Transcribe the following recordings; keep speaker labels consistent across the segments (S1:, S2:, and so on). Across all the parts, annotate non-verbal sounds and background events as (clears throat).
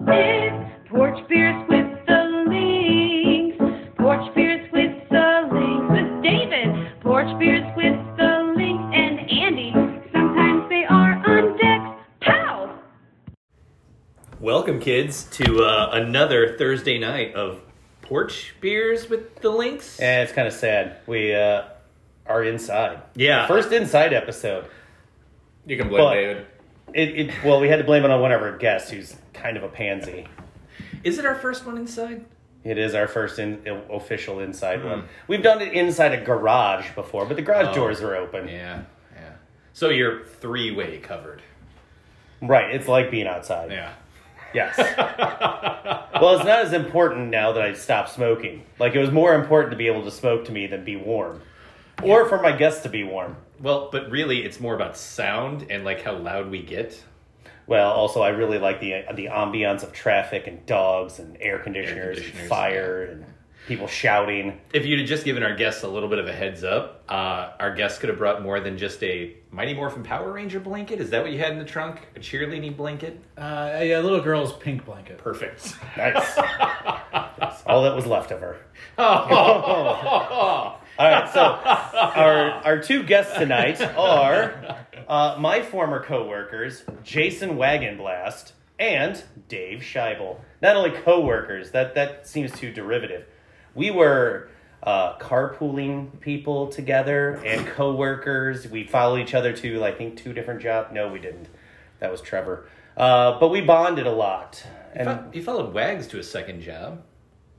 S1: It's Porch Beers with the Links. Porch Beers with the Links. With David. Porch Beers with the Links and Andy. Sometimes they are on deck. Pow!
S2: Welcome, kids, to uh, another Thursday night of porch beers with the links.
S3: Yeah, Eh, it's kind of sad. We uh, are inside.
S2: Yeah.
S3: First inside episode.
S4: You can blame
S3: But-
S4: David.
S3: It, it well, we had to blame it on one of our guests, who's kind of a pansy.
S2: Is it our first one inside?
S3: It is our first in, official inside one. We've done it inside a garage before, but the garage
S2: Oh.
S3: doors are open.
S4: Yeah, yeah,
S2: So you're three way covered.
S3: Right. It's like being outside.
S4: yeah.
S3: Yes. well, it's not as important now that I stopped smoking. Like it was more important to be able to smoke to me than be warm, or for my guests to be warm.
S2: Well, but really, it's more about sound and like how loud we get.
S3: Well, also I really like the the ambiance of traffic and dogs and air conditioners,
S2: conditioners,
S3: and fire and people shouting.
S2: If you'd have just given our guests a little bit of a heads up, uh, our guests could have brought more than just a Mighty Morphin Power Ranger blanket. Is that what you had in the trunk? A cheerleading blanket?
S5: Uh, yeah, little girl's pink blanket.
S2: Perfect.
S3: (laughs) Nice. That's all that was left of her.
S2: Oh,
S3: (laughs) All right, so our our two guests tonight are uh, my former coworkers, Jason Wagonblast and Dave Scheibel. Not only coworkers, that that seems too derivative. We were uh, carpooling people together and coworkers. We followed each other to I think two different jobs. No, we didn't. That was Trevor. Uh, but we bonded a lot. And
S2: you followed Wags to a second job.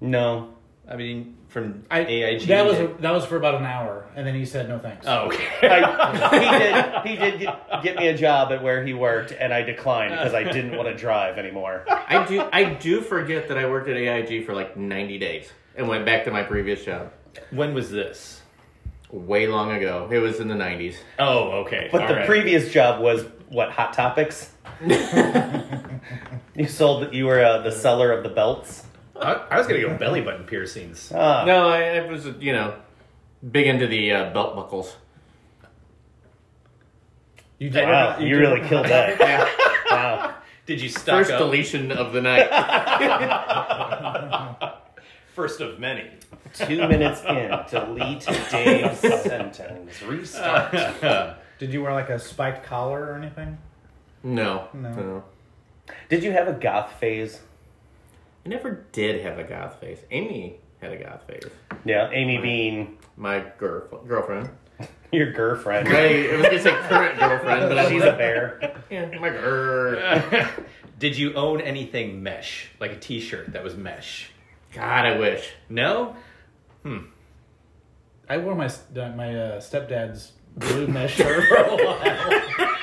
S3: no,
S2: I mean, from
S5: I,
S2: AIG.
S5: that was
S2: to-
S5: that was for about an hour, and then he said no thanks.
S2: Oh, okay. (laughs)
S3: I, he did. He did get, get me a job at where he worked, and I declined because I didn't want to drive anymore.
S4: I do. I do forget that I worked at AIG for like ninety days and went back to my previous job
S2: when was this?
S4: way long ago. It was in the nineties.
S2: Oh, okay.
S3: But
S2: All
S3: the
S2: right.
S3: previous job was what Hot Topics. you sold. You were uh, the seller of the belts.
S2: I, I was gonna go belly button piercings.
S3: Ah,
S4: No, I, I was you know big into the uh, belt buckles.
S5: you did
S3: wow, you
S5: did-
S3: really killed that.
S4: Yeah.
S3: Wow.
S2: Did you stock
S4: (laughs) First
S2: up?
S4: deletion of the night.
S2: First of many.
S3: Two minutes in, delete Dave's sentence.
S2: (laughs)
S3: Restart.
S5: Did you wear like a spiked collar or anything?
S4: No,
S5: No.
S3: Did you have a goth phase?
S4: I never did have a goth face. Amy had a goth face.
S3: Yeah, Amy being
S4: My girl, girlfriend.
S3: your girlfriend.
S4: I, I was gonna say current girlfriend, but I
S3: She's a bear.
S4: Yeah, my girl.
S2: Did you own anything mesh, like a T-shirt that was mesh?
S4: God, I wish.
S2: No.
S5: I wore my s- uh, my uh, stepdad's blue mesh shirt for a while,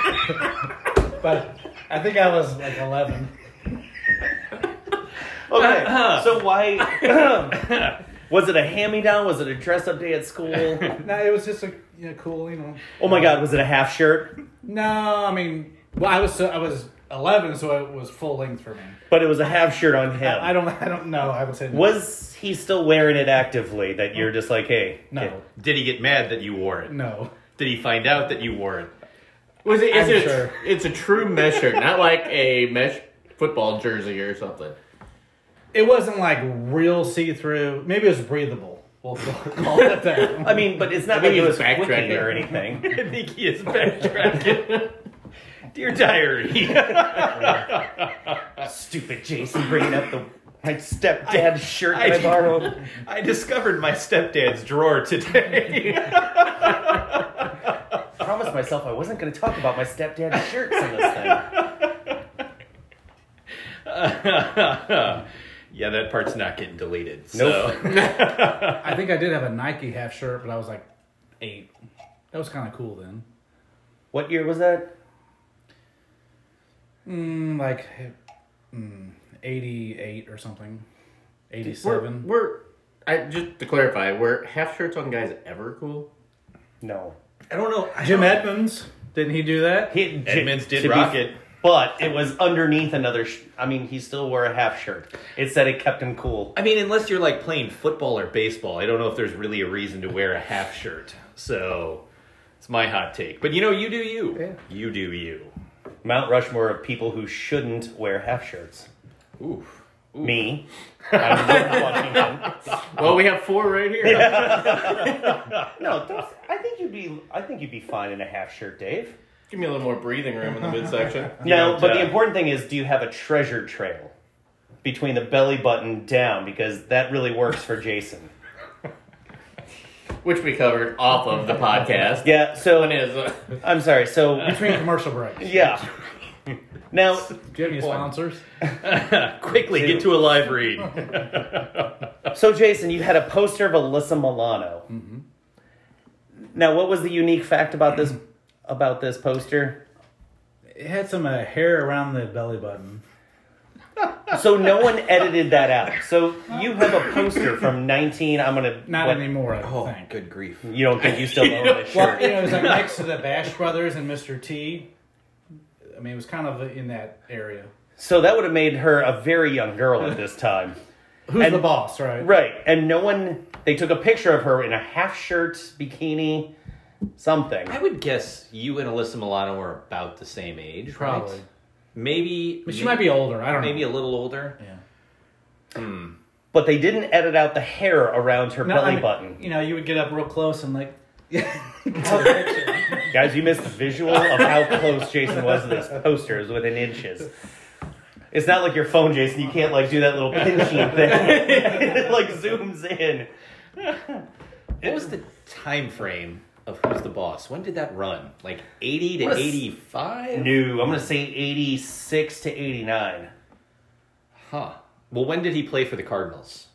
S5: (laughs) but I think I was like eleven.
S3: Okay, so why was it a hand-me-down? Was it a dress-up day at school?
S5: No, it was just a you know, cool, you know.
S3: Oh my God, was it a half shirt?
S5: No, I mean, well, I was so, I was eleven, so it was full length for me.
S3: But it was a half shirt on him.
S5: I, I don't I don't know. I would say no.
S3: Was he still wearing it actively? That you're just like, hey,
S5: no,
S2: Did he get mad that you wore it?
S5: no.
S2: Did he find out that you wore it?
S4: Was it? It's
S5: I'm
S4: a,
S5: sure.
S4: it's a true mesh shirt, not like a mesh football jersey or something.
S5: It wasn't like real see through. Maybe it was breathable. We'll (laughs) call it that.
S3: I mean, but it's not
S4: think
S3: like it
S4: he's
S3: was wicking
S4: backtracking.
S3: or anything. (laughs)
S2: I think he is backtracking. (laughs) Dear diary. (laughs)
S3: Stupid Jason bringing up the my stepdad's shirt that I,
S2: I-
S3: borrowed.
S2: I discovered my stepdad's drawer today. (laughs)
S3: I promised myself I wasn't going to talk about my stepdad's shirts in this (laughs) thing.
S2: yeah, that part's not getting deleted. So.
S5: I think I did have a Nike half shirt, but I was like eight. That was kind of cool then.
S3: What year was that?
S5: Mm, like mm, 88 or something.
S4: We're,
S5: 87.
S4: we're I just to clarify, were half shirts on guys ever cool?
S3: No.
S2: I don't know.
S5: Jim Edmonds, didn't he do that?
S3: He, j-
S2: Edmonds did
S3: to be-
S2: rock it.
S3: but it was underneath another. Sh- I mean, he still wore a half shirt. It said it kept him cool.
S2: I mean, unless you're like playing football or baseball, I don't know if there's really a reason to wear a half shirt. So it's my hot take. But you know, you do you. You do you.
S3: Mount Rushmore of people who shouldn't wear half shirts.
S2: Oof.
S3: (laughs) Me. I'm not fucking him.
S4: Well, we have four right here.
S3: (laughs) No, don't, I think you'd be. I think you'd be fine in a half shirt, Dave.
S4: (laughs) Give me a little more breathing room in the midsection.
S3: No,
S2: don't,
S3: but
S2: uh,
S3: the important thing is, do you have a treasure trail between the belly button down? Because that really works for Jason.
S4: Which we covered off of the podcast. (laughs)
S3: Yeah. So
S4: One is uh, (laughs)
S3: I'm sorry. So
S5: (laughs) Between commercial breaks.
S3: (laughs) yeah. Now,
S5: Do you have any sponsors?
S2: (laughs) Quickly, get to a live read.
S3: so Jason, you had a poster of Alyssa Milano. Now, what was the unique fact about this about this poster?
S5: It had some uh, hair around the belly button.
S3: So no one edited that out. So you have a poster from 19. I'm gonna
S5: Not
S3: what-
S5: anymore, I don't
S2: oh,
S5: think.
S2: good grief.
S3: You don't think you still
S5: (laughs)
S3: own this shirt?
S5: Well, you know, it was like next to the Bash Brothers and Mr. T. I mean, it was kind of in that area.
S3: So that would have made her a very young girl at this time.
S5: Who's
S3: And-
S5: the boss, right?
S3: Right. And no one, they took a picture of her in a half shirt, bikini, something.
S2: I would guess you and Alyssa Milano are about the same age,
S5: Probably.
S2: right? Maybe.
S5: But she might be older. I don't
S2: Maybe
S5: know.
S2: a little older.
S5: yeah.
S3: But they didn't edit out the hair around her
S5: No, I
S3: belly
S5: mean,
S3: button.
S5: You know, you would get up real close and like. That's
S3: Guys, you missed the visual of how close Jason was to this poster. It was within inches. It's not like your phone, Jason. You can't like do that little pinching thing. (laughs) it like zooms in.
S2: What was the time frame of Who's the Boss? When did that run? Like 80 to
S4: What a s-
S2: 85?
S3: No, I'm gonna say 86 to 89.
S2: Huh. Well, when did he play for the Cardinals?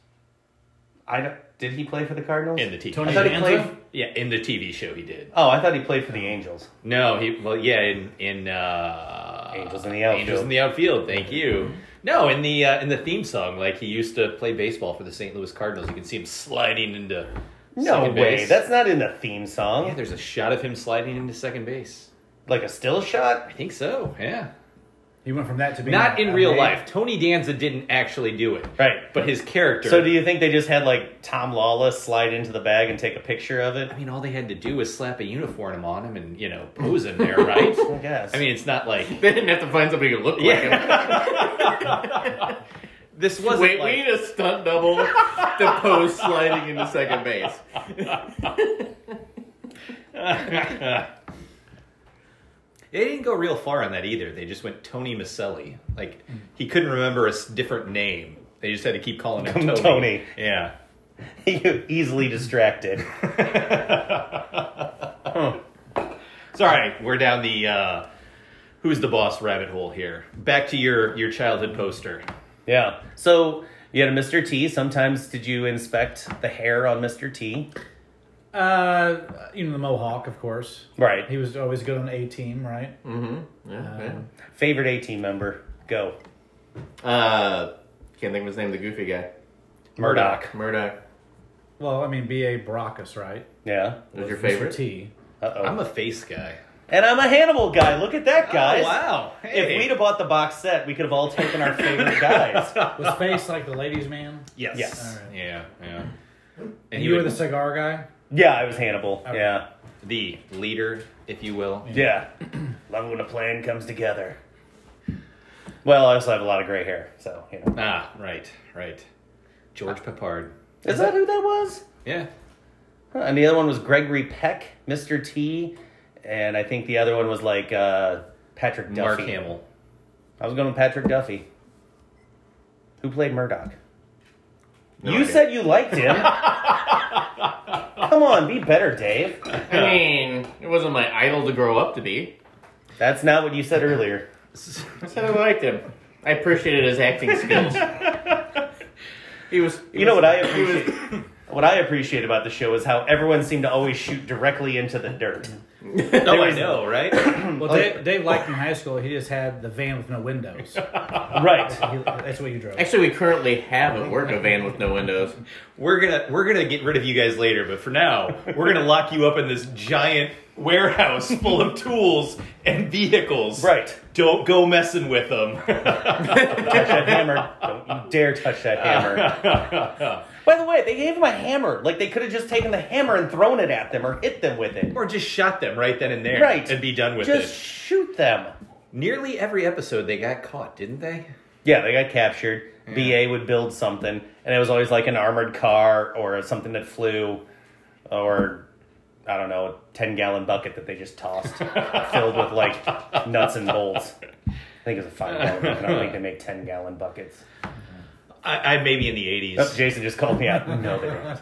S3: I don't, did he play for the Cardinals?
S2: In the TV.
S5: Tony
S3: I thought he
S5: Danza?
S3: played.
S2: yeah, in the TV show he did.
S3: Oh, I thought he played for the Angels.
S2: No, he well yeah in in uh,
S3: Angels in the Outfield.
S2: Angels in the outfield. Thank you. No, in the uh, in the theme song, like he used to play baseball for the St. Louis Cardinals. You can see him sliding into
S3: No
S2: second
S3: way.
S2: base.
S3: That's not in the theme song.
S2: yeah. There's a shot of him sliding into second base.
S3: like a still shot?
S2: I think so. Yeah.
S5: He went from that to being
S2: Not
S5: a-
S2: in
S5: a
S2: real
S5: man.
S2: life. Tony Danza didn't actually do it.
S3: Right.
S2: But his character.
S3: So do you think they just had like Tom Lawless slide into the bag and take a picture of it?
S2: I mean, all they had to do was slap a uniform on him and you know pose him there,
S3: (laughs)
S2: right?
S3: I guess.
S2: I mean, it's not like
S4: they didn't have to find somebody who looked like him.
S2: this wasn't
S4: Wait,
S2: like
S4: we need a stunt double to pose sliding into second base.
S2: They didn't go real far on that either. They just went Tony Maselli. Like he couldn't remember a s- different name. They just had to keep
S5: (laughs)
S2: calling him Tony.
S3: Tony.
S2: Yeah.
S3: you
S2: (laughs)
S3: easily distracted.
S2: Sorry, we're down the uh, who's the boss rabbit hole here. Back to your your childhood poster.
S3: Yeah. So you had a Mr. T. Sometimes did you inspect the hair on Mr. T?
S5: Uh, you know the Mohawk, of course.
S3: Right.
S5: He was always good on A team, right?
S4: Yeah,
S3: Favorite A team member? Go.
S4: yeah. Uh, can't think of his name. The goofy guy,
S3: Murdoch.
S4: Murdoch.
S5: Well, I mean, B. A. Baracus, right?
S3: Yeah.
S4: Was your
S5: Mr.
S4: favorite?
S5: T.
S3: Uh oh.
S2: I'm a face guy.
S3: and I'm a Hannibal guy. Look at that, guys.
S2: Oh, wow. Hey.
S3: If we'd have bought the box set, we could have all taken our
S2: (laughs)
S3: favorite guys.
S5: Was face like the ladies' man?
S2: yes.
S3: Yes.
S5: All right.
S2: Yeah. Yeah.
S5: And
S2: And
S5: you
S2: you
S5: were
S2: would,
S5: the cigar guy.
S3: Yeah, I was Hannibal.
S5: Okay.
S3: Yeah.
S2: the leader, if you will.
S3: Yeah. Love it when a plan comes together. Well, I also have a lot of gray hair, so, you know.
S2: Ah, right, right. George Papard.
S3: Is that who that was?
S2: Yeah.
S3: Huh, And the other one was Gregory Peck, Mr. T, and I think the other one was like uh, Patrick Duffy.
S2: Mark Hamill.
S3: I was going with Patrick Duffy. Who played Murdoch?
S4: No
S3: you
S4: idea.
S3: said you
S2: (laughs)
S3: liked him. Come on, be better, Dave.
S4: I mean, it wasn't my idol to grow up to be.
S3: That's not what you said earlier.
S4: I said I liked him. I appreciated his acting skills. he was. he
S3: You know
S4: was-
S3: what I
S4: he was-
S3: appreciate? What I appreciate about the show is how everyone seemed to always shoot directly into the dirt.
S2: Oh, I
S3: was-
S5: (clears throat)
S2: know, right?
S5: Well, Dave, Dave liked in high school. He just had the van with no windows.
S3: Right.
S5: He- that's what you drove.
S4: (laughs) Actually, we currently have at work a van with no windows.
S2: We're gonna we're gonna get rid of you guys later, but for now, we're gonna lock you up in this giant warehouse full of tools and vehicles.
S3: Right.
S2: Don't go messing with them. (laughs)
S3: touch that hammer. Don't you dare touch that hammer. By the way, they gave him a hammer. Like they could have just taken the hammer and thrown it at them or hit them with it.
S2: or just shot them right then and there
S3: Right.
S2: and be done with
S3: Just
S2: it.
S3: shoot them.
S2: Nearly every episode they got caught, didn't they?
S3: Yeah, they got captured. BA would build something, and it was always like an armored car or something that flew, or I don't know, a ten gallon bucket that they just tossed, filled with like nuts and bolts. I think it was a five gallon bucket. I don't think they make ten gallon buckets.
S2: I, I maybe in the eighties.
S3: Oh, Jason just called me out. No, they don't.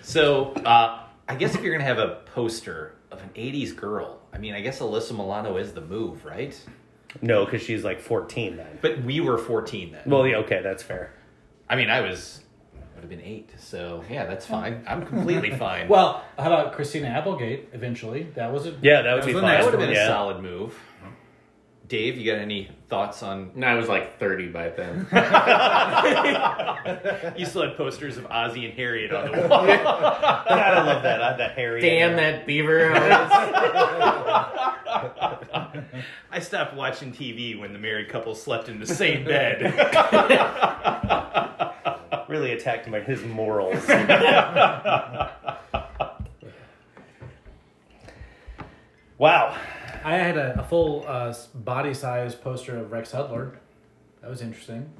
S2: So uh, I guess if you're gonna have a poster of an '80s girl, I mean, I guess Alyssa Milano is the move, right?
S3: No, because she's like fourteen then.
S2: But we were 14 then.
S3: Well, yeah, okay, that's fair.
S2: I mean, I was would have been eight. So yeah, that's fine. I'm completely fine.
S5: Well, how about Christina Applegate? Eventually, that was a
S3: Yeah, that would be
S5: was the
S3: fine.
S2: that
S5: next
S2: would have been
S3: yeah.
S2: a solid move. Dave, you got any thoughts on?
S4: And I was like 30 by then.
S2: (laughs) You still had posters of Ozzy and Harriet on the (laughs) wall.
S3: God, (laughs) I love that. I, that hairy.
S4: Damn that beaver. I was-
S2: I stopped watching TV when the married couple slept in the same bed.
S3: really attacked my his morals. wow.
S5: I had a, a full uh, body size poster of Rex Hudler. That was (laughs) interesting.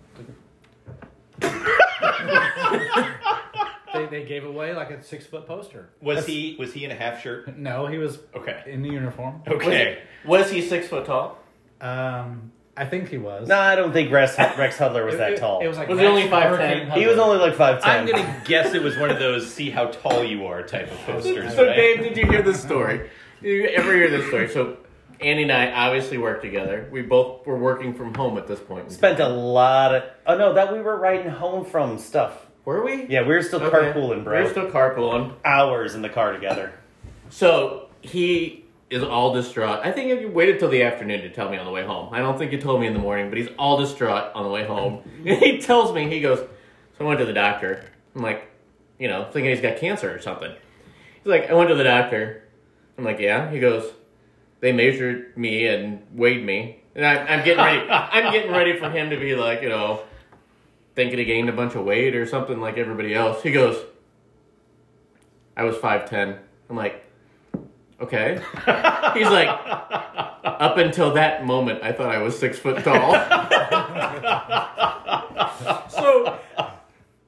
S5: they, they gave away like a six foot poster.
S2: (laughs) Was he was he in a half shirt?
S5: No, he was
S2: Okay.
S5: in the uniform.
S2: Okay.
S4: Was he six foot tall?
S5: Um, I think he was.
S3: No, I don't think Rex, Rex Hudler was
S5: It-
S3: that
S5: it-
S3: tall.
S5: It was like
S4: Was he only
S5: Max
S4: 5'10"?
S5: Hurricane
S3: he was
S5: Hudler.
S3: only like 5'10.
S2: I'm gonna guess it was one of those "see how tall you are" type of posters.
S4: (laughs) So,
S2: right?
S4: Dave, did you hear this story? Did you ever hear this story? So, Andy and I obviously work together. We both were working from home at this point. in time.
S3: Spent a lot of. Oh, no, that we were riding home from stuff.
S4: Were we?
S3: Yeah, we were still
S4: Okay.
S3: carpooling,
S4: We
S3: bro.
S4: We're still carpooling.
S3: Hours in the car together.
S4: So he is all distraught. I think if you waited till the afternoon to tell me on the way home. I don't think you told me in the morning, but he's all distraught on the way home. (laughs) And he tells me, he goes, So I went to the doctor. I'm like, you know, thinking he's got cancer or something. He's like, I went to the doctor. I'm like, yeah. He goes, They measured me and weighed me. And I, I'm getting ready. I'm getting ready for him to be like, you know, thinking he gained a bunch of weight or something like everybody else. He goes, I was 5'10. I'm like, okay. He's like, up until that moment, I thought I was six foot tall. (laughs) so,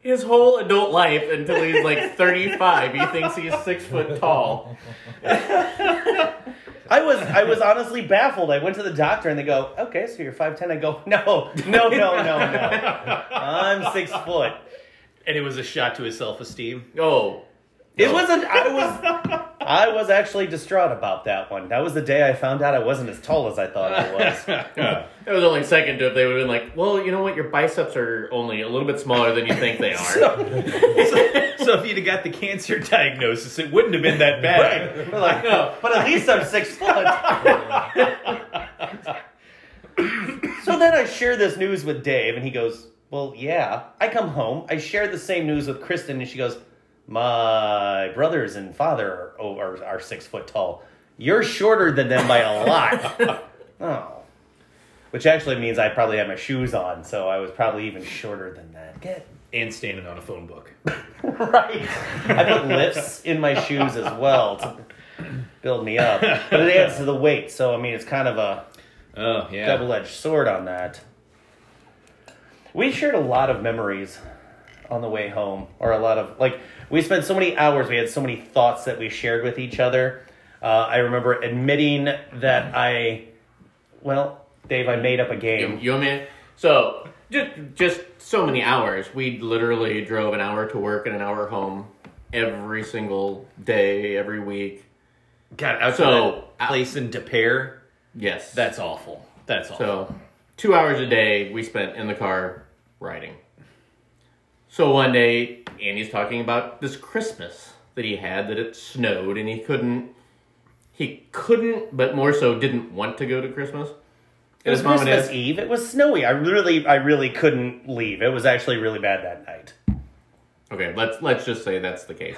S4: his whole adult life until he's like 35, he thinks he's six foot tall.
S3: I was I was honestly baffled. I went to the doctor and they go, "Okay, so you're five ten. I go, "No, no, no, no, no. I'm six foot."
S2: and it was a shot to his self-esteem.
S4: Oh,
S3: It wasn't. I was I was actually distraught about that one. That was the day I found out I wasn't as tall as I
S2: (laughs)
S3: thought I was.
S4: that was only second to if they would have been like, well, you know what? Your biceps are only a little bit smaller than you think (laughs) they are.
S2: so if you'd have got the cancer (laughs) diagnosis, it wouldn't have been that bad.
S3: But like, "Oh, but at least I'm six foot. (laughs) so then I share this news with Dave, and he goes, "Well, yeah." I come home. I share the same news with Kristen, and she goes, "My brothers and father are, are, are six foot tall. You're shorter than them by a lot." (laughs) oh. Which actually means I probably had my shoes on, so I was probably even shorter than that. Get
S2: And standing on a phone book.
S3: (laughs) Right. I put lifts in my shoes as well to build me up. But it adds to the weight, so I mean it's kind of a
S2: Oh yeah.
S3: double edged sword on that. We shared a lot of memories on the way home, or a lot of like we spent so many hours, we had so many thoughts that we shared with each other. Uh, I remember admitting that I well, Dave, I made up a
S4: You,
S3: game.
S4: you know what I mean? So just just so many hours. We literally drove an hour to work and an hour home every single day, every week.
S2: God, out
S4: So-
S2: so place in De Pere,
S4: Yes.
S2: that's awful. That's awful.
S4: so two hours a day we spent in the car riding. So one day Andy's talking about this Christmas that he had that it snowed and he couldn't he couldn't but more so didn't want to go to Christmas.
S3: It was
S4: His mom and dad-
S3: Christmas Eve. It was snowy. I really, I really couldn't leave. It was actually really bad that night.
S4: Okay, let's let's just say that's the case.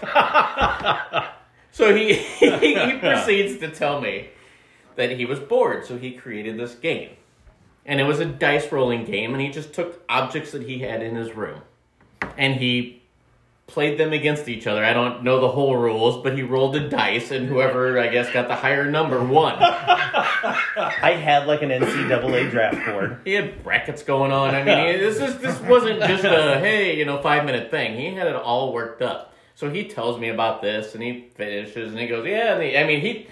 S4: so he, he proceeds to tell me that he was bored, so he created this game. And it was a dice rolling game and he just took objects that he had in his room and he played them against each other. I don't know the whole rules, but he rolled a dice, and whoever I guess got the higher number won.
S3: I had like an NCAA draft board.
S4: He had brackets going on. I mean, he, this is this wasn't just a hey, you know, five minute thing. He had it all worked up. So he tells me about this, and he finishes, and he goes, yeah. And he, I mean, he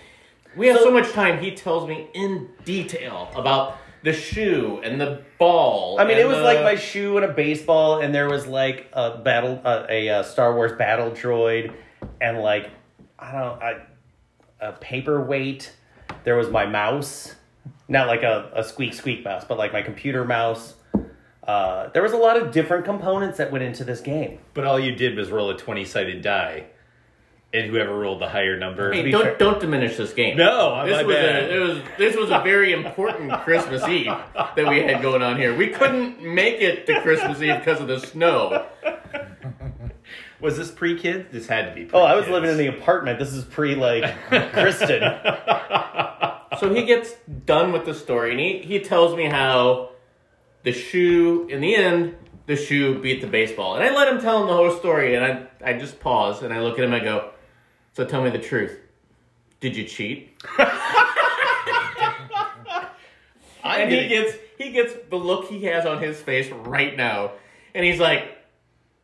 S4: we have so, much time. He tells me in detail about the shoe and the ball.
S3: (laughs) I mean,
S4: and
S3: it was
S4: the-
S3: like my shoe and a baseball, and there was like a battle, uh, a uh, Star Wars battle droid, and like I don't, I, a paperweight. There was my mouse, not like a, a squeak squeak mouse, but like my computer mouse. Uh, there was a lot of different components that went into this game.
S2: But all you did was roll a 20 sided die, and whoever rolled the higher number.
S4: Hey,
S3: be
S4: don't
S3: fair-
S4: don't diminish this game.
S2: No, my
S4: this was
S2: bad.
S4: a it was this was a very important Christmas Eve that we had going on here. We couldn't make it to Christmas Eve because of the snow.
S2: Was this pre kid? This had to be pre
S3: Oh, I was living in the apartment. This is pre like (laughs) Kristen.
S4: So he gets done with the story and he, he tells me how the shoe in the end the shoe beat the baseball. And I let him tell him the whole story and I I just pause and I look at him and I go, "So tell me the truth. Did you cheat?" (laughs) and he gets he gets the look he has on his face right now, and he's like,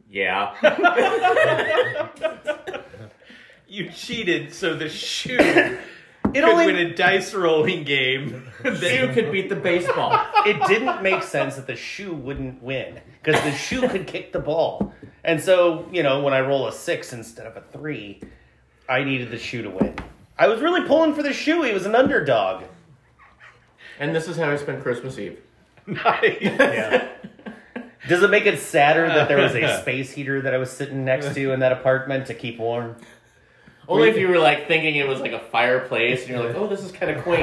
S4: "Yeah."
S2: You cheated, so the shoe it could
S3: only-
S2: win a dice rolling game. (laughs)
S4: Shoe could beat the baseball.
S3: it didn't make sense that the shoe wouldn't win because the shoe could kick the ball. And so, you know, when I roll a six instead of a three, I needed the shoe to win. I was really pulling for the shoe. He was an underdog.
S4: And this is how I spent Christmas Eve.
S2: Nice.
S3: Yeah. Does it make it sadder that there was a space heater that I was sitting next to in that apartment to keep warm?
S4: Only if you were like thinking it was like a fireplace and you're like, "Oh, this is kind of quaint."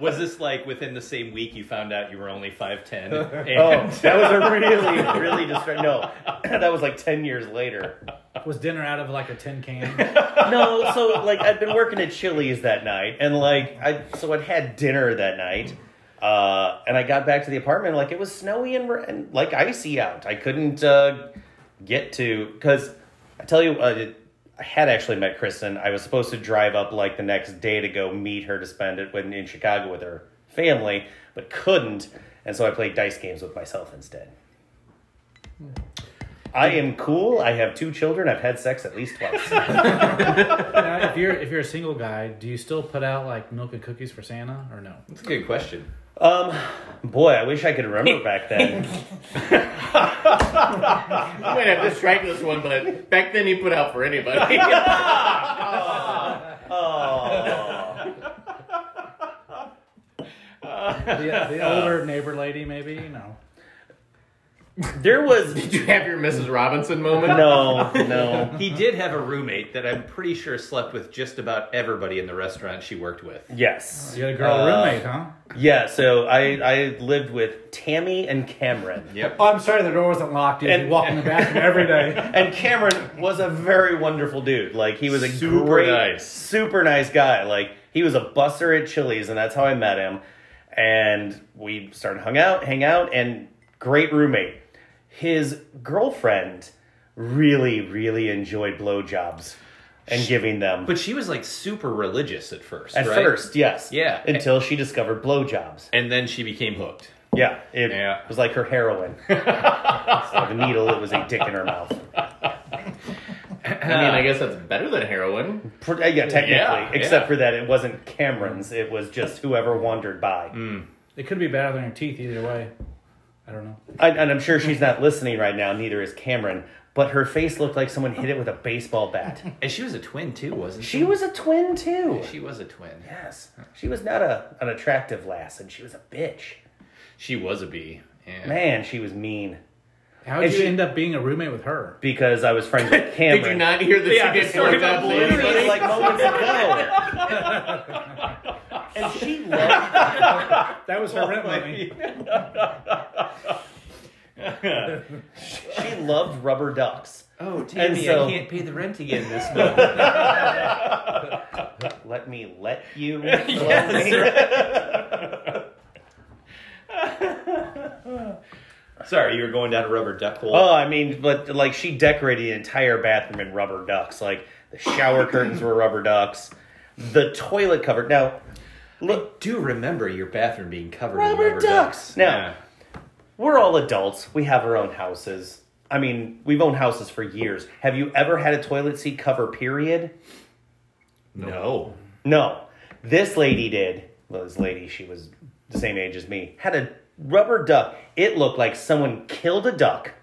S2: Was this like within the same week you found out you were only 5'10?
S3: Oh,
S2: And
S3: that was a really, really distressing. No, (clears throat) that was like 10 years later.
S5: Was dinner out of like a tin
S3: (laughs)
S5: can?
S3: no, so like I'd been working at Chili's that night, and like I so I'd had dinner that night, uh, and I got back to the apartment like it was snowy and, and like icy out. I couldn't uh, get to because I tell you, uh, it- I had actually met Kristen. I was supposed to drive up like the next day to go meet her to spend it when in Chicago with her family, but couldn't, and so I played dice games with myself instead. I am cool. I have two children. I've had sex at least twice.
S5: Now, if you're if you're a single guy, do you still put out like milk and cookies for Santa or
S3: (laughs)
S5: no?
S2: That's a good (laughs) question.
S3: Um, boy, I wish I could remember back then.
S4: I might have to strike this one, but back then you put out for
S3: (laughs)
S4: anybody.
S3: oh,
S5: The, the older neighbor lady, maybe you know.
S3: there was
S4: Did you have your Mrs. Robinson moment?
S3: no, no.
S2: He did have a roommate that I'm pretty sure slept with just about everybody in the restaurant she worked with.
S3: Yes,
S5: You had a girl
S3: Uh,
S5: roommate, huh?
S3: Yeah, so I I lived with Tammy and Cameron,
S2: Yep.
S5: Oh, I'm sorry, the door wasn't locked. You
S3: And-
S5: and, walk in the bathroom every day. (laughs)
S3: and Cameron was a very wonderful dude. Like he was a
S2: Super
S3: great,
S2: nice.
S3: super nice guy. Like he was a buster at Chili's, and that's how I met him. And we started hung out, hang out, and great roommate. His girlfriend really, really enjoyed blowjobs and giving them.
S2: But she was like super religious at first.
S3: At
S2: right?
S3: first, yes.
S2: Yeah.
S3: Until she discovered blowjobs.
S2: And then she became hooked.
S3: Yeah. It
S2: Yeah.
S3: was like her heroin. Instead of a needle, it was a dick in her mouth.
S4: I mean,
S3: Uh,
S4: I guess that's better than heroin.
S3: Pr- uh, Yeah, technically.
S2: Yeah,
S3: except
S2: yeah.
S3: for that, it wasn't Cameron's. It was just whoever wandered by.
S5: It could be better than your teeth either way. I don't know.
S3: I, and I'm sure she's not listening right now. Neither is Cameron. But her face looked like someone hit it with a baseball bat.
S2: And she was a twin too, wasn't she?
S3: She was a twin, too.
S2: She was a twin.
S3: Yes. She was not a, an attractive lass, and she was a bitch.
S2: She was a bee. Yeah.
S3: Man, she was mean.
S5: How did
S3: And
S5: you
S3: she-
S5: end up being a roommate with her?
S3: Because I was friends with Cameron.
S4: Did you not hear that
S2: Yeah,
S4: she
S2: the
S4: did
S2: story
S4: blowjobs
S2: about
S4: to
S2: blue
S4: everybody?
S3: literally like moments ago. and she loved
S5: That
S4: Oh,
S5: was her rent money.
S3: she loved rubber ducks.
S2: Oh,
S3: Tammy, I so- can't
S2: pay the rent again this month.
S3: Let me let you.
S2: Yes,
S3: love me.
S2: (laughs) Sorry, you were going down a rubber duck hole.
S3: Oh, I mean, but like she decorated the entire bathroom in rubber ducks. Like the shower curtains were rubber ducks. The toilet cover. Now, look,
S2: do remember your bathroom being covered in
S3: Rubber
S2: rubber
S3: ducks.
S2: ducks.
S3: Now- we're all adults. We have our own houses. I mean, we've owned houses for years. Have you ever had a toilet seat cover? Period.
S2: no.
S3: No, this lady did. Well, this lady, she was the same age as me, had a rubber duck. It looked like someone killed a duck,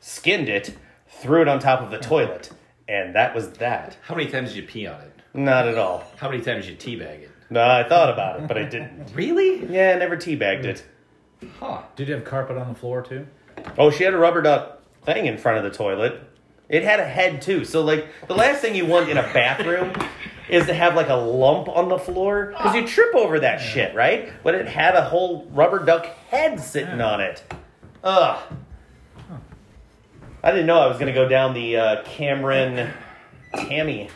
S3: skinned it, threw it on top of the toilet, and that was that.
S2: How many times did you pee on it?
S3: Not at all.
S2: How many times did you teabag it?
S3: No, I thought about it, but I didn't.
S2: (laughs) Really?
S3: Yeah, I never teabagged it.
S2: Huh.
S5: Did you have carpet on the floor too?
S3: Oh, she had a rubber duck thing in front of the toilet. It had a head too. So like the last thing you want in a bathroom is to have like a lump on the floor because you trip over that shit, right? But it had a whole rubber duck head sitting on it. Ugh. I didn't know I was gonna go down the uh, Cameron Tammy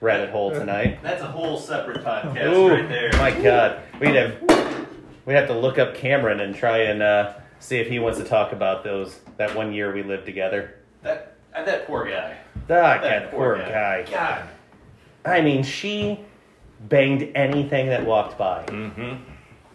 S3: rabbit hole tonight.
S4: That's a whole separate podcast
S3: Ooh, My God, we'd have we'd have to look up Cameron and try and uh, see if he wants to talk about those that one year we lived together.
S4: That that poor guy.
S3: Ah, God, poor guy.
S4: God.
S3: I mean, she banged anything that walked by.
S2: Mm-hmm.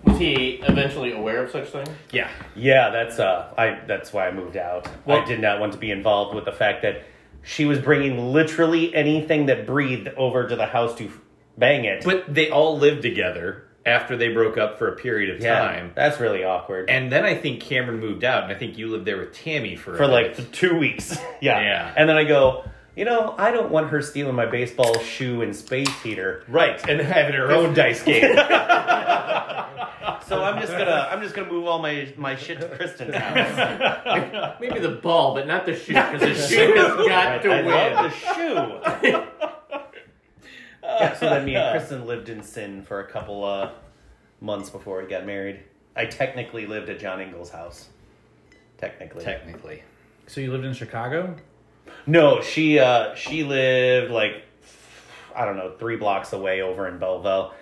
S4: Was he eventually aware of such thing?
S2: Yeah.
S3: Yeah, that's uh, I that's why I moved out. I
S2: Well-
S3: did not want to be involved with the fact that she was bringing literally anything that breathed over to the house to bang it.
S2: But they all lived together after they broke up for a period of
S3: yeah,
S2: time.
S3: that's really awkward.
S2: And then I think Cameron moved out, and I think you lived there with Tammy for a
S3: for
S2: bit.
S3: like two weeks. (laughs) yeah.
S2: Yeah.
S3: And then I go, you know, I don't want her stealing my baseball shoe and space heater.
S2: right, and having her own dice game.
S3: So I'm just gonna I'm just gonna move all my my shit to Kristen's house.
S4: Maybe the ball, but not the shoe,
S3: (laughs)
S4: because the shoe has got to
S3: I love the
S4: win.
S3: shoe. yeah, so then me and Kristen lived in Sin for a couple uh, months before we got married. I technically lived at John Ingalls' house. Technically.
S2: Technically.
S5: So you lived in Chicago?
S3: No, she uh she lived like I don't know, three blocks away over in Belleville.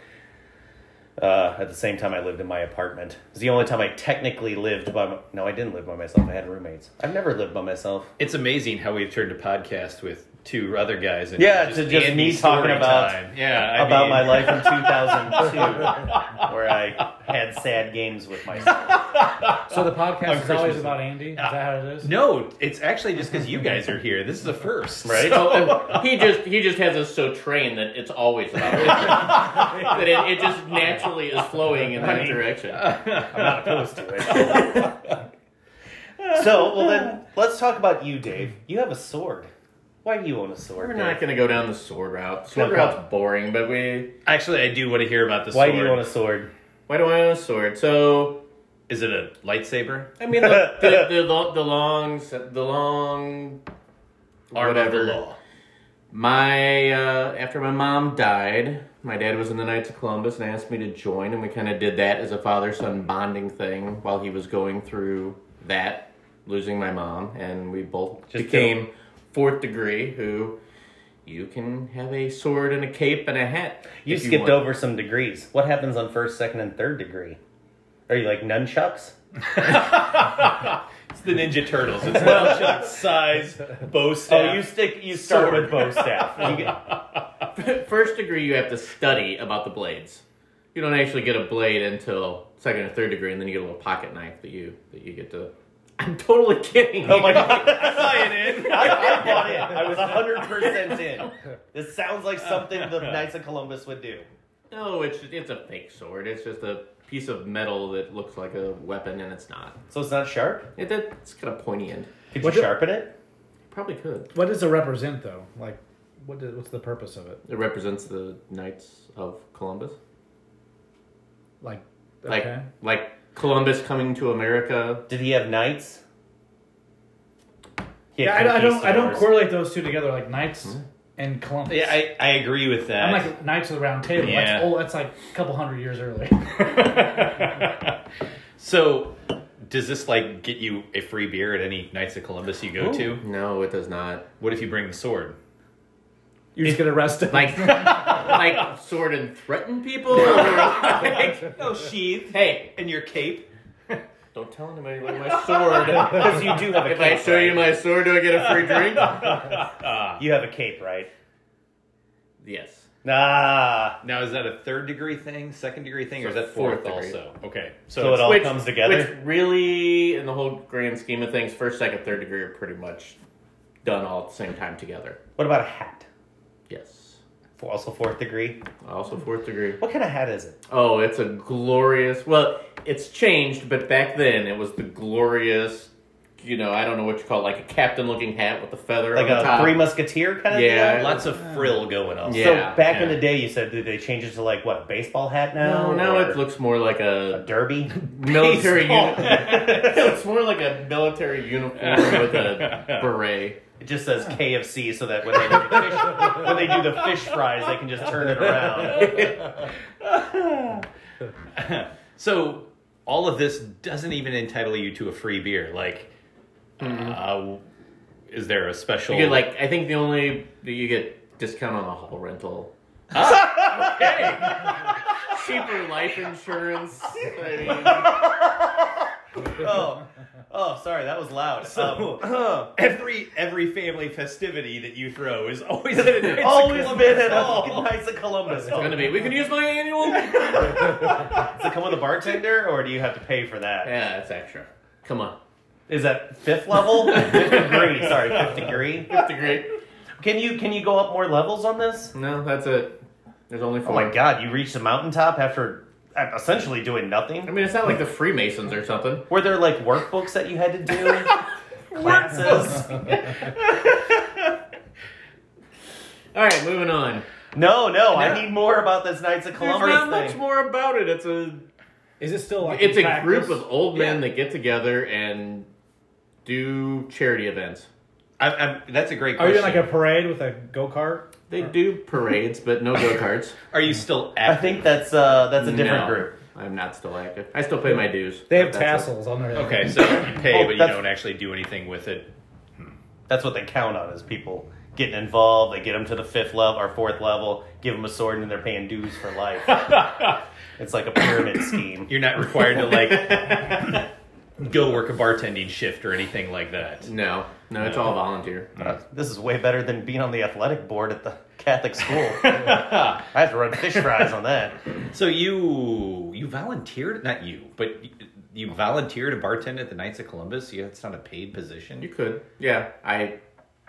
S3: Uh, at the same time, I lived in my apartment. It was the only time I technically lived by. My, no, I didn't live by myself. I had roommates. I've never lived by myself.
S2: It's amazing how we've turned a podcast with two other guys. And
S3: Yeah, to just
S2: Andy
S3: me talking
S2: story
S3: about-
S2: time. yeah I
S3: About
S2: mean-
S3: my life in
S4: (laughs)
S3: 2002, where I had sad games with myself.
S5: So the podcast is always
S2: Christmas.
S5: about Andy. Is that how it is?
S2: No, it's actually just because you guys are here. This is a first,
S3: Right? (laughs)
S4: So, um, he just he just has us so trained that it's always about it. (laughs) that it, it just naturally is flowing in that direction.
S3: I'm not opposed to it. so, well then, let's talk about you, Dave. You have a sword. Why do you own a sword?
S4: We're
S3: Dave?
S4: not gonna go down the sword route. Sword
S3: Okay.
S4: route's boring, but we
S2: Actually, I do want to hear about this.
S3: Why do you own a sword?
S4: why do I own a sword? So
S2: Is it a lightsaber?
S4: I mean the
S3: (laughs)
S4: the, the, lo- the long the long
S2: Arm of the
S4: whatever.
S2: law.
S4: My uh, after my mom died, my dad was in the Knights of Columbus and asked me to join, and we kind of did that as a father son bonding thing while he was going through that, losing my mom, and we both
S3: Just
S4: became fourth degree. Who you can have a sword and a cape and a hat.
S3: You
S4: if
S3: skipped
S4: want.
S3: over some degrees. What happens on first, second, and third degree? Are you like nunchucks?
S2: It's the Ninja Turtles.
S3: (laughs)
S2: It's nunchuck size bow staff.
S3: Oh, you stick. You start
S2: Sword.
S3: with bow staff. (laughs) You get-
S4: First degree, you have to study about the blades. You don't actually get a blade until second or third degree, and then you get a little pocket knife that you that you get to. (laughs) I'm totally kidding.
S3: oh my god!
S2: Cyan in.
S3: (laughs) I, I bought in. I was hundred percent in. This sounds like something (laughs) the Knights of Columbus would do.
S4: No, it's it's a fake sword. It's just a piece of metal that looks like a weapon, and it's not.
S3: So it's not sharp.
S4: It, it's got a pointy end.
S3: Could you
S5: What the-
S3: sharpen it?
S4: Probably could.
S5: What does it represent though? Like, what do- what's the purpose of it?
S4: It represents the Knights of Columbus,
S5: Like,
S4: like
S5: okay.
S4: like Columbus coming to America.
S3: Did he have knights? He
S5: yeah,
S3: had
S5: I, I don't. I don't
S3: conquistadors.
S5: correlate those two together. Like knights and Columbus.
S2: Yeah, I, I agree with that.
S5: am like knights of the round table.
S2: Yeah.
S5: That's old. That's like a couple hundred years earlier.
S2: (laughs) so, does this like get you a free beer at any Knights of Columbus you go to?
S4: No, it does not.
S2: What if you bring the sword?
S5: You just get arrested.
S3: (laughs)
S4: Like like sword and threaten people. Or like,
S2: No sheath
S4: hey,
S2: and your cape.
S4: Don't tell anybody about my sword.
S3: Because you do have a
S4: (laughs) if I
S3: cape.
S4: show you
S3: right?
S4: my sword, do I get a free drink?
S3: you have a cape, right?
S4: yes.
S3: Ah,
S2: Now, is that a third degree thing, second degree thing, or is
S4: So
S2: that fourth,
S4: fourth degree.
S2: also? Okay. So,
S3: so it
S2: it's-
S3: all
S4: Which-
S3: comes together.
S4: Which really, in the whole grand scheme of things, first, second, third degree are pretty much done all at the same time together.
S3: What about a hat?
S4: Yes.
S3: For also fourth degree.
S4: Also fourth degree.
S3: What kind of hat is it?
S4: Oh, it's a glorious. Well, it's changed, but back then it was the glorious. You know, I don't know what you call it, like a captain-looking hat with the feather
S3: Like
S4: on the
S3: a
S4: top.
S3: three musketeer kind of
S4: Yeah.
S3: deal?
S2: lots of frill going on.
S4: Yeah.
S3: so back in
S2: yeah.
S3: the day, you said did they change it to like what a baseball hat now?
S4: no, now
S3: or
S4: it looks more like
S3: a
S4: a (laughs)
S3: derby.
S4: military
S3: Baseball.
S4: uniform. (laughs) it's more like a military uniform with a beret.
S3: It just says KFC so that when they do the fish, when they do the fish fries, they can just turn it around.
S2: (laughs) So all of this doesn't even entitle you to a free beer. Like, uh, is there a special?
S4: You get like I think the only you get discount on a hall rental.
S3: Ah,
S4: (laughs) Cheaper life insurance. I mean,
S3: (laughs) oh, oh, sorry, that was loud.
S2: (laughs) So-
S3: Um,
S2: every every family festivity that you throw is always at a Knights of
S3: always
S2: Columbus
S3: been at
S2: Hall.
S3: all. Nights of Columbus.
S4: it's gonna be. We can use my annual.
S3: Does it come with a bartender, or do you have to pay for that?
S4: Yeah, that's extra. Come on.
S3: Is that fifth level?
S4: (laughs)
S3: fifth degree. Sorry, fifth degree.
S4: Fifth degree.
S3: Can you can you go up more levels on this?
S4: No, that's it. There's only four.
S3: Oh my god, you reached the mountaintop after uh, essentially doing
S4: I
S3: nothing.
S4: mean, it's not like the Freemasons or something.
S3: Were there like workbooks that you had to do?
S4: (laughs)
S3: Classes?
S4: All right, moving on.
S3: No, no, I
S2: No.
S3: need more about this Knights of
S4: There's
S3: Columbus
S4: not
S3: thing.
S4: much more about it. It's a
S5: Is it still like
S4: it's
S5: in
S4: a group
S5: practice?
S4: of old men that get together and do charity events.
S2: I, I, that's a great
S5: Are
S3: Oh,
S2: question.
S5: you in like a parade with a go kart?
S4: They do parades, but no go karts.
S3: (laughs)
S2: Are you still
S3: I
S2: active?
S3: think that's uh that's a different group.
S4: I'm not still active. I still pay my dues.
S5: They have
S4: That's it.
S5: tassels on their.
S2: Okay,
S3: (laughs)
S2: so you pay,
S3: Oh,
S2: but you
S3: that's-
S2: don't actually do anything with it.
S3: (laughs) That's what they count on is people getting involved. They get them to the fifth level or fourth level, give them a sword, and they're paying dues for life.
S4: (laughs)
S3: it's like a pyramid scheme.
S2: You're not required to
S3: (laughs)
S2: like go work a bartending shift or anything like
S3: (laughs)
S2: that.
S4: No, no, it's
S2: No.
S4: all volunteer.
S3: This is way better than being on the athletic board at the Catholic school. I have to run fish fries on that.
S2: So you you volunteered, not you, but you, you volunteered to bartend at the Knights of Columbus. You, it's not a paid position.
S4: You could, yeah. I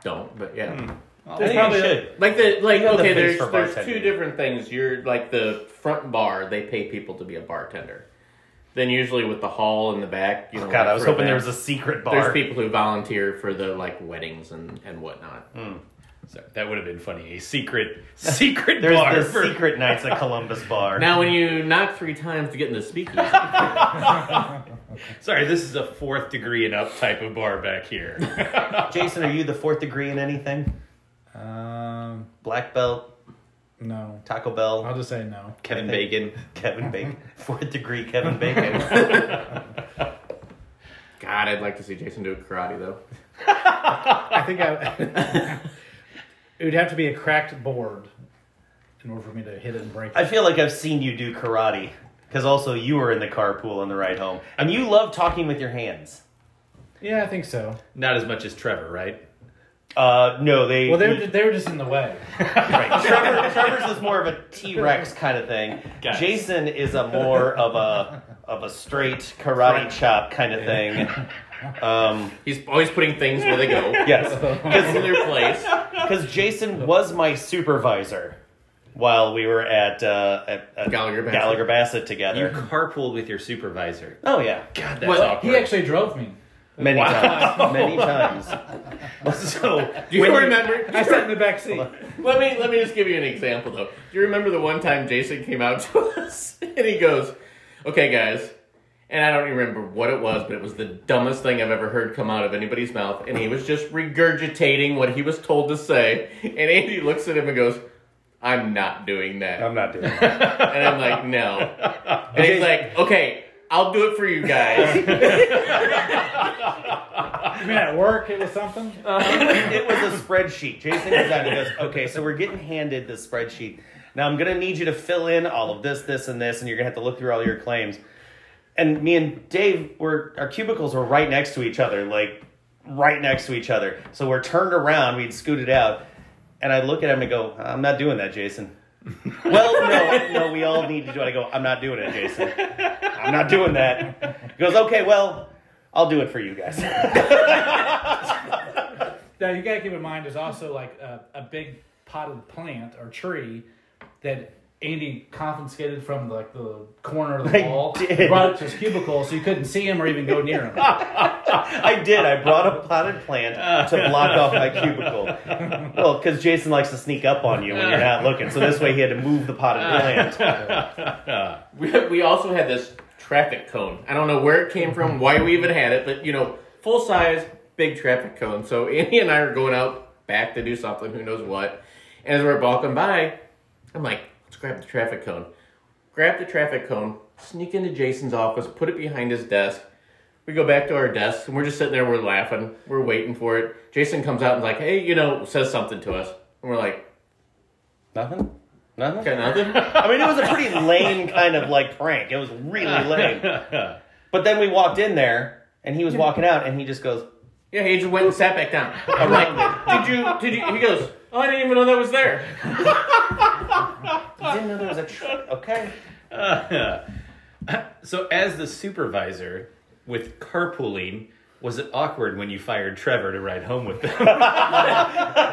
S4: don't, but yeah.
S2: Well,
S3: There's
S2: hey,
S3: probably
S2: shit.
S3: should.
S4: Like the like
S3: Hmm. You have the
S4: okay,
S3: face
S4: there's
S3: for
S4: there's
S3: bartending.
S4: two different things. You're like the front bar; they pay people to be a bartender. Then usually with the hall in the back, you know.
S3: Oh, God,
S4: like
S3: I was
S4: for
S3: hoping there was
S4: events,
S3: a secret bar.
S4: There's people who volunteer for the like weddings and and whatnot.
S2: So that would have been funny. A secret
S3: (laughs)
S2: secret
S3: There's
S2: bar.
S3: the
S2: for-
S3: secret Knights of Columbus bar.
S4: Now, when you knock three times to get in the speakeasy,
S2: Sorry, this is a fourth degree and up type of bar back here.
S3: Jason, are you the fourth degree in anything?
S5: Um,
S3: (laughs) Black belt,
S5: no.
S3: Taco
S5: I'll
S3: Bell,
S5: just say no.
S2: Kevin
S3: I think-
S2: Bacon.
S3: (laughs) Kevin Bacon, fourth degree Kevin (laughs) Bacon.
S4: God, I'd like to see Jason do karate though.
S5: I think I. (laughs) it would have to be a cracked board in order for me to hit it and break it.
S3: I feel like I've seen you do karate because also you were in the carpool on the ride home, and you love talking with your hands.
S5: yeah, I think so.
S2: (laughs) Not as much as Trevor, right?
S3: Uh, no, they.
S5: Well, they were, they were just in the (laughs) way.
S3: right. Trevor, Trevor's is more of a T Rex kind of thing.
S2: Got it.
S3: Jason is a more of a of a straight karate chop kind of thing. Um,
S4: He's always putting things where they go.
S3: yes,
S4: It's in their place.
S3: because Jason was my supervisor while we were at uh, at, at
S4: Gallagher Bassett.
S3: Gallagher Bassett
S2: You
S3: together.
S2: carpooled with your
S3: (laughs)
S2: supervisor. (laughs)
S3: Oh yeah,
S2: God, that's
S4: Well, he
S2: awkward.
S5: He actually drove me.
S3: many
S2: Wow.
S3: times, many times. (laughs)
S2: so
S4: Do you
S2: when
S4: remember?
S6: (laughs)
S5: I sat in the back seat.
S4: Let me let me just give you an example though. Do you remember the one time Jason came out (laughs) to us and he goes, "Okay, guys," and I don't even remember what it was, but it was the dumbest thing I've ever heard come out of anybody's mouth, and he was just regurgitating what he was told to say, and Andy looks at him and goes, "I'm not doing that."
S3: I'm not doing that.
S4: And I'm like, no. And he's like, okay, I'll do it for you guys.
S5: I mean, at work, it was something.
S3: it was a spreadsheet. Jason comes out and goes, okay, so we're getting handed this spreadsheet. Now I'm gonna need you to fill in all of this, this, and this, and you're gonna have to look through all your claims. and me and Dave were our cubicles were right next to each other, like right next to each other. So we're turned around, we'd scooted out, and I look at him and go, "I'm not doing that, Jason." well, no, no, we all need to do it. I go, "I'm not doing it, Jason. I'm not doing that." He goes, "Okay, well, I'll do it for you guys."
S6: Now you gotta keep in mind there's also like a, a big potted plant or tree that Andy confiscated from like the corner of
S3: (laughs)
S6: the
S3: I
S6: wall,
S3: did.
S6: brought it to his cubicle so you couldn't see him or even go near
S3: (laughs)
S6: him.
S3: I did. I brought a potted plant to block off my cubicle. Well, because Jason likes to sneak up on you when you're not looking. So this way he had to move the potted
S2: Uh.
S3: plant.
S4: We, we also had this traffic cone. I don't know where it came from, why we even had it, but you know, full size, big traffic cone. So (laughs) Andy and I are going out back to do something, who knows what. And as we're walking by, I'm like, let's grab the traffic cone. Grab the traffic cone, sneak into Jason's office, put it behind his desk. We go back to our desk and we're just sitting there, we're laughing, we're waiting for it. Jason comes out and's like, hey, you know, says something to us. And we're like,
S3: Nothing? Nothing?
S4: got nothing? (laughs)
S3: I mean, it was a pretty lame kind of like prank. It was really
S2: Uh.
S3: lame. But then we walked in there and he was walking out and he just goes,
S4: Yeah, he just went and sat back down. I'm (laughs) like, did you, did you, he goes, oh, I didn't even know that was there.
S3: I didn't know there was a truck. Okay.
S2: So, as the supervisor with carpooling, was it awkward when you fired Trevor to ride home with them?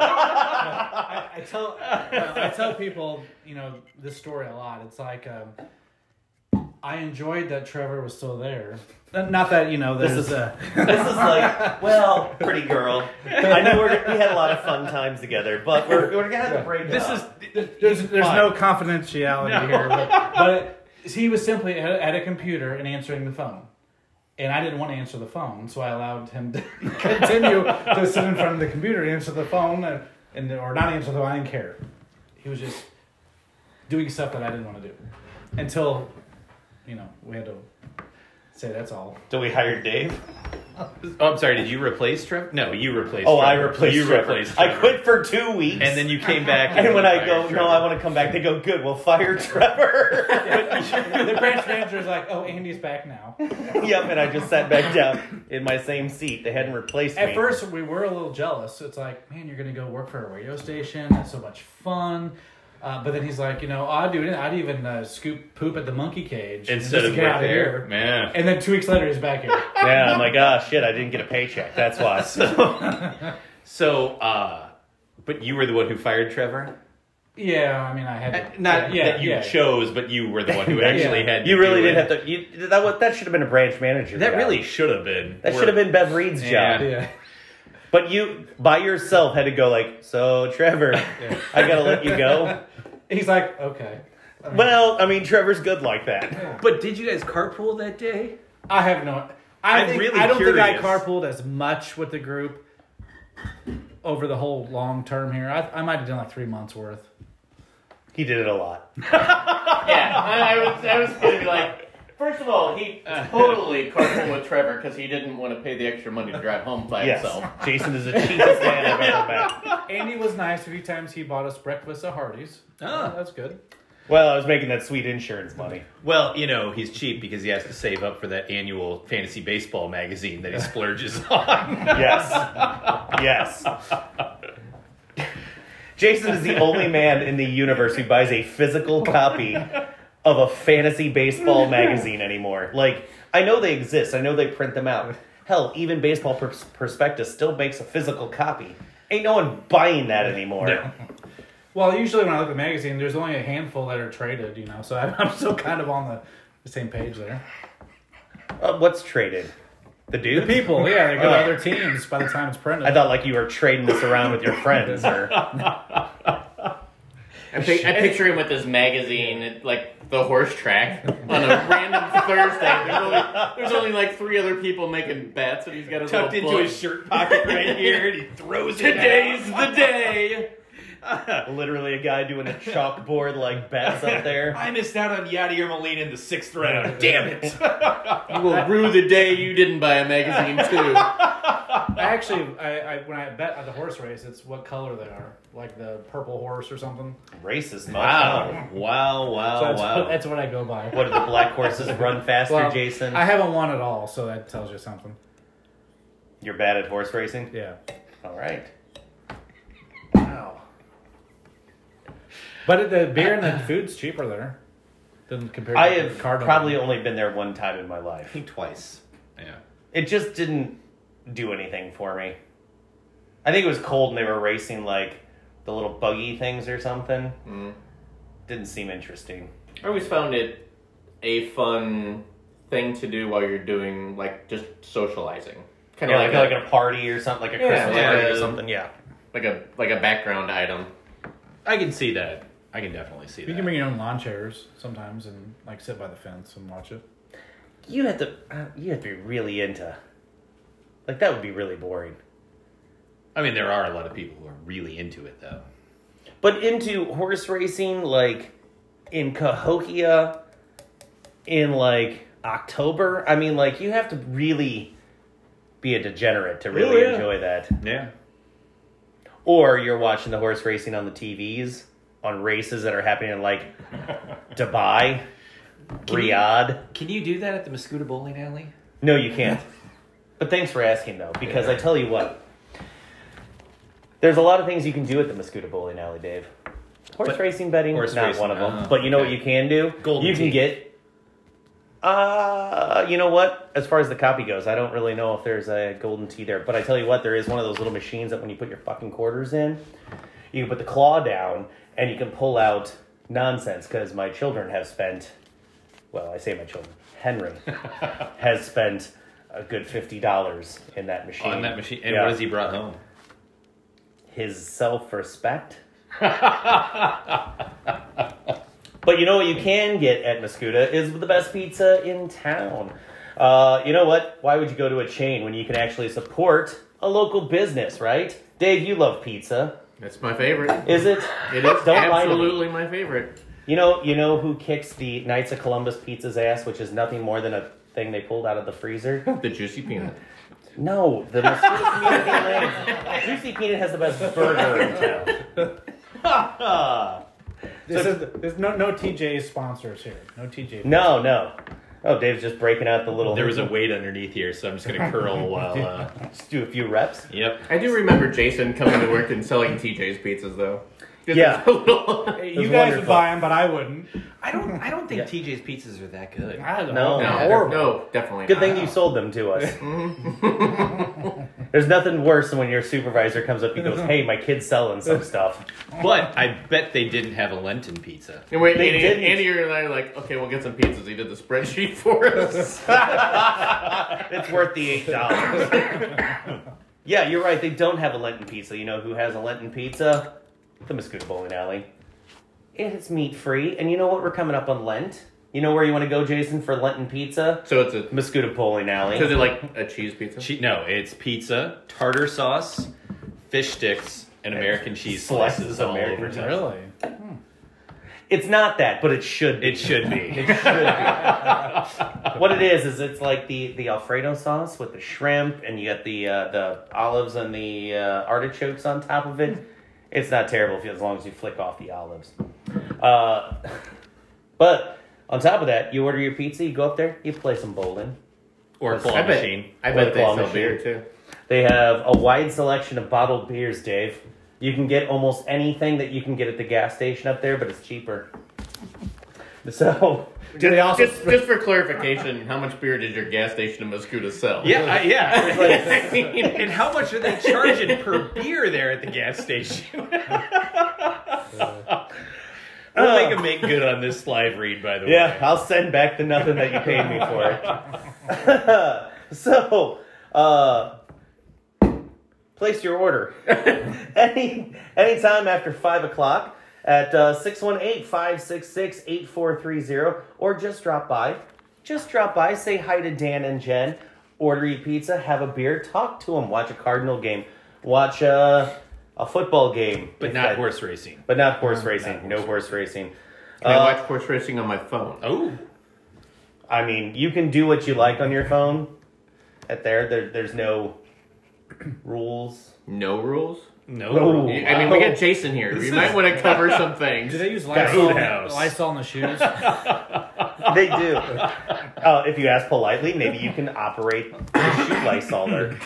S6: I tell uh, I tell people you know this story a lot. It's like um, I enjoyed that Trevor was still there. Uh, Not that you know there's
S3: is-
S6: a
S3: This is like, well, pretty girl. I know we're, we had a lot of fun times together, but (laughs) we're, we're going to have to break
S2: this
S3: up.
S2: is
S6: there's there's
S3: fine.
S6: no confidentiality here.
S2: (laughs)
S6: But, but it, he was simply at, at a computer and answering the phone. And I didn't want to answer the phone, so I allowed him to (laughs) continue to sit in front of the computer and answer the phone, and, and or not answer the phone. I didn't care. He was just doing stuff that I didn't want to do until, you know, we had to say that's all. (laughs)
S3: So we hired Dave.
S2: Oh, I'm sorry. Did you replace Trevor? No, you replaced.
S3: Oh, I
S2: Trevor.
S3: replaced
S2: You
S3: Trevor.
S2: replaced.
S3: I
S2: Trevor.
S3: quit for two weeks.
S2: And then you came back.
S3: (laughs) And when
S2: you
S3: I
S2: fired
S3: go,
S2: Trevor.
S3: no, I want to come back, they go, good, we'll fire Trevor. (laughs)
S6: the branch manager is like, "Oh, Andy's back now."
S3: yep, and I just sat back down in my same seat. They hadn't replaced me.
S6: At first, we were a little jealous. It's like, man, you're gonna go work for a radio station. That's so much fun. Uh, but then he's like, you know, I'd do it. I'd even uh, scoop poop at the monkey cage
S2: instead
S6: just
S2: of
S6: to get
S2: right
S6: out of
S2: there,
S6: here.
S2: man.
S6: And then two weeks later, he's
S2: (laughs)
S6: back here.
S3: yeah, I'm like, ah, shit, I didn't get a paycheck. That's why.
S2: So, uh, but you were the one who fired Trevor.
S6: yeah, I mean, I had to,
S2: Uh, Not
S6: yeah,
S2: that you
S6: yeah.
S2: chose, but you were the one
S3: (laughs)
S2: who actually had.
S3: (laughs) you really
S2: do
S3: did
S2: it.
S3: have to. You, that wa- that should have been a branch manager.
S2: That
S3: job.
S2: really should have been.
S3: That
S2: Or-
S3: should have been Bev Reed's
S2: Yeah.
S3: job.
S6: Yeah.
S3: But you by yourself had to go like, so Trevor, I gotta let you go.
S6: He's like, okay,
S3: well, I mean, Trevor's good like that.
S2: But did you guys carpool that day?
S6: I have no. I
S2: I'm
S6: think,
S2: really
S6: I don't
S2: curious.
S6: think I carpooled as much with the group over the whole long term here. I, I might have done like three months worth.
S3: He did it a lot.
S4: Yeah, I, I was, I was going to be like, first of all, he totally carpooled with Trevor because he didn't want to pay the extra money to drive home by
S3: Yes,
S4: himself.
S3: Jason is the cheapest man I've ever met.
S6: Andy was nice a few times. He bought us breakfast at Hardee's.
S2: Ah.
S6: that's good.
S3: Well, I was making that sweet insurance money.
S2: Well, you know, he's cheap because he has to save up for that annual fantasy baseball magazine that he splurges (laughs) on.
S3: Yes. yes. Jason is the only man in the universe who buys a physical copy of a fantasy baseball magazine anymore. Like, I know they exist, I know they print them out. Hell, even Baseball Pers- Prospectus still makes a physical copy. Ain't no one buying that anymore.
S6: Well, usually when I look at the magazine, there's only a handful that are traded, you
S5: (laughs)
S6: know, so I'm, I'm still kind of on the, the same page there.
S3: Uh, what's traded? The dude?
S6: People, yeah, they go to
S3: Uh.
S6: other teams by the time it's printed.
S3: I thought like you were trading this around with your friends
S6: (laughs)
S3: or
S4: I, pic- I picture him with this magazine, at, like the horse track, on a (laughs) random Thursday. There's only, there's only like three other people making bets, and he's got his
S2: Tucked
S4: little
S2: into
S4: book.
S2: his shirt pocket (laughs) right here, and he throws it.
S4: Today's
S2: out.
S4: the day.
S3: literally a guy doing a chalkboard like bets up there.
S2: I missed out on Yadier Molina in the sixth round. (laughs) Damn it!
S4: You will rue the day you didn't buy a magazine too.
S6: I
S5: I actually, I, I when I bet at the horse race, it's what color they are, like the purple horse or something.
S3: Racist.
S2: Wow. Wow,
S3: Wow.
S2: wow,
S5: So that's, (laughs)
S2: wow.
S5: that's what I go by.
S3: Oh, What do the black horses run faster,
S5: Well,
S3: Jason?
S5: I haven't won at all, so that tells you something.
S3: You're bad at horse racing.
S5: Yeah.
S3: All right.
S5: Wow. But the beer and
S3: (laughs)
S5: the food's cheaper there than compared.
S3: I
S5: to
S3: have
S5: Cardinal.
S3: probably only been there one time in
S2: (laughs)
S3: my life.
S2: think twice. Yeah.
S3: It just didn't do anything for me. I think it was cold and they were racing like the little buggy things or something. Didn't seem interesting.
S4: I always found it a fun thing to do while you're doing like just socializing, kind
S3: Yeah,
S4: of
S3: like,
S4: like,
S3: like a party or something, like a
S4: Yeah,
S3: Christmas
S2: yeah,
S3: party or
S4: yeah.
S3: something. Yeah.
S4: like a like a background item.
S2: I can see that. I can definitely see
S5: You
S2: that.
S5: can bring your own lawn chairs sometimes and like sit by the fence and watch it.
S3: You'd have to. Uh, you'd have to be really into. Like that would be really boring.
S2: I mean, there are a lot of people who are really into it, though.
S3: But into horse racing, like in Cahokia, in like October. I mean, like you have to really be a degenerate to really
S2: Oh, yeah.
S3: enjoy that.
S2: Yeah.
S3: Or you're watching the horse racing on the TVs on races that are happening
S2: (laughs)
S3: in like Dubai, Riyadh.
S2: Can you do that at the Mosquito Bowling Alley?
S3: No, you can't. But thanks for asking though, because I tell you what, there's a lot of things you can do at the Mosquito Bowling Alley, Dave. Horse
S2: But-
S3: racing betting,
S2: Horse
S3: not
S2: racing,
S3: one of them.
S2: oh,
S3: but you know
S2: okay.
S3: what you can do?
S2: Golden
S3: you can
S2: tee.
S3: get. Uh, you know what? As far as the copy goes, I don't really know if there's a golden tee there. But I tell you what, there is one of those little machines that when you put your fucking quarters in, you can put the claw down and you can pull out nonsense. Because my children have spent, well, I say my children,
S2: (laughs)
S3: Henry has spent a good fifty dollars in that machine.
S2: On that machine. And
S3: Yeah.
S2: what has he brought home?
S3: His
S2: (laughs)
S3: self-respect. but you know what you can get at Mascuda is the best pizza in town. Uh, you know what? Why would you go to a chain when you can actually support a local business, right? Dave, you love pizza.
S4: That's my favorite.
S3: Is it?
S4: It is
S3: Don't lie to me.
S4: absolutely my favorite.
S3: You know, you know who kicks the Knights of Columbus pizza's ass, which is nothing more than a thing they pulled out of the freezer.
S4: (laughs) The juicy peanut.
S3: No, the Mosquito Community Land. Juicy Peanut has the best burger in town.
S5: This is there's no no TJ sponsors here. No TJ.
S3: no, no. Oh, Dave's just breaking out the little.
S2: There was a weight underneath here, so I'm just going
S3: (laughs)
S2: to curl while. Uh,
S3: Let's do a few reps.
S2: yep.
S4: I do remember Jason coming to work and selling TJ's pizzas though. Just
S3: Yeah.
S4: a little- (laughs)
S5: You
S3: was
S5: guys would
S3: wonderful.
S5: buy them, but I wouldn't.
S2: I don't. I don't think
S3: Yeah.
S2: TJ's pizzas are that good.
S5: I don't know.
S3: No.
S4: no,
S5: Horrible.
S4: no, definitely.
S3: Good
S4: not.
S3: thing you sold them to us. There's nothing worse than when your supervisor comes up and goes, "Hey, my kid's selling some stuff."
S2: But I bet they didn't have a Lenten pizza.
S4: And wait,
S3: They
S4: Andy,
S3: didn't.
S4: Andy and I are like, okay, we'll get some pizzas. He did the spreadsheet (laughs) for us.
S3: It's worth the eight dollars. yeah, you're right. They don't have a Lenten pizza. You know who has a Lenten pizza? The Mascuda Bowling Alley. And it's meat free. And you know what? We're coming up on Lent. You know where you want to go, Jason, for Lenten pizza?
S4: so it's a
S3: Mascuda Bowling
S4: Is
S3: Alley.
S4: it like a cheese pizza?
S2: Che- no, it's pizza, tartar sauce, fish sticks, and American cheese
S3: Slices
S2: slices
S3: of
S2: all
S3: American
S2: over
S3: cheese.
S2: top.
S5: Really?
S3: It's not that, but it should be.
S2: It should
S3: (laughs)
S2: be.
S3: what it is is it's like the the Alfredo sauce with the shrimp, and you got the uh, the olives and the uh, artichokes on top of it. It's not terrible if you, as long as you flick off the olives. Uh, but on top of that, you order your pizza, you go up there, you play some bowling.
S2: or claw
S4: I bet,
S2: machine.
S3: Or
S4: I
S3: the
S4: bet they
S3: claw
S4: sell
S3: machine.
S4: beer too.
S3: They have a wide selection of bottled beers, Dave. You can get almost anything that you can get at the gas station up there, but it's cheaper. So
S5: they also-
S4: just, just for clarification, how much beer did your gas station in Muscuda sell?
S2: Yeah, I, (laughs) yeah.
S4: (laughs) I mean,
S2: and how much are they charging per beer there at the gas station? (laughs)
S3: Uh,
S2: we'll make a make good on this live read, by the
S3: uh. Yeah,
S2: way.
S3: I'll send back the nothing that you paid me for it. (laughs) so, uh, place your order (laughs) any anytime after five o'clock at uh, 618-566-8430 or just drop by just drop by say hi to dan and jen order your pizza have a beer talk to them watch a cardinal game watch uh, a football game
S2: But
S3: if
S2: not
S3: that-
S2: horse Mm, racing.
S3: but not horse racing no horse racing
S4: I
S3: Uh,
S4: watch horse racing on my phone.
S2: Oh,
S3: I mean, you can do what you like on your phone. At there, there there's no (clears throat) rules.
S4: No rules.
S2: No.
S3: No.
S2: Yeah.
S4: I mean, we got Jason here. We might want to cover some things.
S6: Do they use
S2: Lysol-
S6: Lysol,
S2: Roadhouse. Lysol
S6: in the shoes?
S3: (laughs) They do. uh, if you ask politely, maybe you can operate the shoe Lysol there.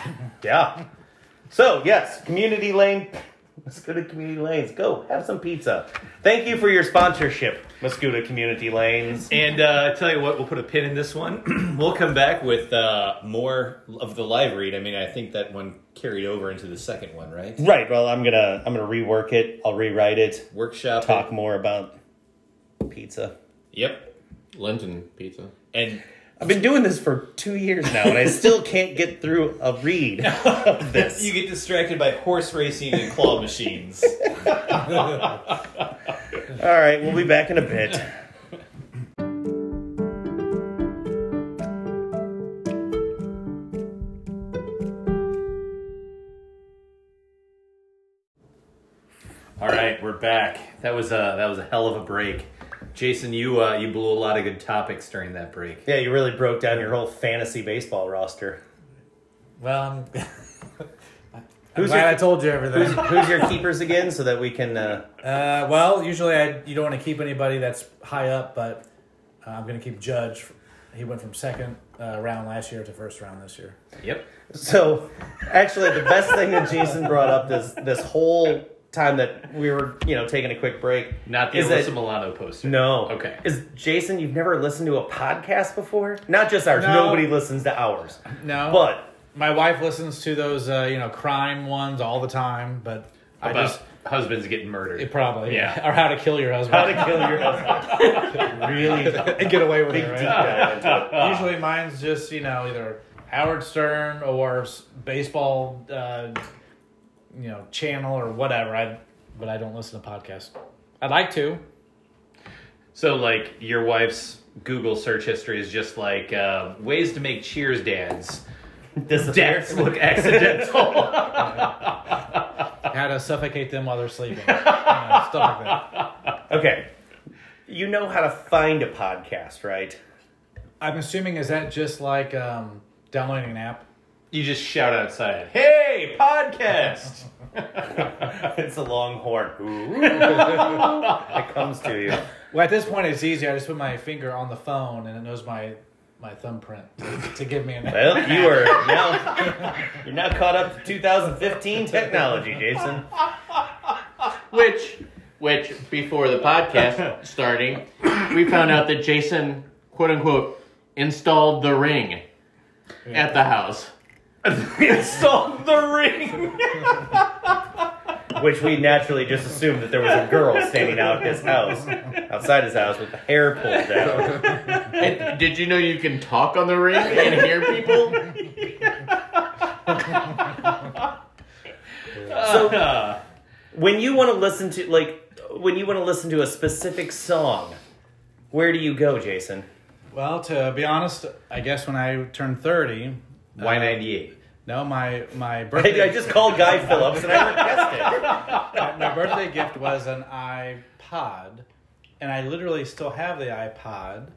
S3: Yeah. So, yes, community lane. Muscuda Community Lanes. Go have some pizza. Thank you for your sponsorship, Muscuda Community Lanes.
S2: And uh, I tell you what, we'll put a pin in this one. (clears throat) we'll come back with uh, more of the live read. I mean, I think that one carried over into the second one, right?
S3: Right. Well, I'm gonna I'm gonna rework it. I'll rewrite it.
S2: Workshop.
S3: Talk more about pizza.
S2: Yep.
S4: Lenten pizza.
S2: And
S3: I've been doing this for two years now, and I still can't get through a read (laughs) of this.
S2: you get distracted by horse racing and (laughs) claw machines.
S3: All right, we'll be back in a bit.
S2: All right, we're back. That was a that was a hell of a break. Jason, you uh, you blew a lot of good topics during that break.
S3: (laughs) Yeah, you really broke down your whole fantasy baseball roster.
S6: well, I'm, (laughs)
S3: Who's
S6: glad
S3: your-
S6: I told you everything.
S3: Who's your keepers again, so that we can? Uh,
S6: Uh, well, usually I you don't want to keep anybody that's high up, but uh, I'm going to keep Judge. He went from second uh, round last year to first round this year.
S2: Yep.
S3: so, actually, the best thing that Jason brought up this this whole time that we were you know taking a quick break.
S2: Not the
S3: Is
S2: Alyssa
S3: that-
S2: Milano poster.
S3: No.
S2: Okay.
S3: Is Jason? You've never listened to a podcast before? Not just ours.
S6: No.
S3: Nobody listens to ours.
S6: No,
S3: But
S6: my wife listens to those uh, you know crime ones all the time, but I
S2: About
S6: just
S2: husbands getting murdered.
S6: it probably
S2: Yeah.
S6: (laughs) or how to kill your husband
S3: how to kill your husband? really
S6: (laughs) and get away with
S3: big
S6: it.
S3: deep
S6: Right?
S3: dive into it.
S6: Usually mine's just, you know, either Howard Stern or s- baseball, uh, you know, channel or whatever. I, but I don't listen to podcasts. I'd like to.
S2: So, like, your wife's Google search history is just like uh, ways to make cheers dads.
S3: Disappear.
S2: Deaths (laughs) look accidental.
S6: How to suffocate them while they're sleeping. You know, stuff like that.
S3: Okay. You know how to find a podcast, right? (laughs)
S6: I'm assuming, is that just like um, downloading an app?
S2: you just shout outside, "Hey, (laughs) podcast!"
S3: It's a long horn. Ooh. it comes to you.
S6: Well, at this point, it's easy. I just put my finger on the phone and it knows my, my thumbprint to, to give me an app. (laughs)
S3: Well, you are now you're now caught up to 2015 technology, Jason.
S4: Which, which before the podcast starting, we found out that Jason, quote unquote, installed the ring at the house.
S2: Installed the ring.
S3: Which we naturally just assumed that there was a girl standing out his house, outside his house with the hair pulled down.
S4: And did you know you can talk on the ring and hear people?
S2: (laughs) Uh,
S3: So when you want to listen to like when you want to listen to a specific song, where do you go, Jason?
S6: Well, to be honest, I guess when I turned 30,
S2: Y ninety eight.
S6: no, my, my
S3: I,
S6: birthday.
S3: I just called Guy Phillips and I requested.
S6: my birthday gift was an iPod, and I literally still have the iPod.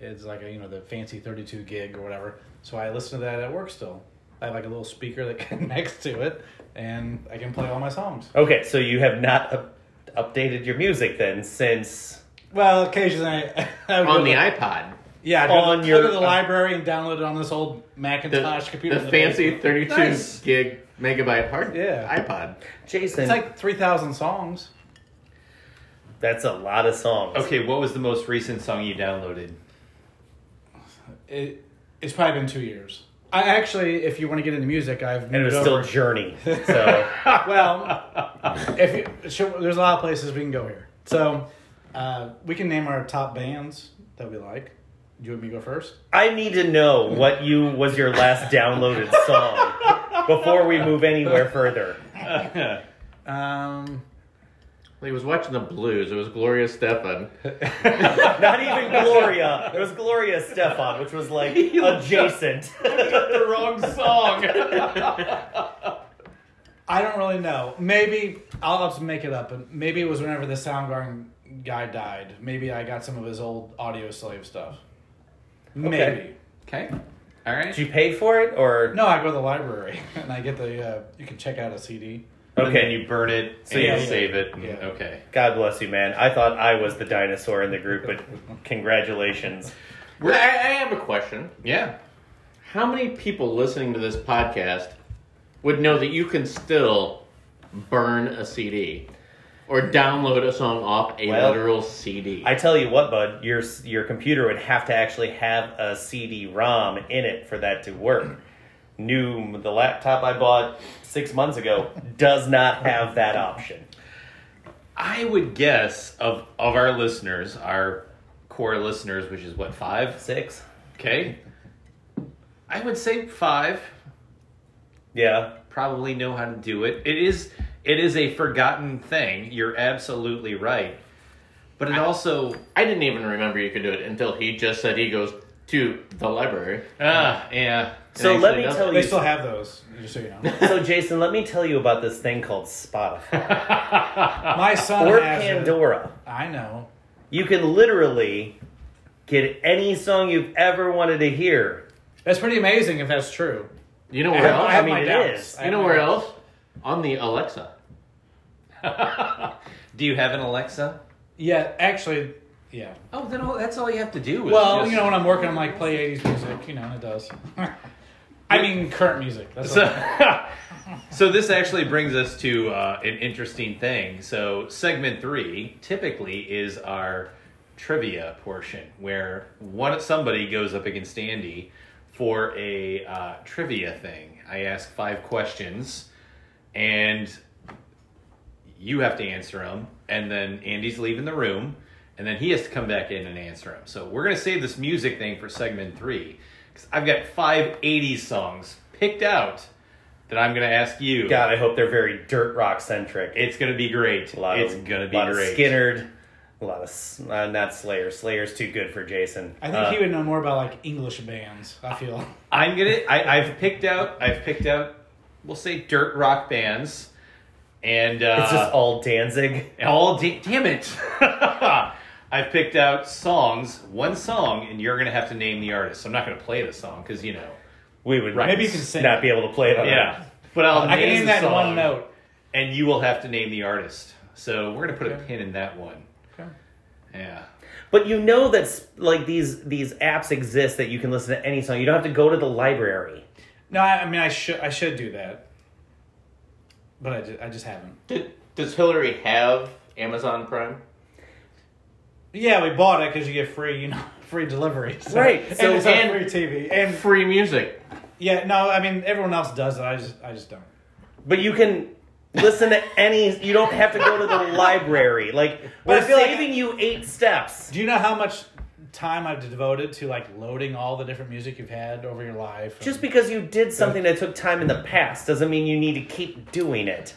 S6: It's like a, you know the fancy 32 gig or whatever. So I listen to that at work still. I have like a little speaker that (laughs) connects to it, and I can play all my songs.
S3: Okay, so you have not up- updated your music then since
S6: Well, occasionally I, (laughs) I would go
S4: On
S6: to-
S4: the iPod.
S6: yeah I'd go,
S3: on
S6: to-
S3: your-
S6: go to the library and download it on this old
S4: The,
S6: Macintosh computer.
S4: the
S6: in
S4: fancy
S6: basement.
S4: 32
S6: Nice.
S4: gig megabyte hard
S6: Yeah.
S4: iPod.
S3: Jason.
S6: It's like 3,000 songs.
S3: That's a lot of songs.
S2: Okay, what was the most recent song you downloaded?
S6: It, it's probably been two years. I actually, if you want to get into music, I've
S3: And it was still (laughs) Journey. So
S6: well,
S3: (laughs)
S6: if you, sure, there's a lot of places we can go here. So uh, we can name our top bands that we like. Do you want me to go first?
S3: I need to know what you was your last downloaded song before we move anywhere further.
S6: Um,
S4: He was watching the blues. It was
S6: (laughs)
S4: Gloria Stefan.
S3: Not even Gloria. It was Gloria Stefan, which was like adjacent.
S4: the wrong song.
S6: I don't really know. Maybe I'll have to make it up. And maybe it was whenever the Soundgarden guy died. Maybe I got some of his old Audio Slave stuff. Maybe.
S2: Okay. All right.
S3: Did you pay for it or
S6: No, I go to the library (laughs) and I get the. Uh, you can check out a CD.
S2: And then
S3: Okay,
S2: you burn it
S3: So
S2: and
S3: yeah,
S2: you
S3: yeah.
S2: save it. and-
S6: Yeah.
S2: Okay.
S3: God bless you, man. I thought I was the dinosaur in the group, but congratulations.
S4: I, I have a question.
S2: Yeah.
S4: How many people listening to this podcast would know that you can still burn a CD or download a song off a
S3: Well,
S4: literal CD?
S3: I tell you what, bud, your your computer would have to actually have a CD-ROM in it for that to work. New the laptop I bought six months ago does not have that option.
S2: I would guess of of our listeners, our core listeners, which is what five?
S3: Six.
S2: Okay. I would say five
S3: Yeah.
S2: probably know how to do it. It is it is a forgotten thing. You're absolutely right. But it also
S4: I didn't even remember you could do it until he just said he goes to the library.
S2: ah yeah.
S3: So
S4: It
S3: let
S4: actually
S3: me
S4: does
S3: tell
S6: They
S3: you.
S6: still have those, just so you know.
S3: (laughs) so Jason, let me tell you about this thing called
S6: (laughs)
S3: Spotify
S6: My son
S3: or
S6: has it.
S3: Pandora.
S6: I know.
S3: You can literally get any song you've ever wanted to hear.
S6: That's pretty amazing if that's true.
S4: You know where
S6: I
S4: else?
S6: have
S3: mean,
S6: my
S3: it
S6: doubts.
S3: is.
S6: I
S4: You
S6: have
S4: know
S6: my
S4: where
S6: doubts.
S4: else? On the Alexa.
S2: Do you (laughs) have an Alexa?
S6: Yeah, actually, yeah.
S2: Oh, then all, that's all you have to do. Is
S6: Well,
S2: just-
S6: you know, when I'm working, I'm like play '80s music. You know, and it does. (laughs) I mean, current music. That's what
S2: So, (laughs) so this actually brings us to uh, an interesting thing. So segment three typically is our trivia portion, where one somebody goes up against Andy for a uh, trivia thing. I ask five questions, and you have to answer them, and then Andy's leaving the room, and then he has to come back in and answer them. So we're gonna save this music thing for segment three, because I've got five '80s songs picked out that I'm gonna ask you.
S3: God, I hope they're very dirt rock centric.
S2: It's gonna be great.
S3: A lot
S2: it's
S3: of,
S2: gonna be
S3: lot
S2: great.
S3: Of Skinnerd, a lot of S- uh, not Slayer. Slayer's too good for Jason.
S6: I think
S3: Uh,
S6: he would know more about like English bands. I feel. (laughs)
S2: I'm gonna. I, I've picked out. I've picked out. We'll say dirt rock bands, and uh,
S3: It's just all Danzig.
S2: All da- damn it! (laughs) I've picked out songs, one song, and you're gonna have to name the artist. I'm not gonna play the song because you know.
S3: We would
S2: Right.
S6: Maybe you can sing.
S3: not be able to play it. On
S2: Yeah, but I'll
S6: I
S2: name
S6: can name
S2: the
S6: that in one
S2: song,
S6: note.
S2: and you will have to name the artist. So we're gonna put a pin in that one.
S6: Okay.
S2: Yeah.
S3: But you know that like these these apps exist that you can listen to any song. You don't have to go to the library.
S6: No, I, I mean, I should. I should do that. But I just, I just haven't.
S4: Did, does Hillary have Amazon Prime?
S6: Yeah, we bought it because you get free, you know, (laughs) free delivery. so-
S3: Right,
S6: And
S3: so-
S6: it's on
S4: and-
S6: free TV. And
S4: Free music.
S6: yeah, no, I mean, everyone else does it. I just, I just don't.
S3: But you can listen to any. You don't have to go to
S6: (laughs)
S3: the library. Like
S6: But I
S3: we're
S6: feel like-
S3: saving you eight steps.
S6: Do you know how much time I've devoted to like loading all the different music you've had over your life?
S3: Just because you did something that took time in the past doesn't mean you need to keep doing it.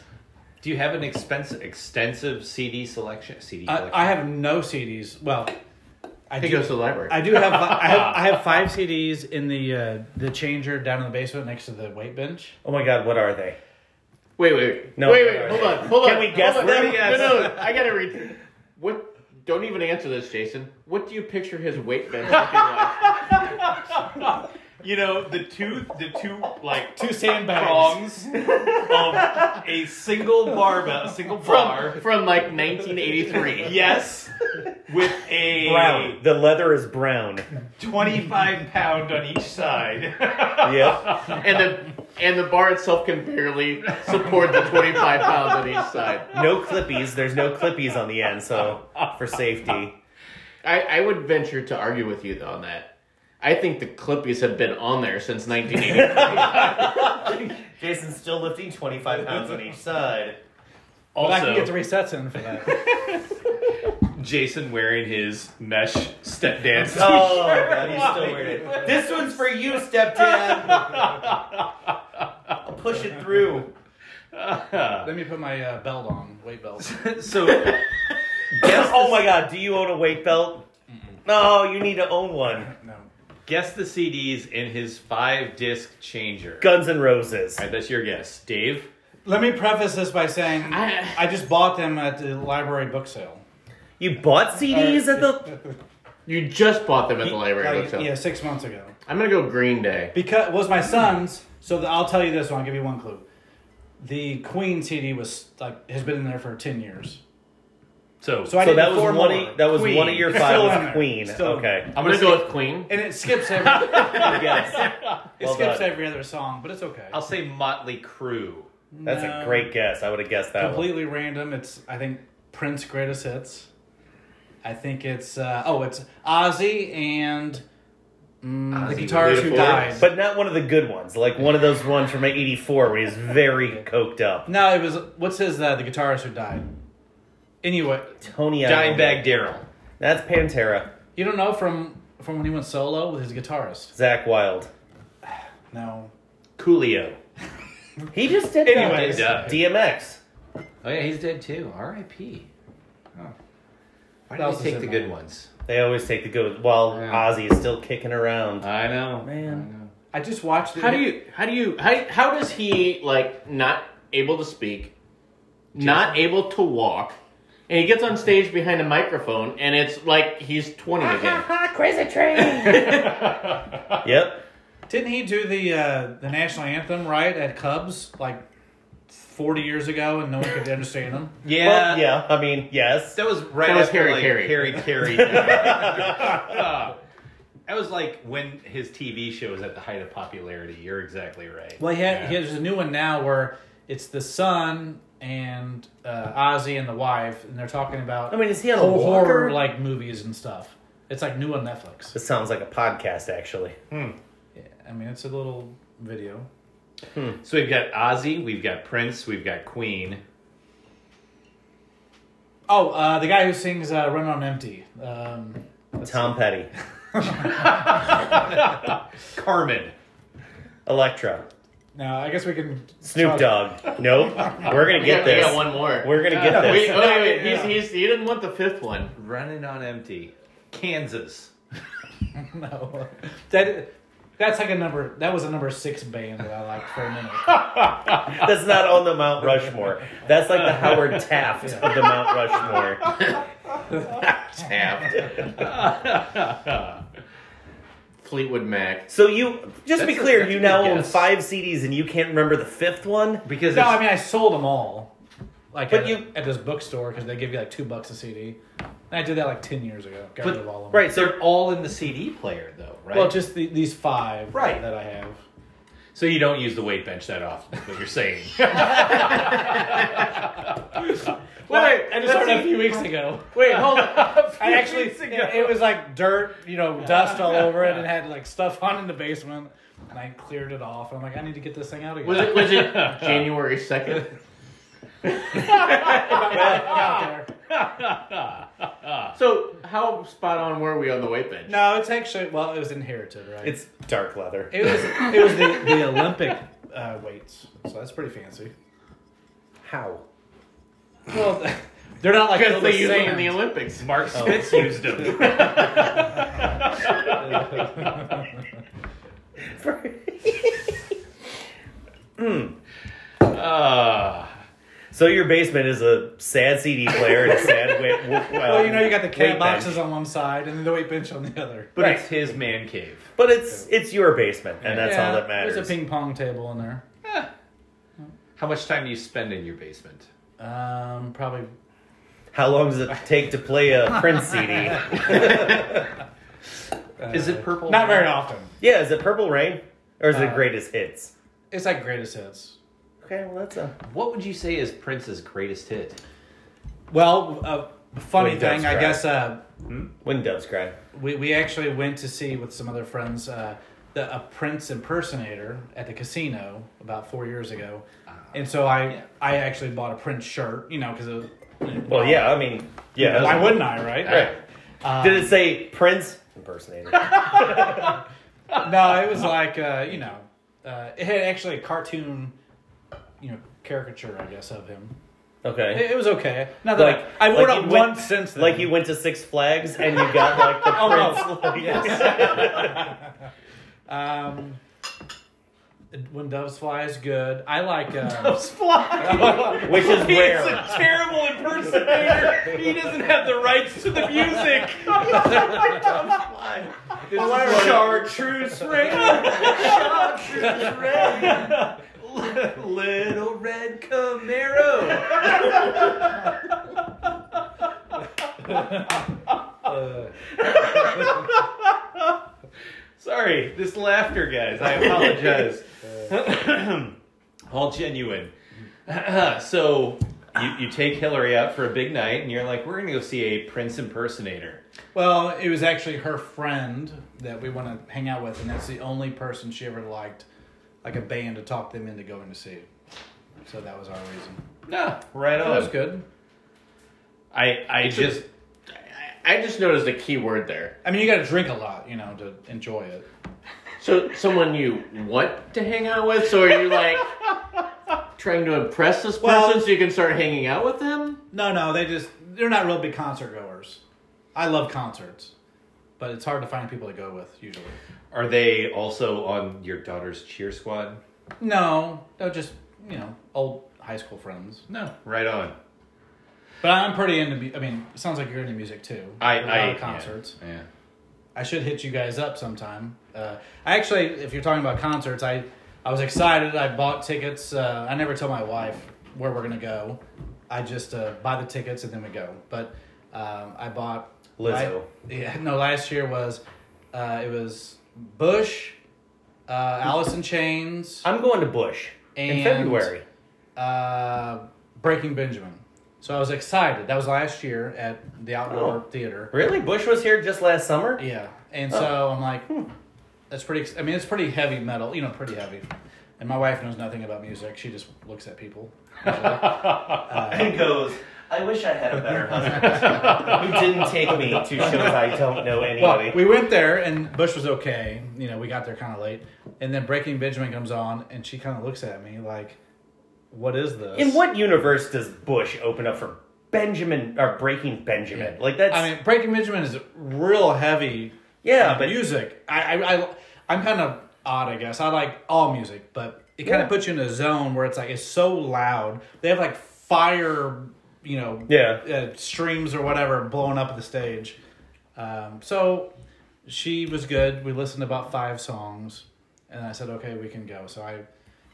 S2: Do you have an expensive, extensive CD selection? CD
S6: I,
S2: collection.
S6: I have no CDs. Well, I
S4: He
S6: do.
S4: goes to the library.
S6: I do have I
S4: (laughs)
S6: have I have five CDs in the uh, the changer down in the basement next to the weight bench.
S3: Oh my God, what are they?
S4: Wait, wait, wait.
S3: No.
S4: wait, wait. Hold on, hold on.
S3: Can we guess
S4: hold on.
S3: them?
S4: No, no, no. I gotta read. What? Don't even answer this, Jason. What do you picture his weight bench looking like?
S2: you know the two, the two like
S6: Two sandbags. (laughs)
S2: prongs of a single barbell, a single bar.
S4: From, from like
S2: (laughs)
S4: 1983.
S2: Yes, with a
S3: Brown. The leather is brown.
S2: 25 pound on each side.
S3: yep.
S4: And the and the bar itself can barely support the 25 pounds on each side.
S3: No clippies. There's no clippies on the end, so for safety.
S4: I, I would venture to argue with you on that. I think the Clippies have been on there since 1983.
S3: Jason's still lifting 25 pounds on each side.
S6: But I can
S2: also,
S6: get three sets in for that.
S2: (laughs)
S4: (laughs)
S2: Jason wearing his mesh step dance.
S3: (laughs) Oh, God, he's still wearing it. This one's for you, stepdad. I'll push it through.
S6: Let me put my uh, belt on, weight
S4: (laughs)
S6: belt.
S2: so,
S3: oh my God, do you own a weight belt? No, you need to own one.
S6: No.
S2: guess the CDs in his five disc changer. All
S3: Guns N' Roses.
S2: right, that's your guess, Dave.
S6: Let me preface this by saying
S4: I-
S6: I just bought them at the library book sale.
S3: You bought CDs at the.
S4: You just bought them at the library. it
S6: Like,
S4: looks like.
S6: yeah, six months ago.
S4: I'm gonna go Green Day.
S6: Because was my son's. So the, I'll tell you this one. I'll give you one clue. The Queen CD was like has been in there for ten years.
S2: So,
S6: So I
S3: So
S6: did
S3: that was
S6: four
S3: one.
S6: more.
S3: Of, that was
S2: Queen.
S3: one of your
S6: It's
S3: five
S6: still
S3: was
S6: on there.
S3: Queen.
S6: Still on
S3: okay.
S2: I'm
S4: I'm gonna
S2: gonna
S4: go
S2: say,
S4: with Queen.
S6: and it skips every it
S3: Yes. Well
S6: skips
S3: done.
S6: every other song, but it's okay.
S2: (laughs) I'll say Motley Crue.
S3: That's a
S6: No.
S3: great guess. I would have guessed that one.
S6: completely random. It's I think Prince greatest hits. I think it's uh, oh it's Ozzy and mm,
S4: Ozzy
S6: the guitarist
S4: Beautiful.
S6: who died.
S3: But not one of the good ones. Like one of those ones from '84 where he's very coked up.
S6: no, it was what's his uh, the guitarist who died. Anyway,
S3: Tony
S2: Dimebag
S3: Iommi.
S2: Daryl.
S3: That's Pantera.
S6: you don't know from from when he went solo with his guitarist.
S3: Zach Wild.
S6: No,
S2: Coolio.
S3: He just did.
S6: Anyways.
S3: that. DMX.
S2: Oh yeah, he's dead too. R.I.P. Oh. Why
S6: What
S2: do
S6: else
S2: they take
S6: is in
S2: the
S6: there?
S2: good ones?
S3: They always take the good. While
S2: Yeah.
S3: Ozzy is still kicking around.
S2: I know,
S3: Man.
S2: I know.
S6: I just watched. it.
S4: How do you? How do you? How, how does he like not able to speak, not able to walk, and he gets on stage behind a microphone and it's like he's 20 again.
S3: Yep.
S6: Didn't he do the uh, the national anthem right at Cubs like forty years ago, and no one could understand
S3: (laughs)
S6: him?
S2: Yeah,
S3: Well, yeah. I mean, yes.
S2: That was right
S4: That was
S2: after
S4: Harry
S2: like,
S4: Carey.
S2: Harry Carey. (laughs) died. that was like when his TV show was at the height of popularity. You're exactly right.
S6: Well, he, had, he
S2: Yeah.
S6: has a new one now where it's the son and uh, Ozzy and the wife, and they're talking about
S3: I mean, is he on a
S6: whole
S3: walker?
S6: horror like movies and stuff. It's like new on Netflix.
S3: This sounds like a podcast, actually.
S6: Yeah, I mean, it's a little video.
S2: So we've got Ozzy, we've got Prince, we've got Queen. (laughs)
S6: Oh, uh, the guy who sings uh, "Run on Empty." Um,
S3: Tom Petty,
S2: Carmen.
S3: Electra,
S6: now, I guess we can.
S3: Snoop Dogg. Nope. We're gonna get
S4: We got- we
S3: this.
S4: got one more.
S3: We're gonna get
S4: Wait,
S3: this.
S4: wait, wait. He's, he's, he didn't want the fifth one.
S2: Running on empty. Kansas.
S6: (laughs)
S2: (laughs)
S6: No, that that's like a number. That was a number six band that I liked for a minute.
S3: That's not on the Mount Rushmore. That's like the Howard Taft of the Mount Rushmore.
S4: Taft. Fleetwood Mac.
S3: So you, just to be
S2: That's a-
S3: clear,
S2: that's a
S3: you
S2: good
S3: now own
S2: guess.
S3: five CDs and you can't remember the fifth one.
S2: Because
S6: No,
S2: it's-
S6: I mean I sold them all, like
S3: But
S6: at,
S3: you-
S6: at this bookstore because they give you like two bucks a CD. And I did that like ten years ago. Got
S2: But-
S6: rid of all of them.
S3: Right. So
S2: they're all in the CD player though, right?
S6: Well, just the, these five
S2: Right.
S6: that I have.
S2: so you don't use the weight bench that often, is what you're (laughs) saying.
S6: Well,
S4: Wait,
S6: I just
S4: let's
S6: started a
S4: see.
S6: few weeks ago. (laughs)
S4: Wait, hold on.
S6: I actually, it, it was like dirt, you know, dust all over it, and had like stuff on in the basement, and I cleared it off. And I'm like, I need to get this thing out again.
S4: Was it, was it January 2nd?
S6: (laughs) out there.
S4: So, how spot on were we on the weight bench?
S6: No, it's actually well, it was inherited, right?
S3: it's dark leather.
S6: it was it was the, the Olympic uh, weights, so that's pretty fancy.
S3: How?
S6: Well, they're not like
S4: Because
S6: the
S4: they use them in
S6: sand.
S4: the Olympics.
S2: Mark (laughs) Spitz used (laughs) them. Uh,
S3: (laughs) So your basement is a sad CD player and a sad
S6: (laughs)
S3: weight. Well,
S6: Well, you know, you got the cat
S3: weight
S6: boxes
S3: bench.
S6: on one side and the weight bench on the other.
S2: but it's his man cave.
S3: But it's it's your basement, and that's all that matters.
S6: There's a ping pong table in there.
S2: How much time do you spend in your basement?
S6: Um, probably
S3: How long does it take to play
S6: (laughs)
S3: a Prince CD?
S2: Is it purple?
S6: not very often.
S3: Yeah, is it Purple Rain or is it
S6: Uh,
S3: Greatest Hits?
S6: It's like greatest hits.
S3: Okay, well that's a
S2: What would you say is Prince's greatest hit?
S6: Well, uh, funny
S3: Wait, that's
S6: thing, I
S3: correct.
S6: guess uh,
S3: When Doves Cry.
S6: we we actually went to see with some other friends uh, the a Prince impersonator at the casino about four years ago,
S3: Ah.
S6: and so I
S2: yeah.
S6: I actually bought a Prince shirt, you know, because
S3: Well, yeah, I mean, yeah.
S6: why
S3: that's-
S6: wouldn't I, right?
S3: Right. Did it say Prince impersonator?
S6: No, it was like uh, you know, uh, it had actually a cartoon, you know, caricature, I guess, of him.
S3: (laughs) Okay.
S6: It, it was okay. Not that
S3: Like
S6: I, have worn
S3: like
S6: it
S3: you went-
S6: once since then.
S3: Like you went to Six Flags and you got like
S4: (laughs)
S3: the (laughs)
S6: Oh,
S3: Prince. like-
S6: Um, When Doves Fly is good. I like. Um,
S3: Doves fly, (laughs) which is
S4: He's
S3: rare.
S4: a terrible impersonator. He doesn't have the rights to the
S3: (laughs)
S4: music. (laughs)
S3: Chartreuse (laughs) ring.
S4: Little red Camaro.
S6: uh,
S2: Sorry, this laughter, guys. I apologize. (clears throat) All genuine. (clears throat) so you, you take Hillary out for a big night, and you're like, we're gonna go see a Prince impersonator.
S6: well, it was actually her friend that we want to hang out with, and that's the only person she ever liked, like a band to talk them into going to see it. So that was our reason.
S2: No, right
S6: That was
S2: on.
S6: good.
S2: I I just
S4: I just noticed a key word there.
S6: I mean, you got to drink a lot, you know, to enjoy it.
S4: So, someone you want to hang out with? So, are you like trying to impress this person
S6: Well-
S4: so you can start hanging out with them?
S6: No, no, they just they're not real big concert goers. I love concerts, but it's hard to find people to go with usually.
S2: are they also on your daughter's cheer squad?
S6: No, no, just you know, old high school friends.
S2: No, right on.
S6: But I'm pretty into. mu- I mean, it sounds like you're into music too.
S2: I
S6: A lot
S2: I
S6: of concerts.
S2: Yeah. yeah.
S6: I should hit you guys up sometime. Uh, I actually, if you're talking about concerts, I I was excited. I bought tickets. Uh, I never tell my wife where we're gonna go. I just uh, buy the tickets and then we go. But um, I bought
S3: Lizzo.
S6: I- yeah, no. Last year was uh, it was Bush, uh, Alice in Chains,
S3: I'm going to Bush in
S6: And-
S3: February.
S6: uh, Breaking Benjamin. So I was excited. That was last year at the outdoor theater.
S3: Really, Bush was here just last summer.
S6: Yeah, and
S3: Oh.
S6: so I'm like, hmm, that's pretty. ex- I mean, it's pretty heavy metal, you know, pretty heavy. And my wife knows nothing about music; she just looks
S3: (laughs)
S6: at people.
S3: And goes. I wish I had a better husband who didn't take me to shows I don't know anybody.
S6: Well, we went there, and Bush was okay. You know, we got there kind of late, and then Breaking Benjamin comes on, and she kind of looks at me like, "What is this?"
S3: In what universe does Bush open up for Benjamin or Breaking Benjamin? Like that's
S6: I mean, Breaking Benjamin is real heavy.
S3: Yeah,
S6: uh,
S3: but-
S6: music. I, I, I, I'm kind of odd, I guess. I like all music, but it kind
S3: Yeah.
S6: of puts you in a zone where it's like it's so loud. They have like fire, you know,
S3: Yeah.
S6: uh, streams or whatever blowing up the stage. Um, so she was good. We listened to about five songs, and I said, okay, we can go. So I.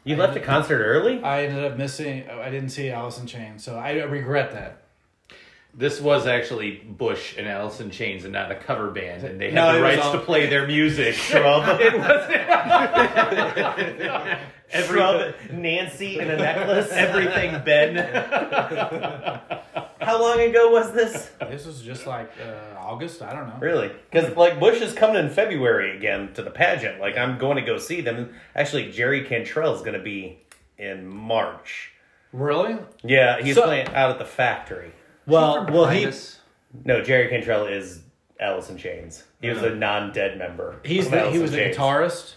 S3: you left the concert
S6: (laughs)
S3: early.
S6: I ended up missing. I didn't see Alice in Chains, so I regret that.
S2: This was actually Bush and Alice in Chains and not a cover band, and they had
S6: No, it
S2: the
S6: was
S2: rights
S6: all-
S2: to play their music.
S3: (laughs) Shrub,
S2: Every-
S3: shrub, Nancy in a necklace.
S2: Everything Ben.
S3: (laughs) How long ago was this?
S6: This was just like uh, August. I don't know.
S3: Really? Because like Bush is coming in February again to the pageant. Like I'm going to go see them. Actually, Jerry Cantrell's going to be in March.
S6: Really?
S3: Yeah, he's
S6: So-
S3: playing out at the factory.
S6: Well, well, he
S2: Minus-
S3: No, Jerry Cantrell is Alice in Chains. He was a non-dead member.
S6: Uh-huh. he's
S3: of
S6: the,
S3: Alice
S6: he
S3: in
S6: was the
S3: Chains.
S6: guitarist.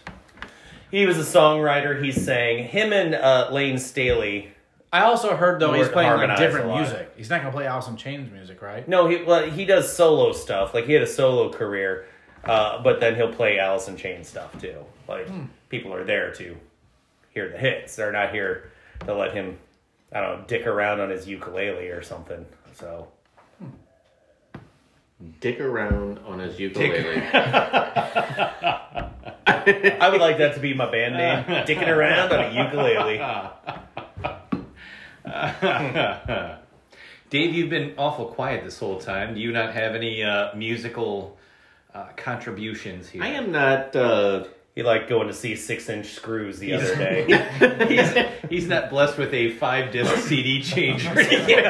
S3: He was a songwriter. He sang him and uh, Lane Staley.
S6: I also heard though he's
S3: Word
S6: playing like
S3: harmonized a
S6: different
S3: lot.
S6: music. He's not gonna play Alice in Chains music, right?
S3: No, he well he does solo stuff. Like he had a solo career, uh, but then he'll play Alice in Chains stuff too. Like people are there to hear the hits. They're not here to let him, I don't know, dick around on his ukulele or something. So
S4: Dick around on his ukulele.
S3: I would like that to be my band name, dicking around on a ukulele.
S2: Dave, you've been awful quiet this whole time. Do you not have any uh, musical uh, contributions here?
S4: (laughs) I am not. Uh,
S3: He liked going to see Six Inch Screws the other day.
S2: He's, (laughs) he's not blessed with a five disc CD changer.
S4: you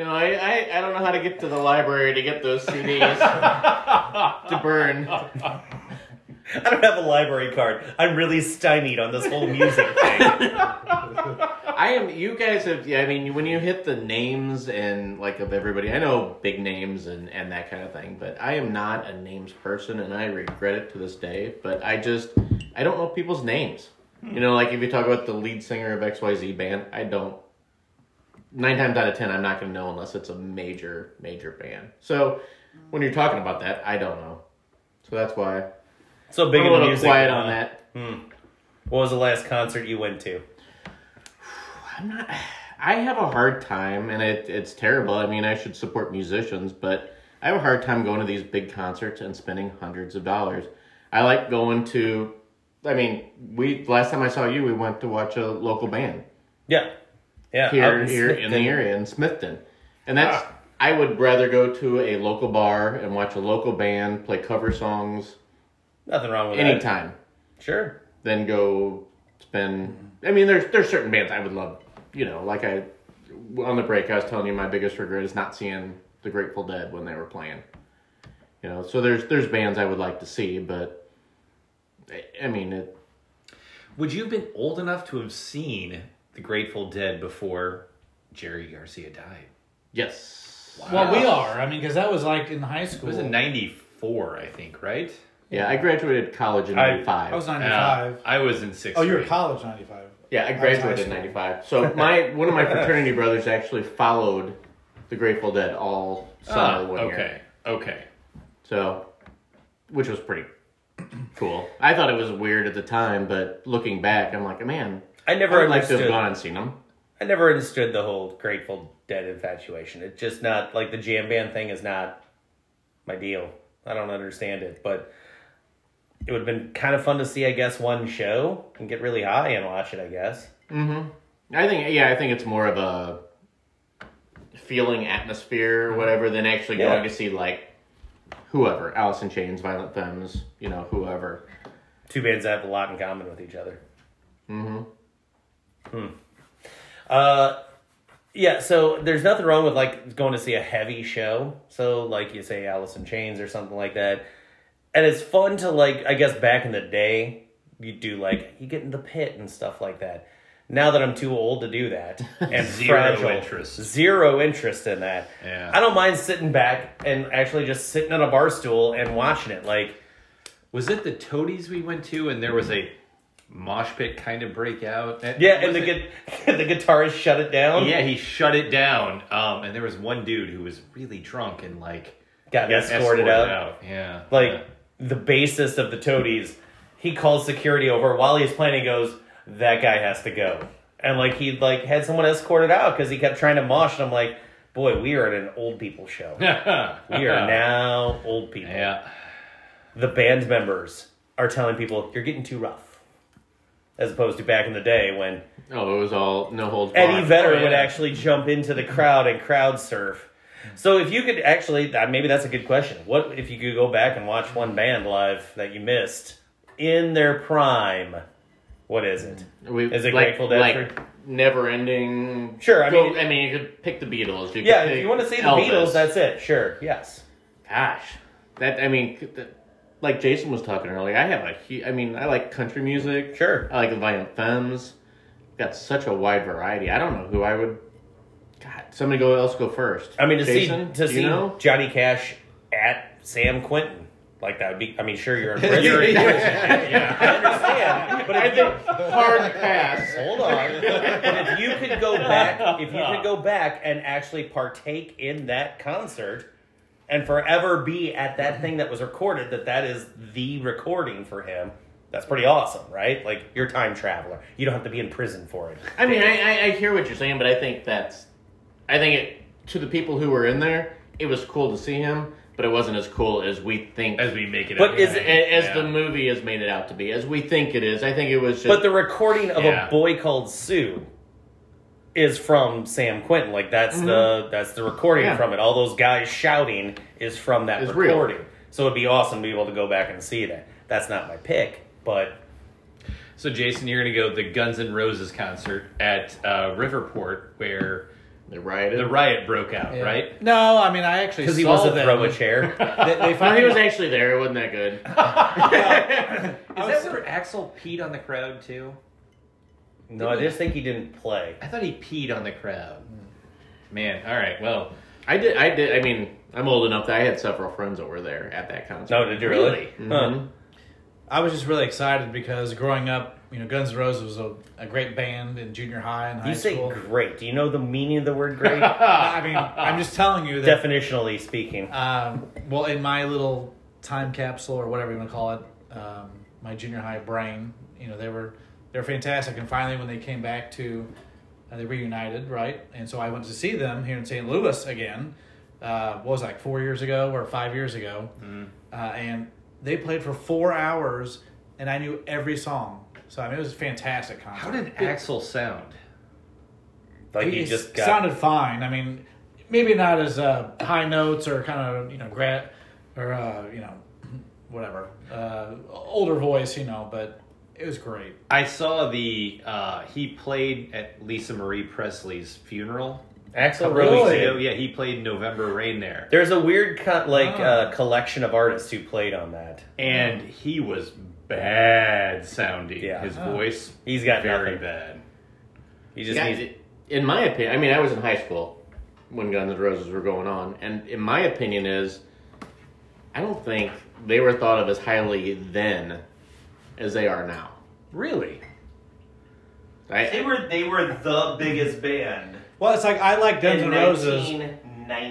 S4: know, I, I I don't know how to get to the library to get
S2: (laughs)
S4: those CDs to
S3: (laughs)
S4: burn.
S3: I don't have a library card. I'm really stymied on this whole music thing.
S4: I am. You guys have. Yeah, I mean, when you hit the names and like of everybody, I know big names and and that kind of thing. But I am not a names person, and I regret it to this day. But I just I don't know people's names. You know, like if you talk about the lead singer of X Y Z band, I don't. Nine times out of ten, I'm not going to know unless it's a major major band. So when you're talking about that, I don't know. So that's why
S3: So big
S4: I'm a
S3: into
S4: little
S3: music. uh,
S4: quiet on that.
S3: What was the last concert you went to?
S4: I'm not. I have a hard time, and it, it's terrible. I mean, I should support musicians, but I have a hard time going to these big concerts and spending hundreds of dollars. I like going to. I mean, we last time I saw you, we went to watch a local band
S3: Yeah, yeah. out
S4: here,
S3: in Smithton.
S4: here in the
S3: Ah.
S4: area in Smithton, and that's. I would rather go to a local bar and watch a local band play cover songs
S3: Nothing wrong with that.
S4: anytime
S3: Sure.
S4: than go spend. I mean, there's there's certain bands I would love. You know, like I on the break, I was telling you my biggest regret is not seeing the Grateful Dead when they were playing. You know, so there's there's bands I would like to see, but I- I mean, it,
S2: Would you have been old enough to have seen the Grateful Dead before Jerry Garcia died?
S4: yes,
S5: Well, we are. I mean, because that was like in high
S2: It
S5: school.
S2: was in '94, I think, right?
S4: yeah, I graduated college in
S3: I-
S4: '95.
S6: I was
S2: Uh,
S6: 95.
S2: I was in sixth.
S6: oh, you were
S2: grade.
S6: college 95.
S4: Yeah, I
S6: was
S4: graduated in
S6: high school.
S4: '95. So my one of my fraternity brothers actually followed the Grateful Dead all
S2: Ah,
S4: summer one year.
S2: okay, okay.
S4: So, which was pretty cool. I thought it was weird at the time, but looking back, I'm like, man,
S3: I
S4: I
S3: never
S4: would like to
S3: understood.
S4: have gone and seen them.
S3: I never understood the whole Grateful Dead infatuation. It's just not like the jam band thing is not my deal. I don't understand it, but it would have been kind of fun to see, I guess, one show and get really high and watch it. I guess.
S4: I think, yeah, I think it's more of a feeling atmosphere or whatever than actually
S3: Mm-hmm. Yeah.
S4: going to see like whoever, Alice in Chains, Violent Femmes, you know,
S3: (laughs)
S4: whoever.
S3: Two bands that have a lot in common with each other. Mm-hmm. Uh, yeah. So there's nothing wrong with like going to see a heavy show. So like you say, Alice in Chains or something like that. And it's fun to like. I guess back in the day, you do like you get in the pit and stuff like that. Now that I'm too old to
S2: (laughs)
S3: do that, and
S2: Zero
S3: fragile,
S2: interest.
S3: zero interest in that.
S2: Yeah.
S3: I don't mind sitting back and actually just sitting on a bar stool and watching it. Like
S2: Was it the Toadies we went to, and there was a mosh pit kind of breakout? Eh,
S3: Yeah, and
S2: was
S3: the
S2: it-
S3: gu- (laughs) the guitarist shut it down.
S2: yeah, he shut it down. Um, and there was one dude who was really drunk and like
S3: got escorted, out.
S2: Yeah,
S3: Like
S2: yeah.
S3: the bassist of the Toadies, he calls security over while he's playing. He goes, "That guy has to go," and like he like had someone escorted out because he kept trying to mosh. And I'm like, "Boy, we are at an old people show.
S4: Oh,
S2: (laughs)
S3: we are now old people."
S2: Yeah,
S3: The band members are telling people, "You're getting too rough," as opposed to back in the day when
S4: Oh, it was all no holds
S3: Eddie
S4: barred. Oh,
S3: Vedder
S2: yeah.
S3: would actually jump into the crowd and crowd surf. So if you could actually, that- maybe that's a good question. What if you could go back and watch one band live that you missed in their prime? What is it?
S4: We,
S3: Is it
S4: like,
S3: Grateful Dead
S4: Like, never ending.
S3: Sure, I
S4: Go-
S3: mean-
S4: I mean, you could pick the Beatles. You
S3: Yeah,
S4: could
S3: if
S4: pick
S3: you want to see the
S4: Elvis.
S3: Beatles, that's it. Sure, yes.
S4: gosh, that I mean, c- th- like Jason was talking earlier, I have a hu I mean, I like country music.
S3: Sure.
S4: I like the Violent Femmes. Got such a wide variety. I don't know who I would. God, somebody go else go first.
S3: I mean, to
S4: Jason,
S3: see to
S4: do
S3: see
S4: you
S3: (laughs)
S4: know?
S3: Johnny Cash at Sam Quentin, like that would be. I mean, sure,
S4: (laughs)
S3: you're in (laughs)
S2: You're
S3: prison.
S2: in
S3: I understand, but if
S4: (laughs)
S3: you-
S4: hard pass.
S3: Hold on. (laughs) but if you could go back, if you could go back and actually partake in that concert and forever be at that thing that was recorded, that that is the recording for him. That's pretty awesome, right? Like you're a time traveler. You don't have to be in prison for it.
S4: I mean, I, I I hear what you're saying, but I think that's, I think it to the people who were in there, it was cool to see him, but it wasn't as cool as we think.
S2: as we make it.
S3: But
S2: out.
S3: is
S4: as,
S3: it-
S4: as
S2: Yeah.
S4: the movie has made it out to be, as we think it is, I think it was just.
S3: But the recording of
S2: Yeah.
S3: a boy called Sue is from Sam Quentin. Like that's the that's the recording
S4: Mm-hmm. Yeah.
S3: from it. All those guys shouting is from that
S4: It's real.
S3: recording. So it'd be awesome to be able to go back and see that. That's not my pick, but
S2: So Jason, you're gonna go to the Guns N' Roses concert at uh, Riverport where
S4: the riot.
S2: the riot broke out,
S6: Yeah.
S2: right?
S6: No, I mean, I actually
S3: because he
S6: saw
S3: wants to
S6: them.
S3: throw a chair.
S6: They, they
S4: No,
S6: finally
S4: he was actually there. It wasn't that good.
S2: Is that where Axel peed on the crowd too?
S3: No, I just think he didn't play.
S2: I thought he peed on the crowd. Man, all right, well,
S4: I did. I did. I mean, I'm old enough that I had several friends that were there at that concert.
S3: No, Oh, did you really? Hmm.
S4: Mm-hmm.
S3: Huh.
S6: I was just really excited because growing up, you know, Guns N' Roses was a, a great band in junior high and high
S3: You say
S6: school.
S3: great. Do you know the meaning of the word great?
S6: I mean, I'm just telling you that.
S3: Definitionally speaking.
S6: Um, well, in my little time capsule or whatever you want to call it, uh, um, my junior high brain. You know, they were they were fantastic, and finally when they came back to, uh, they reunited, right? And so I went to see them here in St. Louis again. Uh, what was it, like four years ago or five years ago,
S2: Mm-hmm.
S6: uh, and they played for four hours, and I knew every song. So I mean, it was a fantastic concert.
S2: How did Axel sound?
S3: Like he
S6: It
S3: just got
S6: sounded fine. I mean, maybe not as uh, high notes or kind of you know grat or uh, you know whatever uh, older voice, you know, but it was great.
S2: I saw the uh, he played at Lisa Marie Presley's funeral.
S3: Axel
S2: Couple weeks
S3: Rose.
S2: ago. Oh, Yeah, he played November Rain there,
S3: There's a weird cut like
S6: Oh.
S3: uh, collection of artists who played on that.
S2: and he was bad sounding.
S3: Yeah.
S2: his
S6: Oh.
S2: voice
S3: He's got
S2: very
S3: nothing.
S2: bad.
S3: He just
S4: Yeah,
S3: needs
S4: it- in my opinion, I mean, I was in high school when Guns N' Roses were going on, and in my opinion is, I don't think they were thought of as highly then as they are now.
S2: Really?
S4: I,
S3: were they were the biggest band.
S6: Well, it's like I like Guns N' Roses,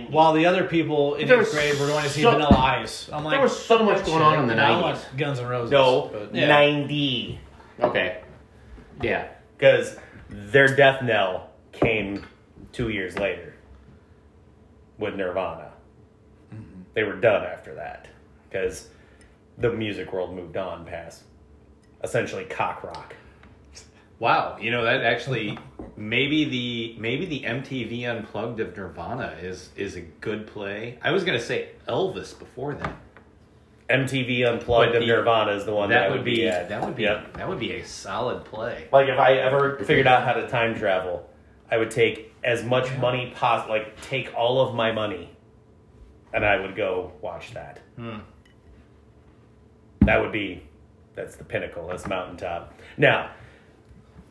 S6: while the other people in
S4: There
S6: eighth
S4: was
S6: grade were going to see
S4: so-
S6: Vanilla Ice. I'm like,
S4: there was so much going on in the
S6: I don't
S4: nineties.
S6: like Guns N' Roses.
S3: No,
S6: but-
S3: ninety.
S4: Okay, yeah,
S3: Because their death knell came two years later with Nirvana.
S2: Mm-hmm.
S3: They were done after that because the music world moved on past essentially cock rock.
S2: Wow. You know that actually maybe the maybe the MTV Unplugged of Nirvana is is a good play. I was gonna say Elvis before that.
S3: MTV Unplugged
S2: But
S3: of
S2: the-
S3: Nirvana is the one that, I
S2: that
S3: would be, at.
S2: that would be
S3: Yep.
S2: that would be a solid play.
S3: Like if I ever figured out how to time travel, I would take as much money possible, like take all of my money, and I would go watch that. That would be, that's the pinnacle. That's mountaintop. Now,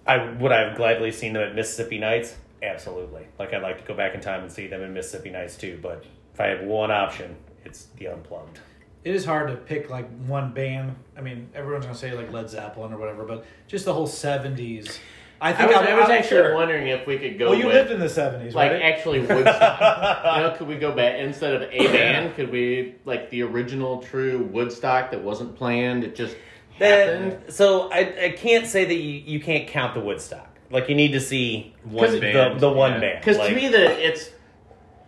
S3: I would I have gladly seen them at Mississippi Nights. Absolutely. Like I'd like to go back in time and see them in Mississippi Nights too. But if I have one option, it's the unplugged.
S6: it is hard to pick like one band. I mean, everyone's gonna say like Led Zeppelin or whatever, but just the whole '70s. I
S4: I
S6: think
S4: was,
S6: I'm-
S4: I was
S6: I'm
S4: actually
S6: sure-
S4: wondering if we could go
S6: Well, you
S4: with
S6: lived in the '70s,
S4: like
S6: right?
S2: (laughs)
S4: actually Woodstock. you know, could we go back instead of a band? Could we like the original true Woodstock that wasn't planned? It just happened.
S3: That, so I, I can't say that you, you can't count the Woodstock. Like you need to see
S2: One
S3: 'cause
S2: band,
S3: the, the one
S2: yeah.
S3: band.
S4: Because
S3: like-
S4: to me, the it's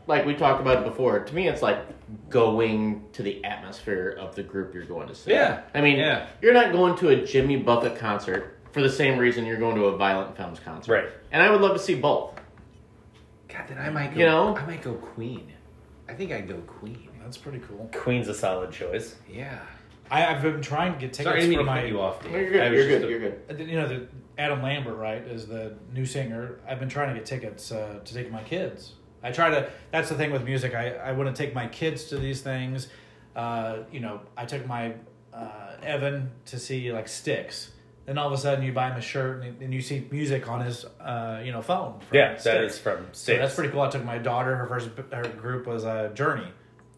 S4: like we talked about it before. To me, it's like going to the atmosphere of the group you're going to see.
S2: Yeah.
S4: I mean,
S2: Yeah.
S4: you're not going to a Jimmy Buffett concert for the same reason you're going to a Violent Femmes concert.
S3: Right.
S4: And I would love to see both.
S2: God, then I might go.
S4: You know?
S2: I might go Queen. I think I'd go Queen.
S6: That's pretty cool.
S3: Queen's a solid choice.
S2: Yeah.
S6: I, I've been trying to get tickets
S2: Sorry, I didn't mean
S6: for
S2: to
S6: my.
S2: cut you off. Dave.
S4: You're
S2: I
S4: good.
S2: was
S4: You're
S2: just
S4: good.
S2: a-
S4: You're good.
S6: Uh, You know, the Adam Lambert, right, is the new singer. I've been trying to get tickets uh, to take my kids. I try to. That's the thing with music. I I want to take my kids to these things. Uh, you know, I took my uh, Evan to see like Sticks. Then all of a sudden, you buy him a shirt and, and you see music on his, uh, you know, phone. from
S3: Yeah, that
S6: Styx.
S3: is from
S6: So
S3: Six.
S6: that's pretty cool. I took my daughter. Her first her group was uh, Journey.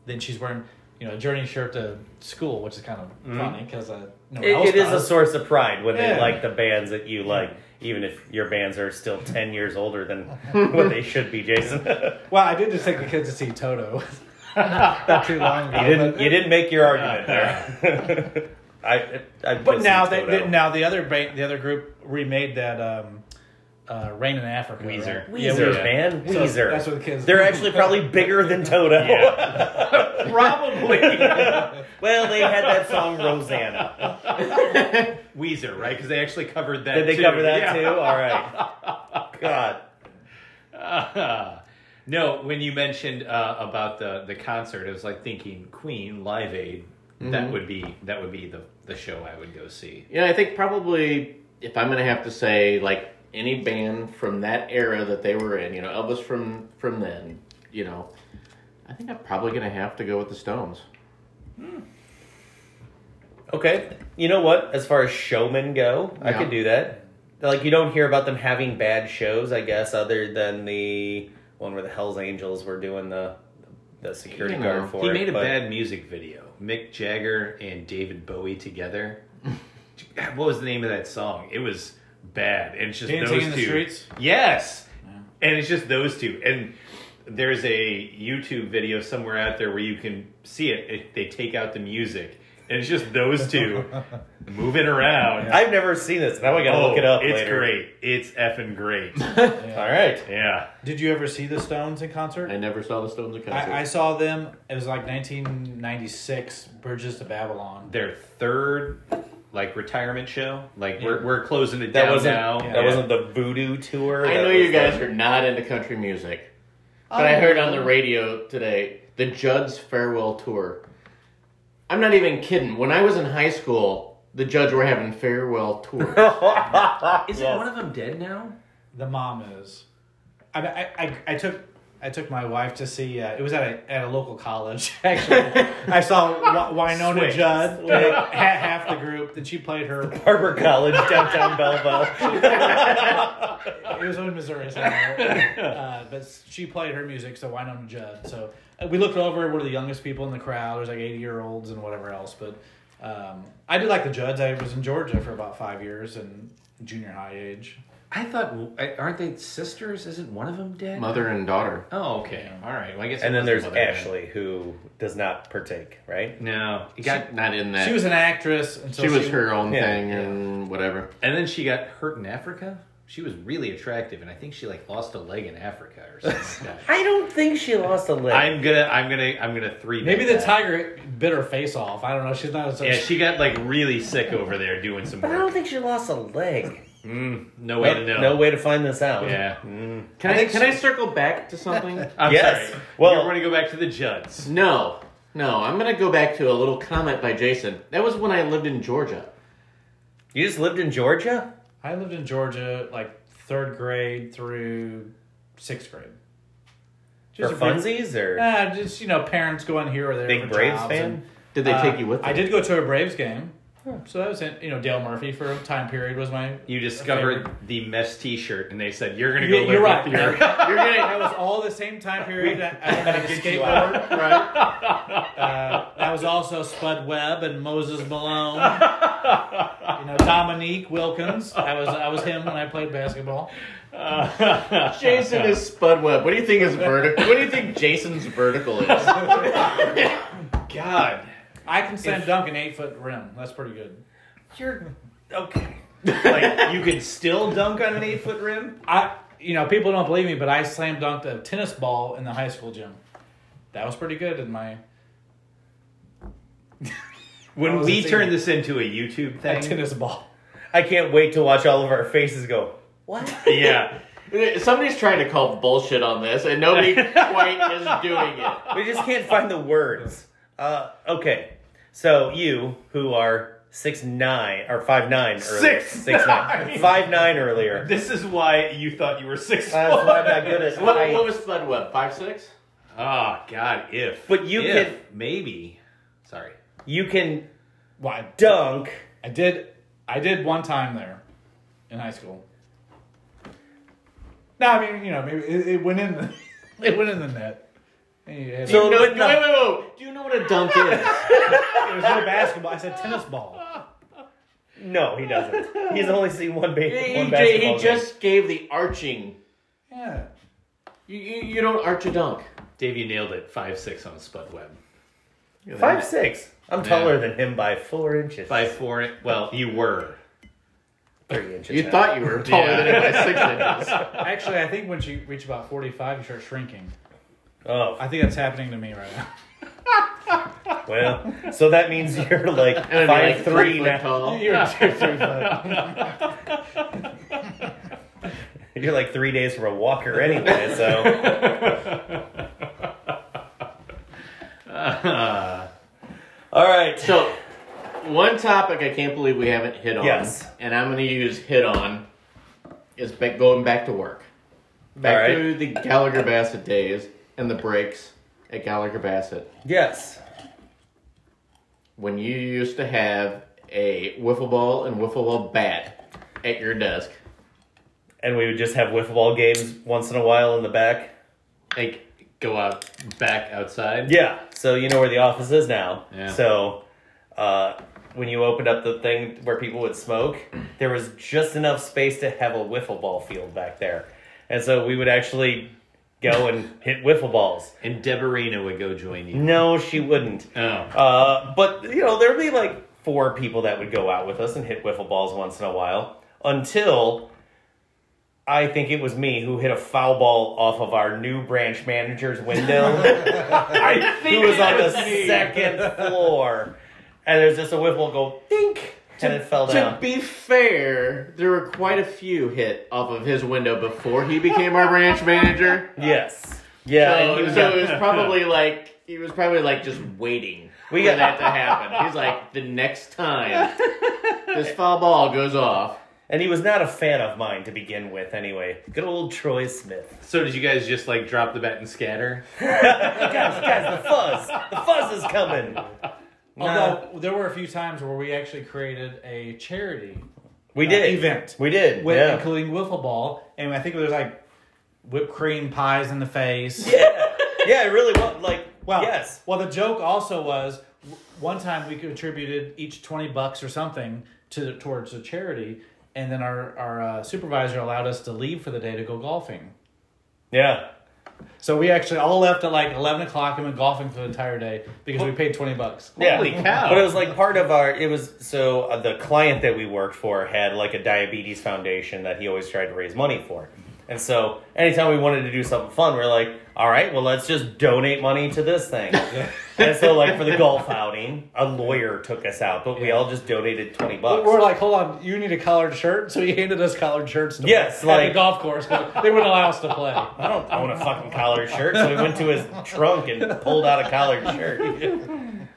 S6: Then she's wearing you know a Journey shirt to school, which is kind of
S3: Mm-hmm.
S6: funny because uh, no one else
S3: It- it is a
S6: does.
S3: source of pride when
S6: Yeah.
S3: they like the bands that you like, even if your bands are still ten years older than (laughs) what they should be. Jason, (laughs) you
S6: Well, I did just take the kids to see Toto. (laughs) Not too long ago.
S3: didn't
S6: but-
S3: you didn't make your argument there. (laughs) I, I
S6: But now
S3: they
S6: they, they- now the other ba- the other group remade that um, uh, Rain in Africa. right?
S2: Weezer.
S6: Yeah,
S3: Weezer, man,
S6: So
S3: Weezer.
S6: that's what the kids.
S3: They're actually probably bigger than Toto. (laughs)
S2: Probably
S3: well, they had that song Rosanna.
S2: Weezer, right? Because they actually covered that.
S3: Did they
S2: too.
S3: cover that
S2: Yeah.
S3: too? All right. God.
S2: Ah. (laughs) no, when you mentioned uh, about the the concert, I was like thinking Queen Live Aid. That would be that would be the the show I would go see.
S4: You know, I think probably if I'm gonna have to say like any band from that era that they were in, you know, Elvis from from then, you know, I think I'm probably gonna have to go with the Stones.
S3: Okay. You know what? As far as showmen go, I
S4: Yeah.
S3: could do that. Like you don't hear about them having bad shows, I guess, other than the one where the Hell's Angels were doing the the security
S4: You know,
S3: guard for
S2: he
S3: it,
S2: made a
S3: but-
S2: bad music video. Mick Jagger and David Bowie together. (laughs) what was the name of that song? It was bad. And it's just
S6: Dancing
S2: those
S6: in the
S2: two.
S6: Streets?
S2: Yes. And it's just those two. And there's a YouTube video somewhere out there where you can see it. it they take out the music and it's just those
S3: (laughs)
S2: two moving around.
S3: I've never seen this. Now Oh, I gotta look it up.
S2: Oh, It's
S3: later.
S2: great. It's effing
S3: (laughs)
S2: great.
S3: All right.
S2: yeah.
S6: Did you ever see the Stones in concert?
S4: I never saw the Stones in concert.
S6: I, I saw them. It was like 1996, Bridges to Babylon.
S2: Their third like retirement show. Like we're we're closing it
S3: That
S2: down
S3: wasn't
S2: now.
S3: that
S2: Yeah.
S3: wasn't the voodoo tour.
S4: I
S3: That
S4: know
S3: was
S4: you guys
S3: the-
S4: are not into country music, but I heard on the radio today the Judd's farewell tour. I'm not even kidding. When I was in high school, the Judds were having farewell tours.
S2: Isn't
S3: Yes.
S2: one of them dead now?
S6: The mom is. I, mean, I, I, I took I took my wife to see. Uh, it was at a at a local college (laughs) actually. I saw Wi- Winona
S3: Switch.
S6: Judd, ha- half the group, and she played her.
S3: Harbor College
S2: (laughs)
S3: downtown Belleville.
S6: It was in Missouri somewhere, uh, but she played her music. So Winona Judd. So uh, we looked over. We're the youngest people in the crowd. There's like eighty year olds and whatever else. But um, I did like the Judds. I was in Georgia for about five years and junior high age.
S2: I thought I- aren't they sisters? Isn't one of them dead?
S4: Mother and daughter.
S2: Oh, okay. All right. Well, I guess.
S3: and
S2: it wasn't
S3: then there's
S2: mother and-
S3: Ashley who does not partake, right?
S2: No,
S4: She got not in that.
S6: She was an actress. Until
S4: she was her own
S3: yeah,
S4: thing and whatever.
S2: and then she got hurt in Africa. She was really attractive, and I think she like lost a leg in Africa or something. like that.
S3: I don't think she lost a leg.
S2: (laughs) I'm gonna, I'm gonna, I'm gonna three.
S6: Maybe the tiger bit her face off. I don't know. She's not.
S2: Yeah, she got like really sick over there doing some
S3: but I don't
S2: work.
S3: think she lost a leg.
S2: Mm, no way Mm. to know.
S3: No way to find this out.
S2: Yeah.
S4: Can I, can I circle back to (laughs) something?
S2: I'm
S3: Yes.
S2: sorry.
S3: Well-
S2: Well, we're gonna go back to the Judds.
S4: no, no. I'm gonna go back to a little comment by Jason. That was when I lived in Georgia.
S3: You just lived in Georgia?
S6: I lived in Georgia like third grade through sixth grade.
S3: For
S6: a big-
S3: funsies or
S6: Nah, just you know, parents going here or there.
S3: big
S6: for
S3: Braves
S6: jobs
S3: fan?
S6: and-
S4: Did they
S6: Uh,
S4: take you with them?
S6: I did go to a Braves game, so that was it. You know, Dale Murphy for a time period was my.
S2: You discovered the mess T-shirt, and they said you're gonna
S6: You-
S2: go
S6: you're
S2: live with
S6: right.
S2: your. (laughs)
S4: You're
S6: (laughs)
S4: gonna.
S6: That was all the same time period. that I had a (laughs)
S3: get you
S6: skateboard.
S4: Right.
S6: (laughs) Uh, that was also Spud Webb and Moses Malone. you know, Dominique Wilkins. I was I was him when I played basketball.
S4: (laughs) Jason is Spud Webb. What do you think his vertical? What do you think Jason's vertical is?
S2: God,
S6: I can slam dunk an eight foot rim. That's pretty good.
S2: you're okay. like you could still dunk on an eight foot rim.
S6: I, you know, people don't believe me, but I slam dunked a tennis ball in the high school gym. That was pretty good in my
S2: When
S6: was
S2: we
S6: thinking-
S2: turn this into a YouTube
S6: that
S2: thing,
S6: tennis ball.
S3: I can't wait to watch all of our faces go. What?
S2: (laughs) yeah,
S4: (laughs) Somebody's trying to call bullshit on this, and (laughs) nobody quite is doing it.
S3: We just can't find the words. Uh, okay, so you who are six nine or five nine earlier,
S2: Six
S3: six nine, five nine
S2: (laughs)
S3: earlier.
S2: this is why you thought you were six.
S3: That's why
S2: (laughs)
S3: I'm not good at
S4: What, what
S3: height.
S4: was Spud Webb? Five six?
S2: Oh God, if
S3: But you
S2: if,
S3: could-
S2: maybe. Sorry,
S3: You can
S6: Well, I,
S3: dunk.
S6: I did, I did one time there, in high school. No, I mean, you know, maybe it, it went in, the, (laughs) it went in the net. And you had-
S3: So-
S4: No,
S3: But
S4: wait, wait,
S3: no.
S4: wait, wait. Do you know what a dunk (laughs) is?
S6: it was no basketball. I said tennis ball.
S3: No, he doesn't. He's only seen one, ba-
S4: he,
S3: one
S4: he-
S3: basketball.
S4: he just gave the arching.
S6: Yeah.
S4: You, you, you don't arch a dunk.
S2: Dave, you nailed it. Five six on Spud Web.
S3: game. five six. I'm taller than him by four inches.
S2: By four. Well, you were.
S3: three inches.
S4: You
S3: now.
S4: thought
S2: (laughs)
S4: you were taller
S2: Yeah.
S4: than him by
S2: (laughs)
S4: six inches.
S6: Actually, I think once you reach about forty-five, you start shrinking.
S3: Oh
S6: I think that's happening to me right (laughs) now.
S3: well. So that means
S4: (laughs)
S3: you're like
S4: And
S3: five
S4: it'd be like
S3: three
S4: three foot
S3: now.
S4: (laughs) tall.
S6: You're two, three foot. (laughs)
S3: You're like three days from a walker anyway. So
S4: (laughs)
S3: all right.
S4: So, one topic I can't believe we haven't hit on,
S3: Yes.
S4: and I'm going to use hit on, is ba- going back to work. Back
S3: All right.
S4: to the Gallagher Bassett days and the breaks at Gallagher Bassett.
S3: Yes.
S4: When you used to have a wiffle ball and wiffle ball bat at your desk,
S3: And we would just have wiffle ball games once in a while in the back.
S2: Like go out back outside.
S3: Yeah. So you know where the office is now.
S2: Yeah.
S3: So uh, when you opened up the thing where people would smoke, (clears throat) there was just enough space to have a wiffle ball field back there. And so we would actually go and hit wiffle balls.
S2: And Deborina would go join you.
S3: No, she wouldn't.
S2: Oh.
S3: Uh, but you know, there'd be like four people that would go out with us and hit wiffle balls once in a while until I think it was me who hit a foul ball off of our new branch manager's
S4: (laughs)
S3: window. I who was on the second floor, and there's just a wiffle go dink, and it fell
S4: To
S3: down.
S4: be fair, there were quite a few hit off of his window before he became our branch manager.
S3: Yes. Yeah, and he
S4: So,
S3: was
S4: so
S3: a-
S4: it was probably like he was probably like just waiting
S3: We
S4: for
S3: got-
S4: that to happen. He's like, the next time this foul ball goes off.
S3: and he was not a fan of mine to begin with. Anyway, good old Troy Smith. (laughs)
S2: So did you guys just like drop the bat and scatter?
S3: guys, guys, the fuzz, the fuzz is coming. No,
S6: Although there were a few times where we actually created a charity
S3: we did
S6: event.
S3: We did.
S6: with
S3: yeah.
S6: including wiffle ball, and I think there's like whipped cream pies in the face.
S3: yeah, (laughs) yeah, it really was. Like,
S6: Well,
S3: yes,
S6: Well, the joke also was w- one time we contributed each twenty bucks or something to towards a charity, and then our our uh, supervisor allowed us to leave for the day to go golfing.
S3: yeah.
S6: So we actually all left at like eleven o'clock and went golfing for the entire day because we paid twenty bucks.
S2: Holy
S3: yeah.
S2: cow.
S3: But it was like part of our. It was so uh, the client that we worked for had like a diabetes foundation that he always tried to raise money for, and so anytime we wanted to do something fun, we are like, all right, well, let's just donate money to this thing. and so, like for the golf outing, a lawyer took us out, but we all just donated twenty bucks.
S6: We're like, hold on, you need a collared shirt, so he handed us collared shirts. To
S3: Yes,
S6: play at
S3: like-
S6: the golf course, but they wouldn't allow us to (laughs) play.
S3: I don't own a fucking collared shirt, so he went to his trunk and pulled out a collared shirt.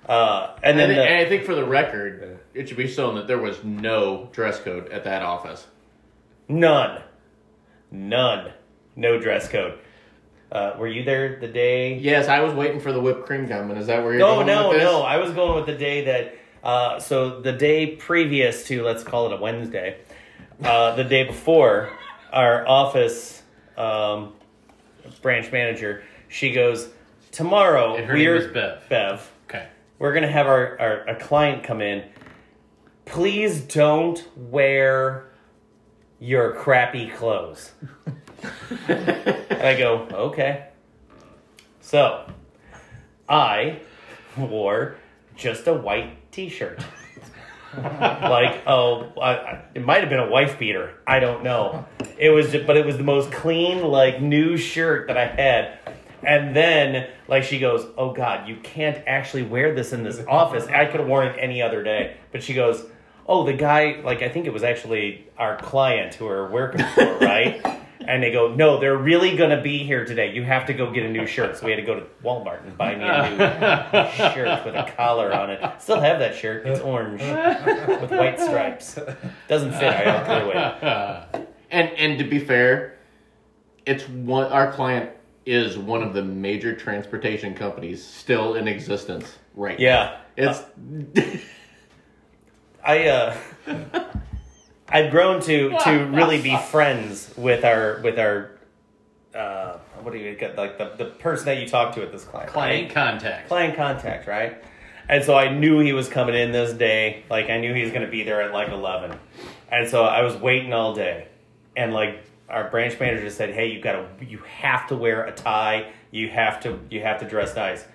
S3: Uh, and
S4: And,
S3: then the,
S4: and I think for the record, it should be shown that there was no dress code at that office.
S3: None. None. No dress code. Uh, were you there the day?
S4: Yes, I was waiting for the whipped cream coming. Is that where you're
S3: No,
S4: going
S3: no,
S4: with this?
S3: no. I was going with the day that. Uh, so the day previous to, let's call it a Wednesday, uh, the day before, our office um, branch manager, she goes, tomorrow
S2: And her
S3: we're
S2: name was Bev.
S3: Bev,
S2: okay.
S3: we're gonna have our, our a client come in. Please don't wear your crappy clothes. and I go, okay. So I wore just a white t-shirt. like oh, I, I- it might have been a wife beater. I don't know. It was, but it was the most clean, like new shirt that I had. And then, like she goes, "Oh God, you can't actually wear this in this office. I could have worn it any other day." But she goes, "Oh, the guy, like I think it was actually our client who we're working for, right?" And they go, "No, they're really gonna be here today. You have to go get a new shirt." So we had to go to Walmart and buy me a new shirt with a collar on it. Still have that shirt. It's orange with white stripes. (laughs) Doesn't fit. I clear away. (laughs)
S4: And and to be fair, it's one our client is one of the major transportation companies still in existence right
S3: Yeah,
S4: now. It's
S3: I uh, I've grown to to really (laughs) be friends with our with our uh, what do you get like the the person that you talk to at this client
S2: Client
S3: right?
S2: contact. (laughs)
S3: client contact right. And so I knew he was coming in this day. Like I knew he was going to be there at like eleven, and so I was waiting all day. And like our branch manager said, "Hey, you got to you have to wear a tie. You have to you have to dress nice."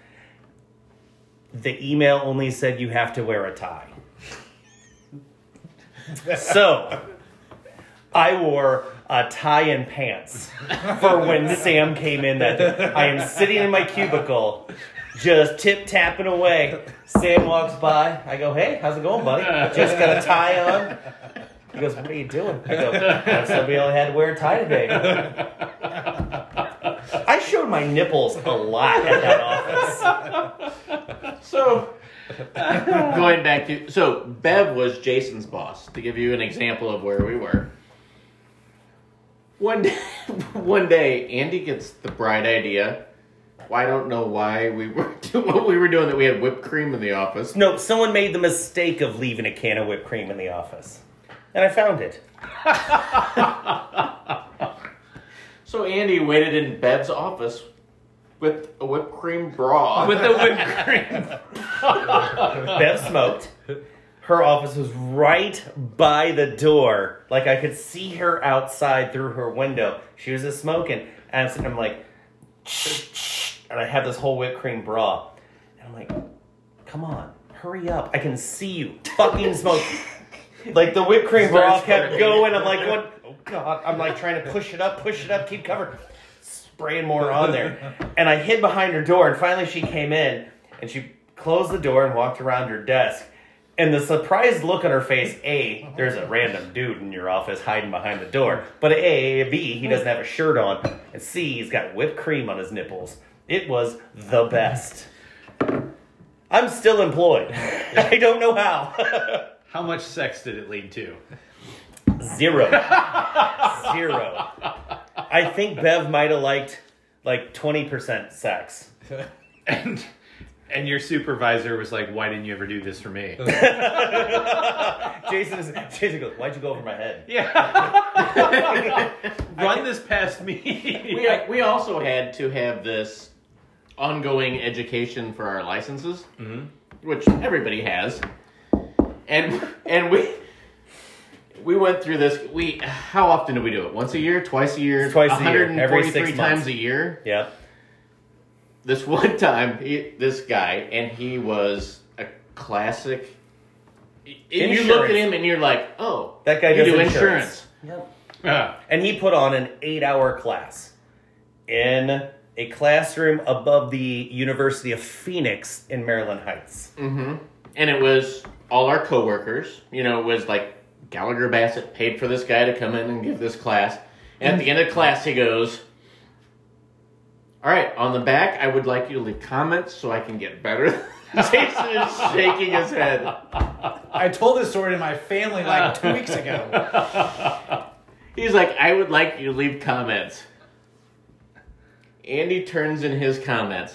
S3: The email only said you have to wear a tie. So, I wore a tie and pants for when Sam came in. That day. I am sitting in my cubicle, just tip tapping away. Sam walks by. I go, "Hey, how's it going, buddy? Just got a tie on." He goes, "What are you doing?" I go, "I said we only had to wear a tie today." I showed my nipples a lot at that office.
S4: so (laughs) going back to so Bev was Jason's boss, to give you an example of where we were. One day, (laughs) one day Andy gets the bright idea. Well, I don't know why we were (laughs) doing what we were doing that we had whipped cream in the office.
S3: No, someone made the mistake of leaving a can of whipped cream in the office, and I found it.
S4: So Andy waited in Bev's office with a whipped cream bra.
S2: With the whipped cream.
S3: Bev smoked. Her office was right by the door. Like I could see her outside through her window. She was just smoking. And I'm sitting there, I'm like, and I have this whole whipped cream bra. And I'm like, come on, hurry up. I can see you fucking smoke. like the whipped cream bra
S4: Starts
S3: kept
S4: squirting.
S3: going. I'm like, what? Oh God. I'm like trying to push it up, push it up, keep covered. Spraying more on there. And I hid behind her door and finally she came in and she closed the door and walked around her desk. And the surprised look on her face, A, there's a random dude in your office hiding behind the door. But A, B, he doesn't have a shirt on. And C, he's got whipped cream on his nipples. It was the best. I'm still employed. (laughs) I don't know how. (laughs)
S2: How much sex did it lead to?
S3: Zero. Zero. I think Bev might have liked like 20% sex.
S2: And and your supervisor was like, "Why didn't you ever do this for me?"
S3: Jason, is, (laughs) Jason goes, Why'd you go over my head?
S2: yeah, run this past me.
S4: (laughs) We, we also had to have this ongoing education for our licenses,
S3: Mm-hmm.
S4: which everybody has, and and we we went through this. We how often do we do it? Once a year, twice a year,
S3: Twice a year, every six
S4: 143 times
S3: months.
S4: a year.
S3: Yep.
S4: This (laughs) one time, he, this guy, and he was a classic. y- You look at
S3: Insurance.
S4: him and you're like, oh,
S3: That guy
S4: you
S3: does
S4: do
S3: insurance.
S4: insurance.
S3: Yep.
S2: Ah,
S3: and he put on an eight hour class in a classroom above the University of Phoenix in Maryland Heights.
S4: Mm. and it was all our coworkers. You know, it was like Gallagher Bassett paid for this guy to come in and give this class. And at the end of class, he goes, "All right, on the back, I would like you to leave comments so I can get better." (laughs) Jason is shaking his head.
S6: I told this story to my family like two weeks ago.
S4: He's like, "I would like you to leave comments." Andy turns in his comments.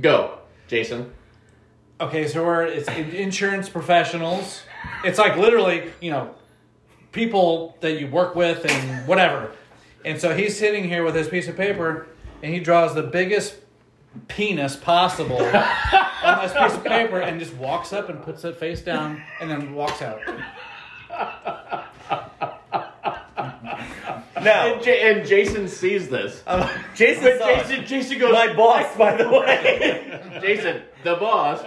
S4: Go, Jason.
S6: Okay, so we're it's in- insurance professionals. It's like literally, you know, people that you work with and whatever. And so he's sitting here with his piece of paper, and he draws the biggest penis possible on this piece of paper, and just walks up and puts it face down, and then walks out.
S3: Now,
S4: And, J- and Jason sees this.
S3: Oh. Jason, saw it.
S4: Jason, Jason goes.
S3: my boss, by the
S4: (laughs)
S3: way.
S4: Jason, the
S3: (laughs)
S4: boss,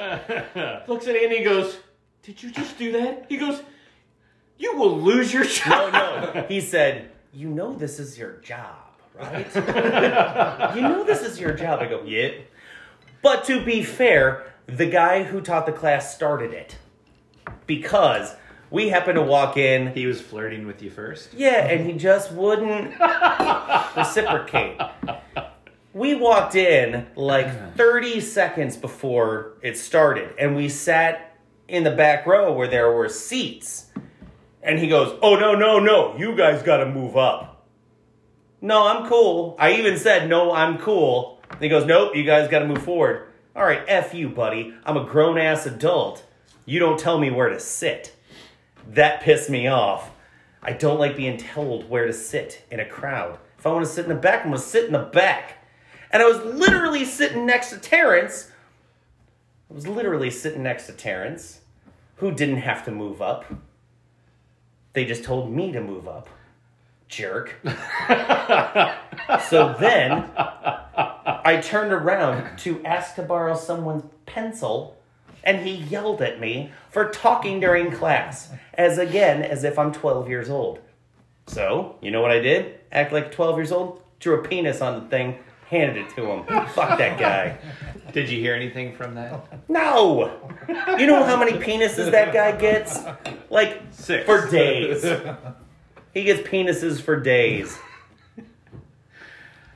S4: looks at Andy and goes, Did you just do that? He goes, You will lose your
S3: no, (laughs)
S4: job.
S3: no. He said, You know this is your job, right? you know this is your job. I go, Yeah. But to be fair, the guy who taught the class started it because we happened to walk in
S2: he was flirting with you first.
S3: Yeah, and he just wouldn't reciprocate. We walked in like 30 seconds before it started, and we sat in the back row where there were seats. And he goes, Oh, no, no, no, you guys gotta move up. No, I'm cool. I even said, No, I'm cool. And he goes, Nope, you guys gotta move forward. All right, F you, buddy. I'm a grown ass adult. You don't tell me where to sit. That pissed me off. I don't like being told where to sit in a crowd. If I want to sit in the back, I'm going to sit in the back. And I was literally sitting next to Terrence. I was literally sitting next to Terrence, who didn't have to move up. They just told me to move up. Jerk. so then I turned around to ask to borrow someone's pencil and he yelled at me for talking during class, as again as if I'm 12 years old. So, you know what I did? Act like 12 years old, drew a penis on the thing, handed it to him. Fuck that guy.
S2: Did you hear anything from that?
S3: No! You know how many penises that guy gets? Like,
S2: Six
S3: for days. He gets penises for days.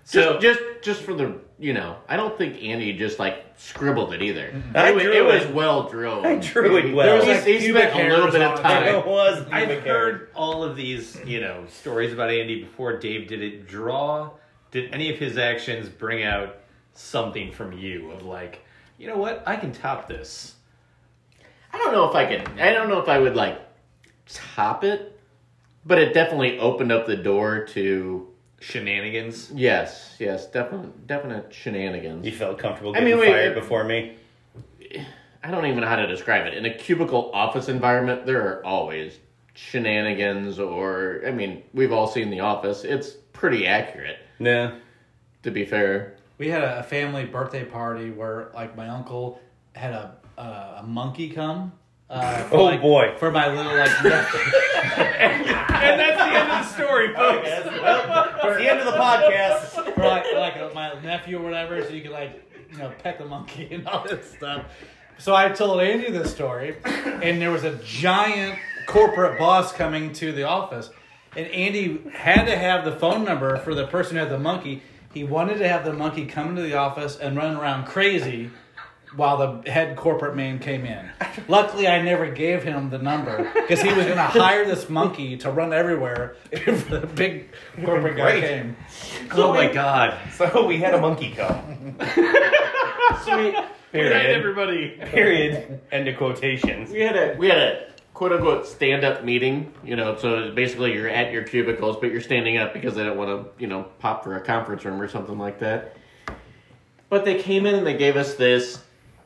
S2: So
S4: Just, just, just for the, you know, I don't think Andy just like scribbled it either.
S3: Mm-hmm. I
S4: it, was,
S3: drew
S4: it was
S3: it.
S4: well drilled.
S3: I drew it well.
S4: He's-
S6: was, like,
S4: he
S6: pubic
S4: spent a little
S6: hairs
S4: bit
S6: on
S4: of
S6: it.
S4: time.
S3: It oh. was
S2: (laughs) I've
S3: pubic hair.
S2: heard all of these, you know, stories about Andy before. Dave, did it draw? Did any of his actions bring out something from you of like, you know what, I can top this?
S4: I don't know if I could. I don't know if I would like top it, but it definitely opened up the door to
S2: Shenanigans.
S4: yes, yes, definite, definite shenanigans.
S3: You felt comfortable
S4: I
S3: getting
S4: mean, wait,
S3: fired
S4: it-
S3: before me?
S4: I don't even know how to describe it. In a cubicle office environment, there are always shenanigans, or, I mean, we've all seen The Office. It's pretty accurate.
S3: No.
S4: To be fair,
S6: We had a family birthday party where like my uncle had a uh, a monkey come. Uh, for,
S3: Oh,
S6: like-
S3: boy.
S6: For my little like nephew.
S2: And that's the end of the story, folks.
S3: It's the end of the podcast.
S6: for like, like my nephew or whatever, so you could like you know pet the monkey and all this stuff. So I told Andy this story, and there was a giant corporate boss coming to the office, and Andy had to have the phone number for the person who had the monkey. He wanted to have the monkey come into the office and run around crazy while the head corporate man came in. Luckily, I never gave him the number because he was going to hire this monkey to run everywhere (laughs) if the big corporate guy
S3: Great.
S6: came.
S2: Oh my god.
S3: So we had a monkey come.
S2: (laughs)
S4: sweet.
S2: Good night,
S3: Period.
S2: everybody.
S3: Period. End of quotations.
S4: We had a we had a quote unquote stand up meeting. You know, so basically you're at your cubicles, but you're standing up because they don't want to you know pop for a conference room or something like that. But they came in and they gave us this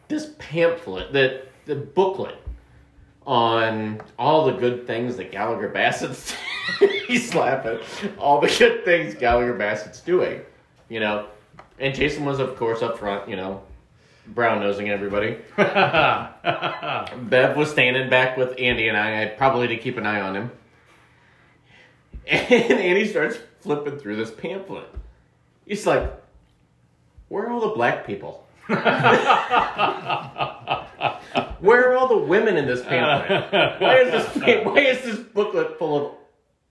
S4: this pamphlet that the booklet on all the good things that Gallagher Bassett's (laughs) he's laughing. All the good things Gallagher Bassett's doing. You know. And Jason was of course up front, you know, brown nosing everybody. Bev was standing back with Andy and I, I probably to keep an eye on him. (laughs) And Andy starts flipping through this pamphlet. He's like, Where are all the black people? Where are all the women in this
S2: (laughs)
S3: (laughs)
S4: pamphlet? Why is this pa- why is this booklet full of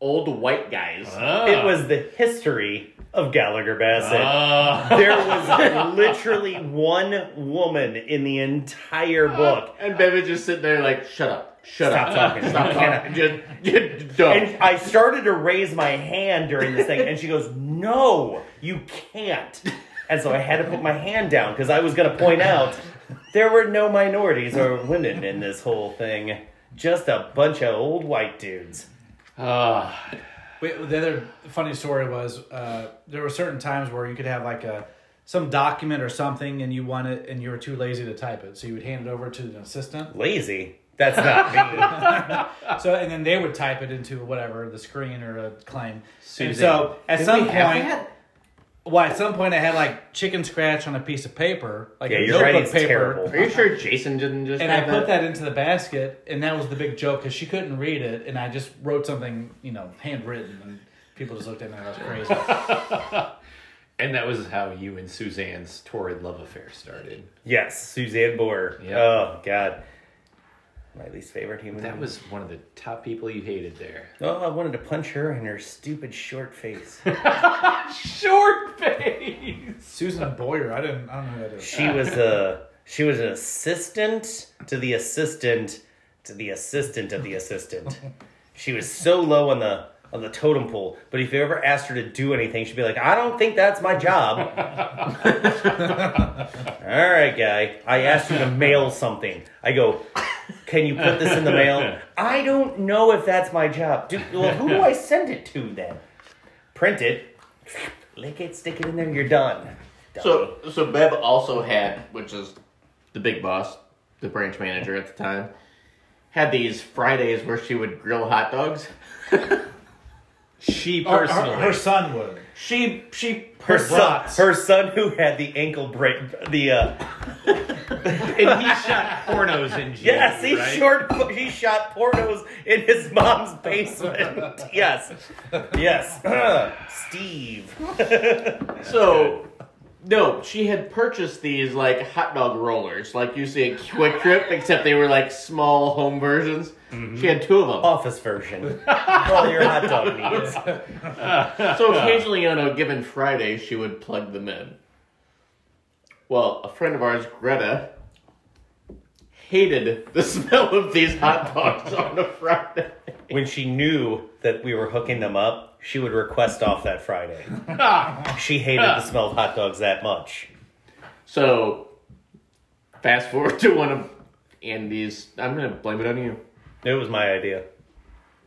S4: old white guys?
S2: Uh,
S3: It was the history of Gallagher Bassett.
S2: Ah.
S3: There was literally one woman in the entire book.
S4: And Bev is just sitting there like, shut up, shut
S3: Stop
S4: up,
S3: talking.
S6: (laughs)
S4: stop talking. Just, just don't.
S3: And I started to raise my hand during this thing, and she goes, No, you can't. And so I had to put my hand down because I was going to point out there were no minorities or women in this whole thing. Just a bunch of old white dudes.
S2: Ah.
S6: Wait, the other funny story was uh, there were certain times where you could have like a some document or something, and you want it, and you were too lazy to type it, so you would hand it over to an assistant.
S3: Lazy. That's
S6: (laughs)
S3: not me.
S4: Ah.
S6: So, and then they would type it into whatever the screen or a claim.
S2: Susan.
S6: And so, at some
S4: we have
S6: point,
S4: that?
S6: why at some point I had like chicken scratch on a piece of paper, like
S3: Yeah,
S6: a
S3: your writing's
S6: notebook paper,
S3: terrible.
S4: Are you sure Jason didn't just
S6: and I
S4: have
S6: put that into the basket, and that was the big joke because she couldn't read it, and I just wrote something, you know, handwritten, and people just looked at me like I
S4: (laughs)
S6: was crazy.
S2: And that was how you and Suzanne's torrid love affair started.
S3: Yes, Suzanne Boer.
S2: Yeah.
S3: Oh, God. My least favorite human.
S2: That was one of the top people you hated there.
S3: Oh, I wanted to punch her in her stupid short face.
S2: Short face.
S6: Susan Boyer, I didn't, I don't know who that is.
S3: She was a she was an assistant to the assistant to the assistant of the assistant. She was so low on the on the totem pole, but if you ever asked her to do anything, she'd be like, "I don't think that's my job." (laughs) All right, guy. I asked you to mail something. I go, "Can you put this in the mail?" I don't know if that's my job. Do, well, who do I send it to then? Print it, lick it, stick it in there. You're done.
S4: So so Bev also had, which is the big boss, the branch manager at the time, had these Fridays where she would grill hot dogs.
S2: She
S6: Her- her-
S2: personally.
S6: her son would.
S4: She she
S3: her
S4: pers-
S3: son,
S6: brats.
S3: her son who had the ankle break, the uh,
S2: and he shot pornos in jail.
S3: (laughs) yes, he
S2: right?
S3: short, he shot pornos in his mom's basement. yes, yes, Steve.
S4: (laughs) so no, she had purchased these like hot dog rollers, like you see at Quick Trip, except they were like small home versions.
S6: Mm-hmm.
S4: She had two of them.
S3: Office version. All your hot dog needs.
S4: So occasionally on a given Friday, she would plug them in. Well, a friend of ours, Greta, hated the (laughs) smell of these hot dogs on a Friday.
S3: When she knew that we were hooking them up, she would request off that Friday. she hated the smell of hot dogs that much.
S4: So, fast forward to one of Andy's, I'm going to blame it on you,
S3: It was my idea.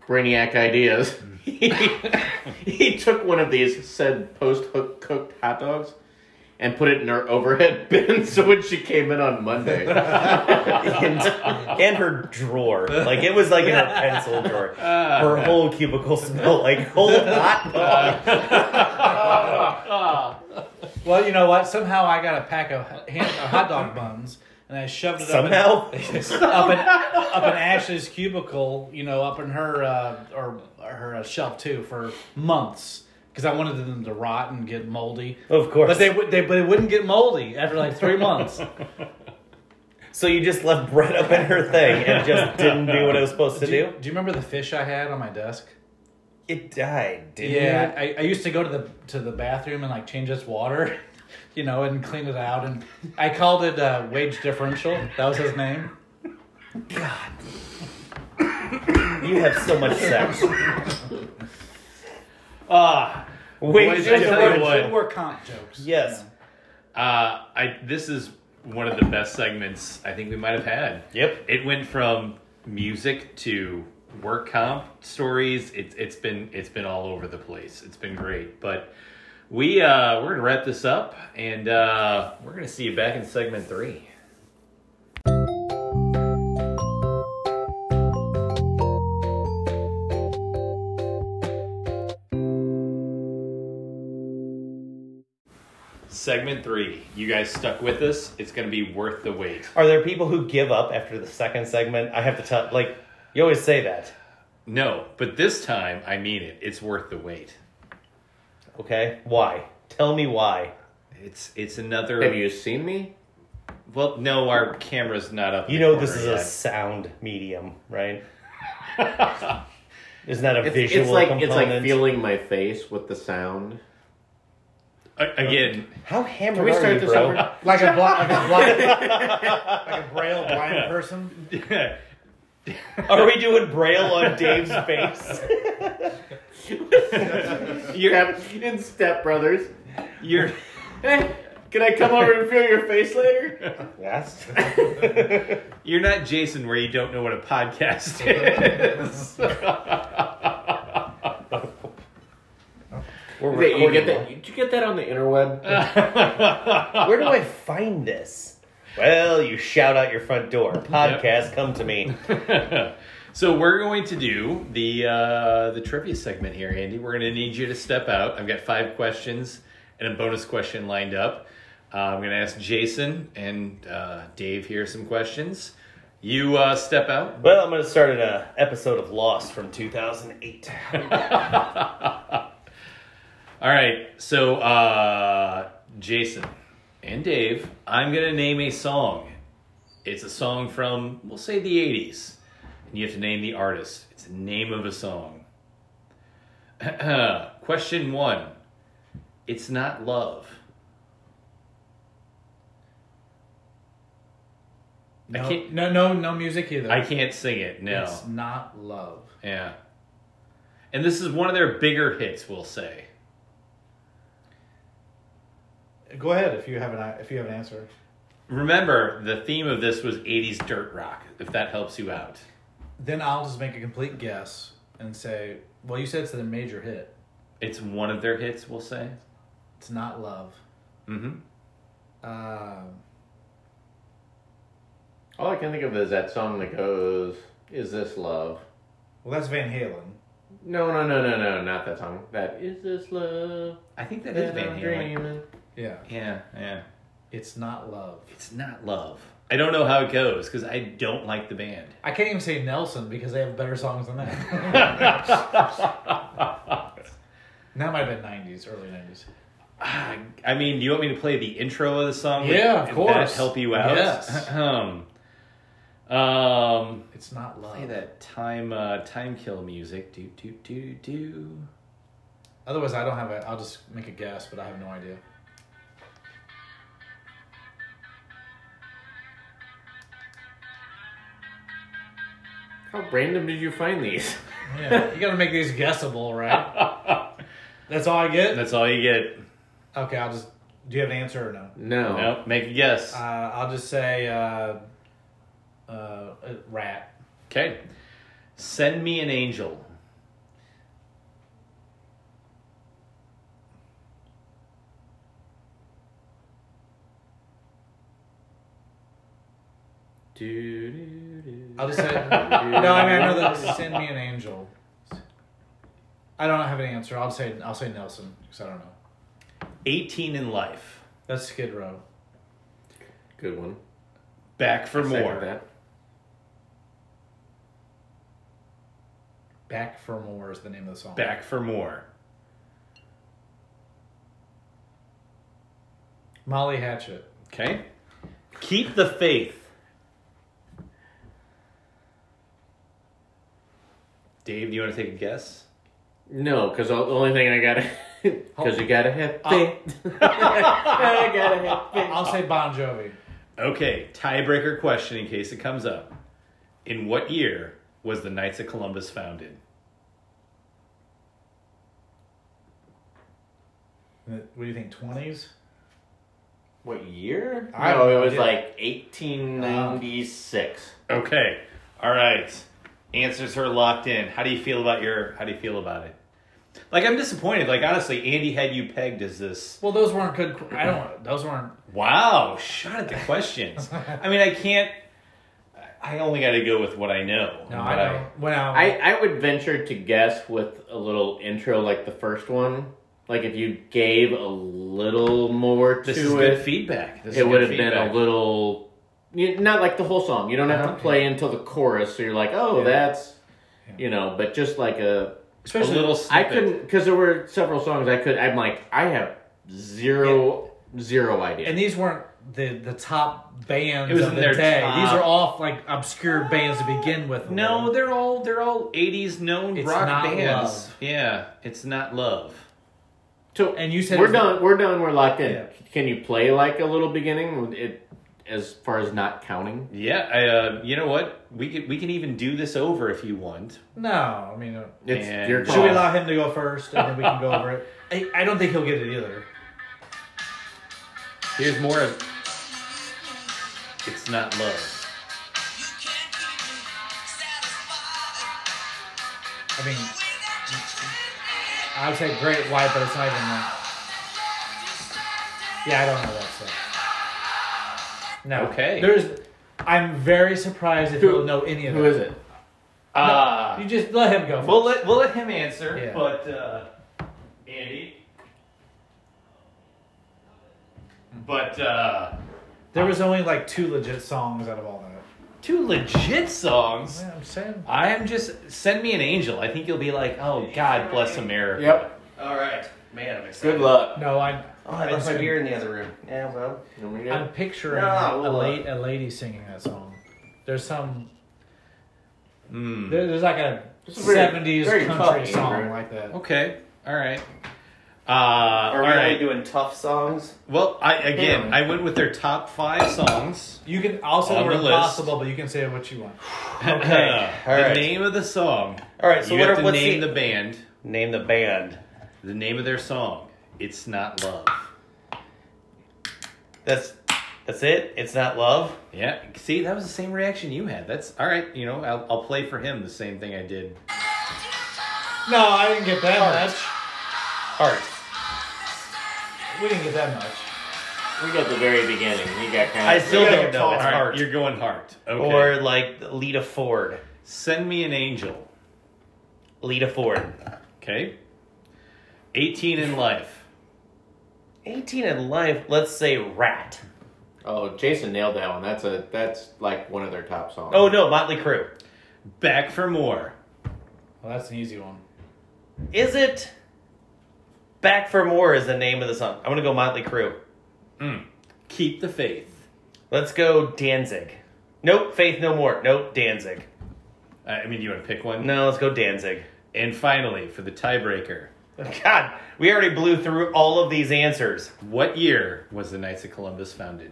S4: brainiac ideas. (laughs) he, he took one of these said post hook cooked hot dogs and put it in her overhead (laughs) bin so when she came in on Monday.
S3: and, and her drawer. Like it was like in her pencil (laughs) drawer. Her whole (laughs) cubicle smelled like whole hot dog.
S6: Well, you know what? Somehow I got a pack of h- hand, of hot dog buns, and I shoved it
S3: Somehow?
S6: up in, up in up in Ashley's cubicle. You know, up in her uh, or or her uh, shelf too for months because I wanted them to rot and get moldy.
S3: Of course.
S6: But they would they but it wouldn't get moldy after like three
S3: (laughs)
S6: months.
S3: so you just left bread up in her thing and just didn't do what it was supposed to
S6: do, you,
S3: do?
S6: do you remember the fish I had on my desk?
S3: It died, didn't
S6: Yeah,
S3: it?
S6: I, I used to go to the to the bathroom and like change its water, (laughs) you know, and clean it out. And I called it uh, wage differential. That was his name.
S3: You have so much sex. (laughs) Ah, wait,
S2: Boys,
S3: just
S2: I tell
S3: a
S2: you
S3: word.
S2: what.
S6: They were comp jokes.
S3: Yes.
S2: Uh, I this is one of the best segments I think we might have had.
S3: Yep.
S2: It went from music to work comp stories. It's it's been it's been all over the place. It's been great, but we uh, we're gonna wrap this up, and uh, we're gonna see you back in segment three. Segment three. You guys stuck with us. It's gonna be worth the wait.
S3: Are there people who give up after the second segment? I have to tell, like, you always say that.
S2: No, but this time I mean it. It's worth the wait.
S3: Okay, why? Tell me why.
S2: It's it's another.
S4: Have you seen me?
S2: Well, no, our camera's not up. in
S3: You
S2: the
S3: know this is
S2: corner
S3: a
S2: yet.
S3: sound medium, right? Isn't that a
S4: It's,
S3: visual
S4: it's like
S3: component?
S4: it's like feeling my face with the (laughs) sound.
S2: A- again.
S3: How hammered
S4: Can we
S3: are
S4: start
S3: you,
S4: this
S3: bro?
S4: over?
S6: like a blind, like a blind,
S2: (laughs)
S6: like a braille blind person.
S3: (laughs) Are we doing braille on
S2: (laughs)
S3: Dave's face?
S4: You're in Step Brothers.
S2: You're
S4: Hey, can I come over and feel your face later?
S3: yes.
S2: you're not Jason where you don't know what a podcast
S3: (laughs)
S2: is. (laughs)
S3: We're
S4: Wait, you
S3: recording
S4: get that?
S3: now.
S4: Did you get that on the interweb?
S3: Where do I find this? Well, you shout out your front door. Podcast, come to me.
S2: so we're going to do the uh, the trivia segment here, Andy. We're going to need you to step out. I've got five questions and a bonus question lined up. Uh, I'm going to ask Jason and uh, Dave here some questions. You uh, step out.
S3: Well, I'm going to start an uh, episode of Lost from 2008.
S2: All right, so uh, Jason and Dave, I'm gonna name a song. It's a song from, we'll say, the '80s, and you have to name the artist. It's the name of a song. (clears throat) Question one: It's not love. I
S6: No,
S2: can't.
S6: no, no, no music either.
S2: I can't sing it. No.
S6: It's not love.
S2: Yeah. And this is one of their bigger hits, we'll say.
S6: Go ahead if you have an if you have an answer.
S2: Remember, the theme of this was 80s dirt rock, if that helps you out.
S6: Then I'll just make a complete guess and say, well, you said it's a major hit.
S2: It's one of their hits, we'll say.
S6: It's not love.
S2: Mm-hmm.
S6: Um,
S4: All I can think of is that song that goes, "Is this love?"
S6: well, that's Van Halen.
S4: No, no, no, no, no, not that song. That is this love
S2: I think that is
S4: that
S2: Van
S4: I'm
S2: Halen.
S4: dreaming.
S6: Yeah,
S2: Yeah, yeah.
S6: it's not love.
S2: It's not love. I don't know how it goes because I don't like the band.
S6: I can't even say Nelson because they have better songs than that. that might have been '90s, early '90s.
S2: Ah, I mean, do you want me to play the intro of the song? Would-
S6: Yeah, of
S2: would That
S6: course.
S2: help you out.
S6: Yes.
S2: (laughs) um, um,
S6: It's not love.
S2: play that time uh, time kill music. Do do do do. (laughs)
S6: Otherwise, I don't have a. I'll just make a guess, but I have no idea.
S4: How random did you find these? (laughs)
S6: Yeah, (laughs) you gotta make these guessable, right? That's all I get.
S2: That's all you get.
S6: Okay, I'll just. Do you have an answer or no?
S4: No.
S2: Nope, make a guess.
S6: Uh, I'll just say uh, uh, uh, rat.
S2: Okay. Send me an angel.
S4: Do, do, do.
S6: I'll just (laughs) say. no, I mean I know that. Send me an angel. I don't have an answer. I'll say. I'll say Nelson because I don't know.
S2: 18 in Life.
S6: That's Skid Row.
S4: Good one.
S2: Back for
S4: Second
S2: more.
S4: That.
S6: Back for More is the name of the song.
S2: Back for more.
S6: Molly Hatchet.
S2: Okay. Keep the faith. Dave, do you want to take a guess?
S4: No, because the only thing I (laughs) got, because you gotta have
S2: Oh.
S4: faith.
S2: (laughs)
S4: I gotta have faith.
S6: I'll say Bon Jovi.
S2: Okay, tiebreaker question in case it comes up. In what year was the Knights of Columbus founded?
S6: What do you think? Twenties?
S4: What year?
S6: I have
S4: no,
S6: no
S4: it was
S6: idea.
S4: like
S2: Uh.
S4: 1896.
S2: Okay. All right. Answers are locked in. How do you feel about your how do you feel about it? Like I'm disappointed. Like honestly, Andy had you pegged as this
S7: Well, those weren't good. qu- I don't. Those weren't.
S2: Wow, shot at the questions. I mean, I can't. I only got to go with what I know.
S7: No,
S2: But
S7: I don't. Well,
S4: I, I would venture to guess with a little intro like the first one. Like if you gave a little more
S2: This
S4: to
S2: is
S4: it,
S2: good feedback. This is
S4: it would
S2: good
S4: have been a
S2: feedback. Uh-huh.
S4: little. you- Not like the whole song. You don't have to play until the chorus, so you're like, oh, that's. You know, but just like a.
S2: Especially
S4: a little
S2: little
S4: I
S2: snippet.
S4: couldn't. Because there were several songs I could. I'm like, I have zero, zero idea.
S7: and these weren't the the top bands
S2: It was
S7: of
S2: in
S7: the
S2: their
S7: day.
S2: top-
S7: These are all like obscure bands to begin with.
S2: No, they're all they're all '80s known
S7: It's
S2: rock
S7: not
S2: bands.
S7: love.
S2: Yeah, it's not love.
S4: So
S7: And you said
S4: we're
S7: it was-
S4: done. We're done. We're locked in.
S7: Yeah.
S4: Can you play like a little beginning? It as far as not counting.
S2: Yeah, I, uh, you know what? We can we can even do this over if you want.
S6: No, I mean, uh,
S4: It's
S2: And-
S4: your
S2: Should
S6: should we
S4: call.
S6: allow him to go first, and then we can go over it? I, I don't think he'll get it either.
S2: Here's more of. It's not love.
S6: I mean, I would say Great White, but it's not even that. Yeah, I don't know that stuff. No.
S2: Okay.
S6: There's. I'm very surprised if
S4: Who-
S6: he'll know any of
S4: Who
S6: it.
S4: is it?
S2: Ah,
S6: You just let him go. first.
S2: we'll let we'll let him answer.
S6: Yeah.
S2: But uh, Andy. But uh,
S6: there was only like two legit songs out of all that.
S2: two legit songs.
S6: Yeah, I'm saying.
S2: I am just send me an angel. I think you'll be like, oh God, bless America.
S4: Yep.
S3: All right, man. I'm excited.
S4: Good luck.
S6: No, I.
S3: Oh, I left my beer in the other room. Yeah, well.
S6: I'm picturing
S3: No,
S6: a,
S3: we'll, uh,
S6: la- a lady singing that song. There's some.
S2: Mm.
S6: There, there's like a
S4: This is very-
S6: '70s
S4: very
S6: country
S4: tough,
S6: song
S4: Andrew.
S6: like that.
S2: Okay. All right. Uh, all
S3: Are we only
S2: right.
S3: doing tough songs?
S2: well, I again,
S3: Damn.
S2: I went with their top five songs.
S6: You can also
S2: On
S6: word
S2: the list.
S6: impossible, but you can say what you want.
S3: (laughs) Okay,
S2: (laughs) the
S3: all right.
S2: name of the song.
S3: All right. So
S2: you
S3: what
S2: have
S3: are
S2: to
S3: what's
S2: name
S3: the,
S2: the band.
S3: name the band?
S2: The name of their song. It's not love.
S3: That's that's it. It's not love.
S2: Yeah. See, that was the same reaction you had. That's all right. You know, I'll, I'll play for him the same thing I did.
S6: No, I didn't get that
S3: Heart.
S6: much. We didn't get that much.
S4: We got the very beginning. We got kind of.
S3: I still
S4: we got
S3: don't know.
S4: the call.
S3: It's
S2: All right,
S3: heart
S2: you're going heart. Okay.
S3: or like Lita Ford.
S2: Send me an angel.
S3: Lita Ford.
S2: Okay. 18 in life.
S3: 18 in life. Let's say Rat.
S4: Oh, Jason nailed that one. That's a. That's like one of their top songs.
S3: Oh no, Motley Crue.
S2: Back for more.
S6: Well, that's an easy
S4: (laughs)
S6: one.
S3: Is it? Back for More is the name of the song. I'm gonna go Motley Crue.
S2: Mm. Keep the faith.
S3: Let's go Danzig. Nope, Faith No More. Nope, Danzig.
S2: I Uh, I mean, you want to pick one?
S3: No, let's go Danzig. (laughs)
S2: And finally, for the tiebreaker,
S3: God, we already blew through all of these answers.
S2: what year was the Knights of Columbus founded?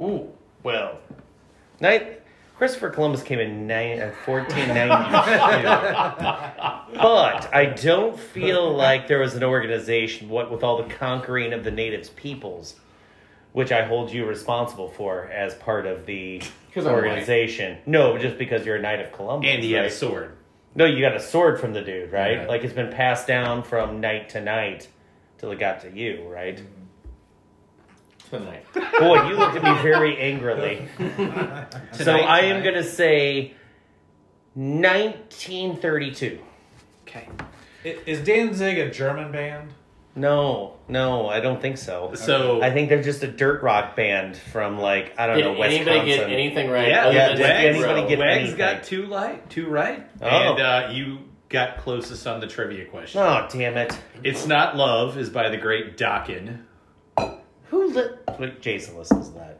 S3: Ooh, well, night. Christopher Columbus came in nine, uh, 1492. but I don't feel like there was an organization, what with all the conquering of the native peoples, which I hold you responsible for as part of the
S4: 'Cause I'm white.
S3: organization. No, just because you're a knight of Columbus.
S2: And he had a
S3: right?
S2: sword.
S3: No, you got a sword from the dude, right?
S2: Yeah.
S3: Like it's been passed down from night to night till it got to you, right?
S4: Tonight.
S3: Boy, you looked at me very angrily. so
S2: Tonight,
S3: I am
S2: tonight.
S3: going to say 1932.
S2: Okay.
S6: I- Is Danzig a German band?
S3: No, no, I don't think so.
S2: So
S3: I think they're just a dirt rock band from like I don't
S4: Did
S3: know Wisconsin.
S4: anybody get anything right?
S2: Yeah,
S4: other
S3: yeah,
S4: than
S3: did
S4: Dave
S3: anybody
S4: Rowe?
S3: get-
S2: Wags
S3: anything.
S2: got two light, two right,
S3: Oh.
S2: and uh, you got closest on the trivia question.
S3: Oh damn it!
S2: It's not love is by the great Dokken.
S3: Who li- Wait, Jason listens to that?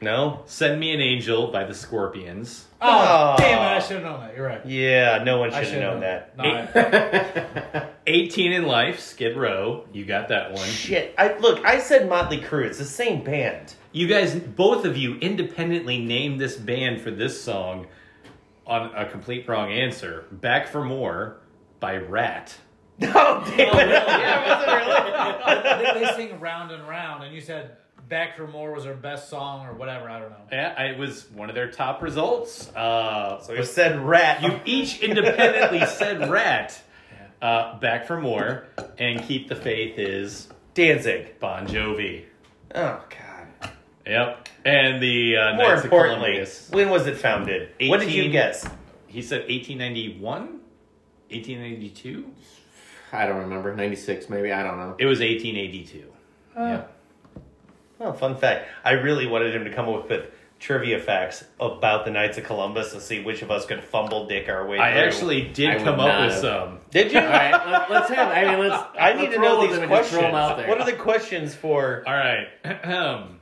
S3: No.
S2: Send me an angel by the Scorpions.
S3: Oh.
S6: Oh, damn it! I should have known that. You're right.
S3: Yeah, no one
S6: I
S3: should have
S6: should've
S3: known that.
S6: No,
S3: (laughs)
S6: I-
S2: 18 in life, Skid Row. You got that one.
S3: Shit! I look. I said Motley Crue. It's the same band. (laughs)
S2: You guys, both of you, independently named this band for this song on a complete wrong answer. Back for more by Rat.
S3: Oh damn it!
S6: they, they sing round and round, and you said "Back for More" was their best song or whatever. I don't know.
S2: Yeah, it was one of their top results. Uh,
S3: (laughs) So you said
S2: (laughs)
S3: rat.
S2: you each independently said Rat. Uh, back for more, and keep the faith is
S3: Danzig.
S2: Bon Jovi.
S3: Oh god.
S2: Yep. And the uh,
S3: More
S2: Knights of
S3: importantly,
S2: Columbus.
S3: when was it founded? What did you
S2: 18
S3: guess?
S2: He said 1891, 1892.
S4: I don't remember. 96, maybe. I don't know.
S2: It was 1882. yeah.
S3: Well, fun fact. I really wanted him to come up with trivia facts about the Knights of Columbus to see which of us could fumble dick our way
S2: I
S3: through.
S2: actually did
S4: I would
S2: come up
S4: not
S2: with
S4: have.
S2: some.
S3: did
S4: (laughs)
S3: you?
S4: All right, let, let's have. I mean, let's.
S3: (laughs) I need
S4: let's
S3: to
S4: roll
S3: know
S4: with
S3: these
S4: them and just
S3: questions.
S4: throw them out there.
S3: What are the questions for?
S2: All right. Ahem.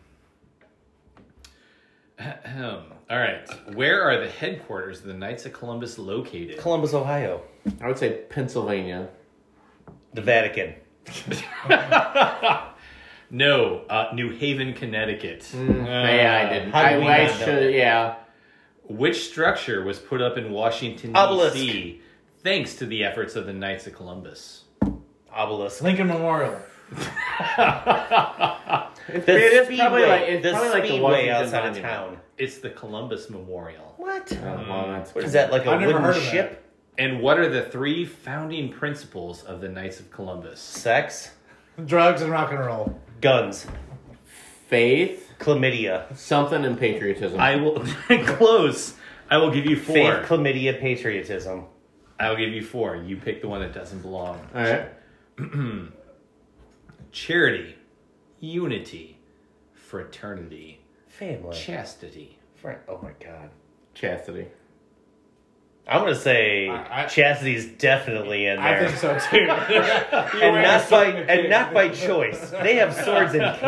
S2: Ahem. All right. Where are the headquarters of the Knights of Columbus located?
S3: Columbus, Ohio.
S4: I would say Pennsylvania.
S3: The Vatican.
S2: no, uh, New Haven, Connecticut. Uh,
S4: yeah, I didn't.
S3: Uh, how Mm, did we
S4: I, I
S3: not know
S4: should. Yeah.
S2: Which structure was put up in Washington
S3: Obelisk.
S2: D.C. thanks to the efforts of the Knights of Columbus?
S3: Obelisk.
S6: Lincoln Memorial.
S3: The
S4: it is
S3: speedway.
S4: probably like- it's
S3: the
S4: probably like the
S3: speedway
S4: Washington
S3: outside of
S4: Monument.
S3: town.
S2: It's the Columbus Memorial.
S3: What?
S4: Oh, well, that's
S3: Hmm. What is that? Like a
S6: I've never
S3: wooden
S6: heard of
S3: ship?
S2: And what are the three founding principles of the Knights of Columbus?
S3: Sex?
S6: Drugs and rock and roll.
S3: Guns?
S4: faith,
S3: Chlamydia?
S4: something, and patriotism.
S2: I will (laughs) close. I will give you four.
S3: Faith, chlamydia, patriotism.
S2: I will give you four. You pick the one that doesn't belong.
S4: All right.
S2: Charity, unity, fraternity,
S3: Family.
S2: chastity.
S3: Fri- oh my god.
S4: Chastity.
S3: I'm gonna say
S6: I- I-
S3: chastity's definitely in
S6: I
S3: there,
S6: think so too.
S3: and not by
S6: (laughs)
S3: and not by choice. They have swords and canes.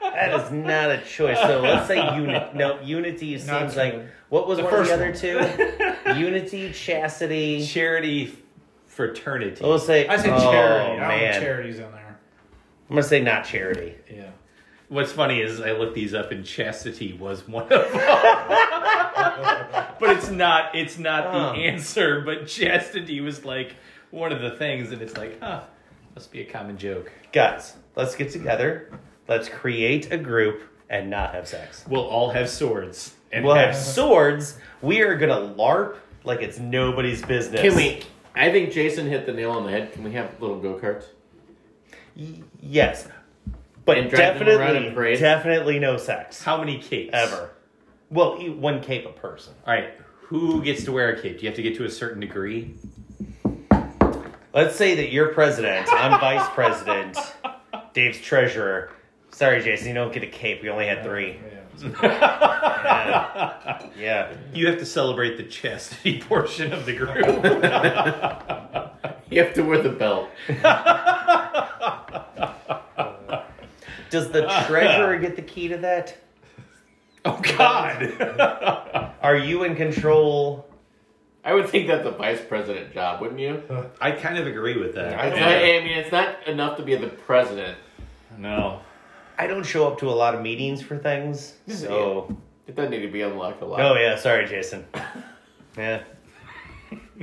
S3: That is not a choice. So let's say unit. No, unity seems
S6: Not
S3: like
S6: true.
S3: what was
S6: The
S3: one of
S6: first
S3: the other
S6: (laughs)
S3: two? unity, chastity.
S2: Charity, fraternity.
S3: We'll say.
S6: I say
S3: oh,
S6: charity. I don't
S3: man.
S6: think charity's in there.
S3: I'm gonna say not charity.
S6: Yeah.
S2: What's funny is I looked these up, and chastity was one of them. (laughs) but it's not. It's not
S3: Huh.
S2: the answer. But chastity was like one of the things, and it's like, huh, must be a common joke.
S3: Guys, let's get together. Let's create a group and not have sex.
S2: We'll all have swords. And
S3: We'll
S6: (laughs)
S3: have swords. We are gonna LARP like it's nobody's business.
S4: Can we? I think Jason hit the nail on the head. Can we have little go karts?
S3: Yes. But
S4: And drive them around
S3: definitely,
S4: in parades?
S3: definitely no sex.
S2: how many capes
S3: Ever. Well, e- one cape a person.
S2: All right, who gets to wear a cape? Do you have to get to a certain degree?
S3: Let's say that you're president, I'm vice president, Dave's treasurer. Sorry, Jason, you don't get a cape. We only had three.
S6: Yeah.
S3: Yeah. yeah.
S2: You have to celebrate the chastity (laughs) portion of the group.
S4: (laughs) You have to wear the belt.
S3: Does (laughs) the treasurer get the key to that?
S2: oh God!
S3: Are you in control?
S4: I would think that's a vice president job, wouldn't you?
S2: (laughs) I kind of agree with that.
S4: It's not- I mean, it's not enough to be the president.
S2: No, (laughs)
S3: I don't show up to a lot of meetings for things. So.
S4: It doesn't need to be unlocked a lot.
S3: Oh, yeah. Sorry, (laughs) Jason. Yeah.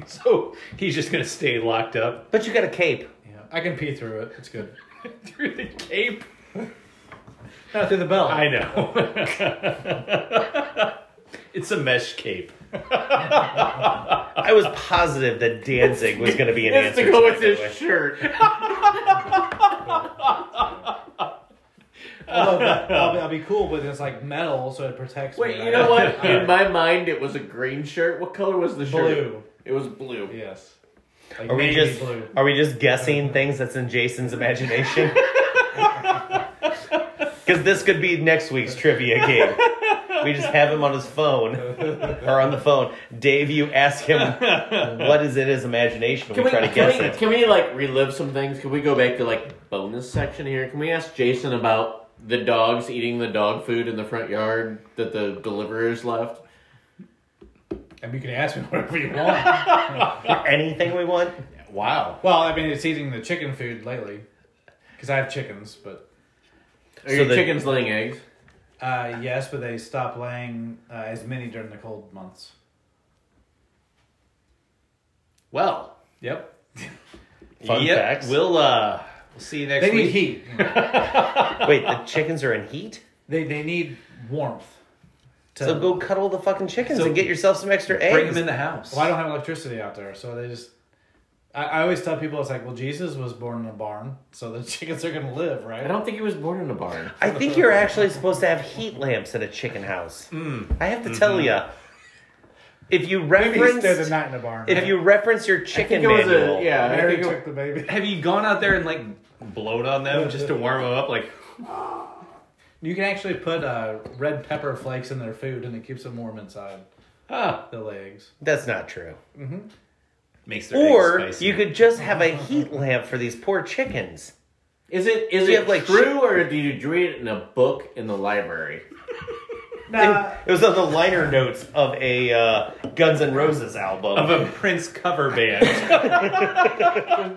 S2: so he's just gonna stay locked up
S3: But you got a cape.
S6: Yeah. I can pee through it. It's
S3: (laughs)
S6: good.
S2: through the cape.
S6: Not through the bell.
S2: I know. (laughs) it's a mesh cape.
S3: I was positive that Danzig was going to be an
S4: It has
S3: answer.
S4: to go
S3: tonight,
S4: with
S3: by the
S4: his
S3: way.
S4: shirt.
S6: Although that- I'll, be, I'll be cool with it. It's like metal, so it protects me.
S4: Wait, you
S6: I- (laughs)
S4: know what? In my mind, it was a green shirt. What color was the shirt?
S6: Blue.
S4: It was blue.
S6: Yes.
S3: Are we
S6: navy
S3: just
S6: blue.
S3: are we just guessing things that's in Jason's (laughs) imagination? Because this could be next week's trivia game. We just have him on his phone or on the phone. Dave, you ask him what is in his imagination. and
S4: Can
S3: we,
S4: we,
S3: try to
S4: can
S3: guess
S4: we-
S3: it.
S4: can we, like relive some things? Can we go back to like bonus section here? Can we ask Jason about the dogs eating the dog food in the front yard that the deliverers left?
S6: And you can ask me (laughs) whatever you want.
S3: Anything we want.
S2: Wow.
S6: well, I mean, it's eating the chicken food lately. Because I have chickens, but.
S4: Are
S3: So
S4: your
S3: the-
S4: chickens laying eggs?
S6: Uh, yes, but they stop laying uh, as many during the cold months.
S2: Well,
S6: Yep.
S3: Fun
S2: yep,
S3: facts.
S2: We'll uh, we'll see you next
S6: They
S2: week.
S6: need heat.
S3: Wait, the chickens are in heat.
S6: They, they need warmth. To,
S3: So go cuddle the fucking chickens
S2: So
S3: and get yourself some extra eggs.
S2: Bring them in the house.
S6: Well, I don't have electricity out there, so they just. I, I always tell people it's like, well, Jesus was born in a barn, so the (laughs) chickens are gonna live,
S4: I
S6: right?
S4: don't think he was born in a barn.
S3: I think you're actually supposed to have heat lamps in a chicken house. I have to tell you, if you reference
S6: There's a night in a barn.
S3: if you reference your
S4: I
S3: chicken
S4: think it was
S3: manual,
S4: a, yeah, I
S6: Mary
S4: think it,
S6: took the baby. (laughs)
S2: Have you gone out there and like blown on them just to warm them up? Like,
S6: You can actually put uh, red pepper flakes in their food, and it keeps them warm inside
S2: ah,
S6: the legs.
S3: that's not true.
S2: makes their
S3: Or
S2: eggs spicy.
S3: you could just have a heat lamp for these poor chickens.
S4: is it is
S3: Do you
S4: it
S3: have, like,
S4: true or do you read it in a book in the library?
S2: Uh,
S6: Nah,
S3: It was on the liner notes of a uh, Guns N' Roses album.
S2: of a Prince cover band.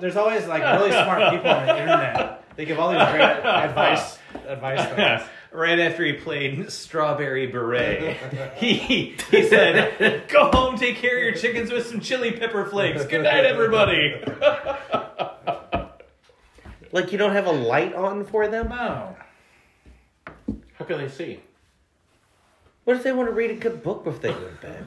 S6: there's always like really smart people on the internet. They give all these great advice, advice things.
S2: right after he played Strawberry (laughs) Beret, he he said, "Go home, take care of your chickens with some chili pepper flakes. Good night, everybody."
S3: like you don't have a light on for them.
S6: No,
S4: How can they see?
S3: What if they want to read a good book before they go to bed?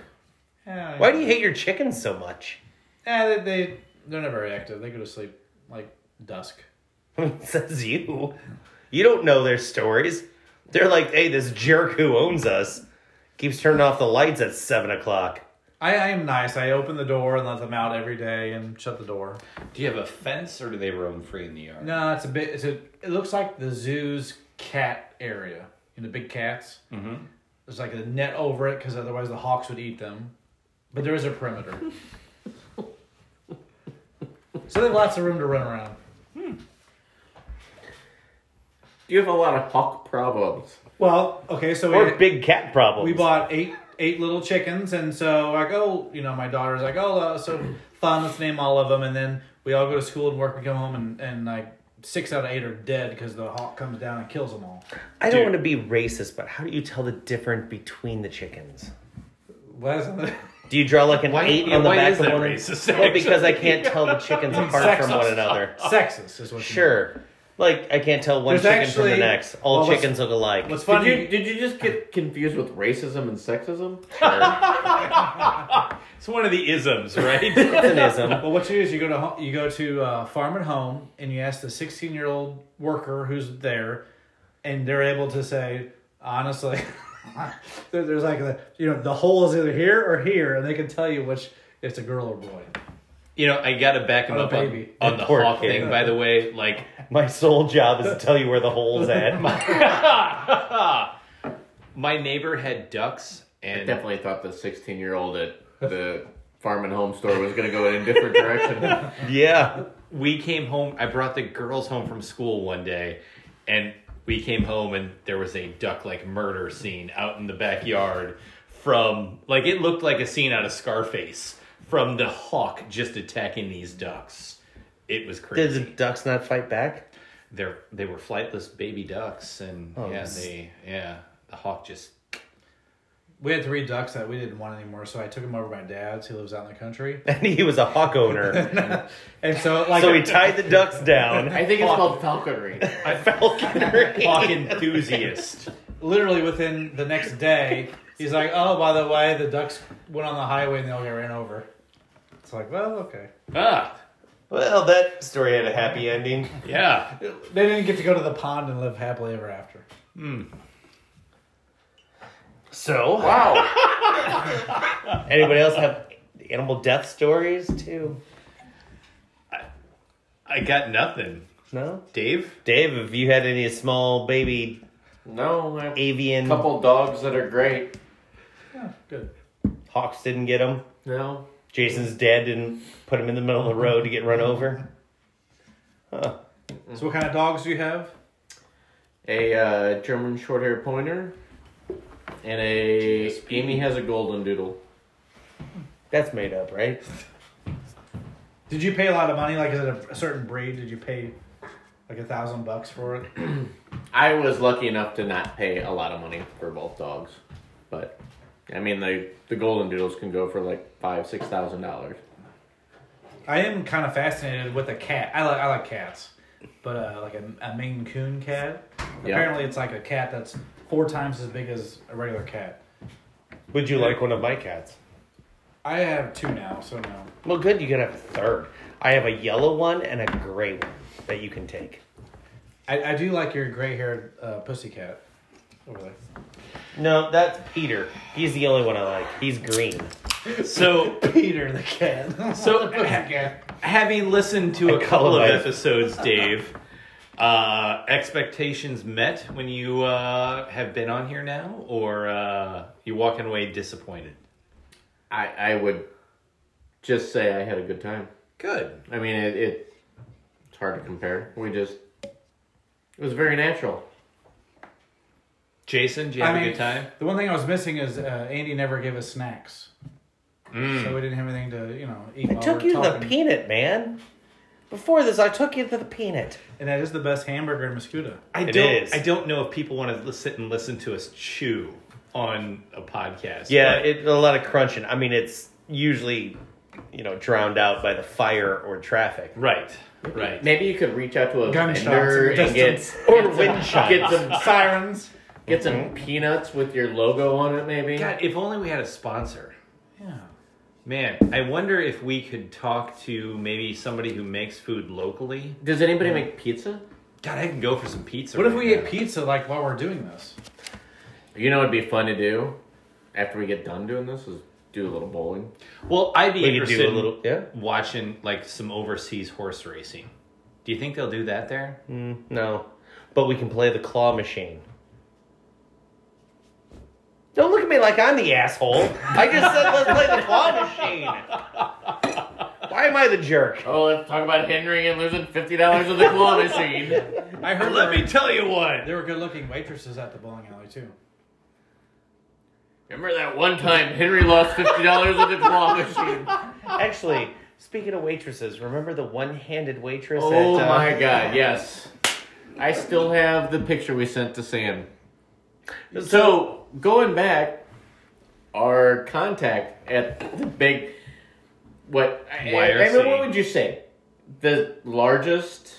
S6: yeah,
S3: Why do you hate your chickens so much? (laughs)
S6: Yeah, they, they they're not very active. They go to sleep like dusk.
S3: Says you. You don't know their stories. They're like, hey, this jerk who owns us keeps turning off the lights at seven o'clock.
S6: I, I am nice. I open the door and let them out every day and shut the door.
S2: Do you have a fence, or do they roam free in the yard?
S6: No, it's a bit. It's a. It looks like the zoo's cat area. You know, big cats. Mm-hmm. There's like a net over it because otherwise the hawks would eat them. But there is a perimeter. so they have lots of room to run around.
S4: Do you have a lot of hawk problems?
S6: Well, okay, so
S3: Or
S6: we,
S3: big cat problems.
S6: we bought eight eight little chickens, and so like oh, you know, my daughter's like oh, uh, so fun. Let's name all of them, and then we all go to school and work. We come home and and like six out of eight are dead because the hawk comes down and kills them all.
S3: I don't want to be racist, but how do you tell the difference between the chickens?
S6: What (laughs) is
S3: Do you draw like an eight
S2: yeah,
S3: on the
S2: why
S3: back
S2: is
S3: of
S2: that
S3: one?
S2: racist,
S3: well, because I can't
S2: (laughs)
S3: tell the chickens apart from one
S6: Sexist.
S3: another.
S6: Sexist is what. you
S3: Sure. Like I can't tell one
S6: There's
S3: chicken from the
S6: actually-
S3: next. All
S6: well, what's-
S3: chickens look
S6: mean.
S3: alike.
S6: What's
S4: Did
S6: funny?
S4: you did you just get confused with racism and sexism?
S2: It's one of the isms, right?
S3: It's an ism.
S6: well, what you do is you go to ho- you go to uh, farm at home and you ask the sixteen year old worker who's there, and they're able to say honestly, (laughs) there- there's like the you know the hole is either here or here, and they can tell you which if it's a girl or boy.
S2: you know, I gotta back him
S6: Oh,
S2: up on,
S6: baby.
S2: on the
S3: Poor
S2: hawk
S3: kid.
S2: thing. By the way, like
S3: (laughs) My sole job is to tell you where
S2: (laughs)
S3: the hole's at.
S2: my neighbor had ducks,
S4: I
S2: and
S4: definitely thought the 16 year old at the (laughs) farm and home store was going to go in a different (laughs) direction.
S3: yeah.
S2: we came home. I brought the girls home from school one day, and we came home, and there was a duck like murder scene out in the backyard from like it looked like a scene out of Scarface from the hawk just attacking these ducks. It was
S3: Did the
S2: crazy.
S3: ducks not fight back? (laughs)
S2: They they were flightless baby ducks, and yeah,
S3: Oh, s-
S2: they yeah the hawk just
S6: We had three ducks that we didn't want anymore, so I took them over to my dad's. He lives out in the country,
S3: And he was a hawk owner.
S6: and so like
S3: (laughs) so he tied the ducks down.
S4: I think it's called falconry. (laughs)
S3: I falconry.
S2: hawk enthusiast.
S6: literally within the next day, he's like, "Oh, by the way, the ducks went on the highway and they all got ran over." It's like, well, okay.
S2: ah,
S3: Well, that story had a happy ending.
S2: yeah.
S6: They didn't get to go to the pond and live happily ever after.
S3: So,
S4: Wow.
S3: anybody else have animal death stories too?
S2: I got nothing.
S3: No?
S2: Dave?
S3: Dave, have you had any small baby
S4: No, I have a
S3: avian
S4: couple dogs that are great.
S6: Good.
S3: hawks didn't get them?
S4: No.
S3: Jason's dad didn't put him in the middle of the road to get run over?
S6: So, what kind of dogs do you have?
S4: A uh, German short hair pointer. And a Amy has a golden doodle.
S3: That's made up, right?
S6: Did you pay a lot of money? Like, is it a, a certain breed? Did you pay like a thousand bucks for it?
S4: I was lucky enough to not pay a lot of money for both dogs, but I mean the the golden doodles can go for like five six thousand dollars.
S6: I am kind of fascinated with a cat. I like I like cats, but uh, like a, a Maine Coon cat.
S4: Yeah.
S6: Apparently, it's like a cat that's four times as big as a regular cat.
S3: Would you like one of my cats?
S6: I have two now, so no.
S3: Well, good, you could have a third. I have a yellow one and a gray one that you can take.
S6: I, I do like your gray-haired uh, pussy cat over there.
S3: No, that's Peter. He's the only one I like. He's green.
S2: So,
S6: (laughs) Peter the cat. (laughs)
S2: so having listened to a
S3: I
S2: couple of
S3: colorize.
S2: episodes, Dave, uh, expectations met when you uh, have been on here now, or uh, you walking away disappointed?
S4: I I would just say I had a good time.
S2: Good.
S4: I mean it, it it's hard to compare. We just it was very natural.
S2: Jason, do you
S6: I
S2: have a
S6: mean,
S2: good time?
S6: the one thing I was missing is uh, Andy never gave us snacks,
S2: Mm.
S6: so we didn't have anything to you know eat.
S3: I
S6: while
S3: took
S6: we
S3: you
S6: were
S3: to the
S6: talking.
S3: peanut, man. Before this, I took you to the peanut.
S6: and that is the best hamburger in Muscuda.
S2: I
S3: It
S2: don't.
S3: is.
S2: I don't know if people want to lis- sit and listen to us chew on a podcast.
S3: Yeah,
S2: but-
S3: it, a lot of crunching. I mean, it's usually, you know, drowned out by the fire or traffic.
S2: right. Right.
S4: Maybe you could reach out to a
S6: Gunshots
S4: vendor
S6: and
S4: and get
S3: Or
S4: get
S3: wind
S4: some- (laughs) get
S3: chimes.
S4: some
S6: Sirens.
S4: get some peanuts with your logo on it. Maybe
S2: God, if only we had a sponsor.
S6: Yeah.
S2: Man, I wonder if we could talk to maybe somebody who makes food locally.
S4: does anybody make pizza?
S2: God, I can go for some pizza.
S6: What if
S2: right
S6: we
S2: now.
S6: ate pizza like while we're doing this?
S4: You know, it'd be fun to do after we get done doing this is do a little bowling.
S2: Well, I'd be
S3: We could
S2: interested
S3: do a little,
S2: in
S3: yeah.
S2: watching like some overseas horse racing. Do you think they'll do that there?
S3: Mm, No, but we can play the claw machine. Don't look at me like I'm the asshole. I just said let's play the claw machine.
S2: (laughs)
S3: Why am I the jerk?
S4: Oh, let's talk about Henry and losing fifty dollars on the (laughs) claw machine.
S6: I heard
S2: Let me tell you what.
S6: There were good-looking waitresses at the bowling alley too.
S4: Remember that one time Henry lost fifty dollars on the claw machine?
S3: Actually, speaking of waitresses, remember the one-handed waitress?
S4: Oh
S3: at, uh,
S4: my god, yes. I still have the picture we sent to Sam. So going back, our contact at the big what I- I, I mean,
S2: YRC.
S4: what would you say? The largest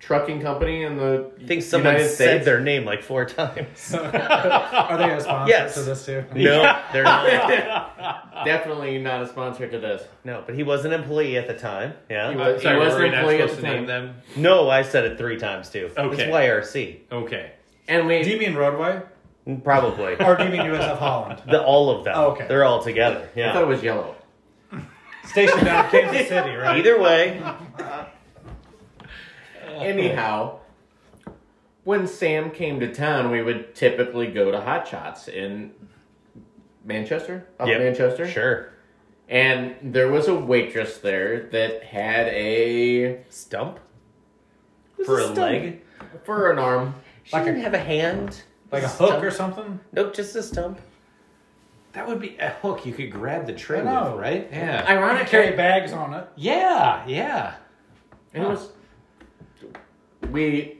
S4: trucking company in the
S3: I think someone
S4: United
S3: said
S4: States?
S3: their name like four (laughs) times.
S6: Are they a sponsor
S3: Yes.
S6: to this too?
S3: No, (laughs) they're not.
S4: (laughs) Definitely not a sponsor to this.
S3: No, but he was an employee at the time.
S4: He
S3: Yeah.
S4: was,
S2: Sorry,
S4: he was
S2: we're
S4: an
S2: not
S4: employee at
S2: supposed
S4: the
S2: to name
S4: time.
S2: them.
S3: No, I said it three times too.
S2: Okay.
S3: It's YRC.
S2: Okay.
S4: And we
S6: Do you mean Roadway
S4: (laughs)
S3: Probably.
S6: or do you mean USF Holland?
S3: the, all of them.
S6: Oh, okay.
S3: They're all together.
S4: I thought it
S3: Yeah.
S4: was yellow.
S6: Station down in Kansas City, right?
S3: Either way,
S4: (laughs) Anyhow, when Sam came to town, we would typically go to Hot Shots in Manchester, up
S3: Yep.
S4: in Manchester.
S3: sure.
S4: And there was a waitress there that had a
S3: Stump?
S2: For
S3: a
S2: a leg?
S4: for an arm.
S3: She didn't have a hand.
S6: Like a hook or something?
S3: Nope, just a stump.
S2: That would be (laughs) a hook you could grab the tray
S6: I
S2: with,
S6: know.
S2: right? Yeah.
S4: Ironic.
S6: Carry bags on it.
S2: yeah, yeah.
S4: And it was. We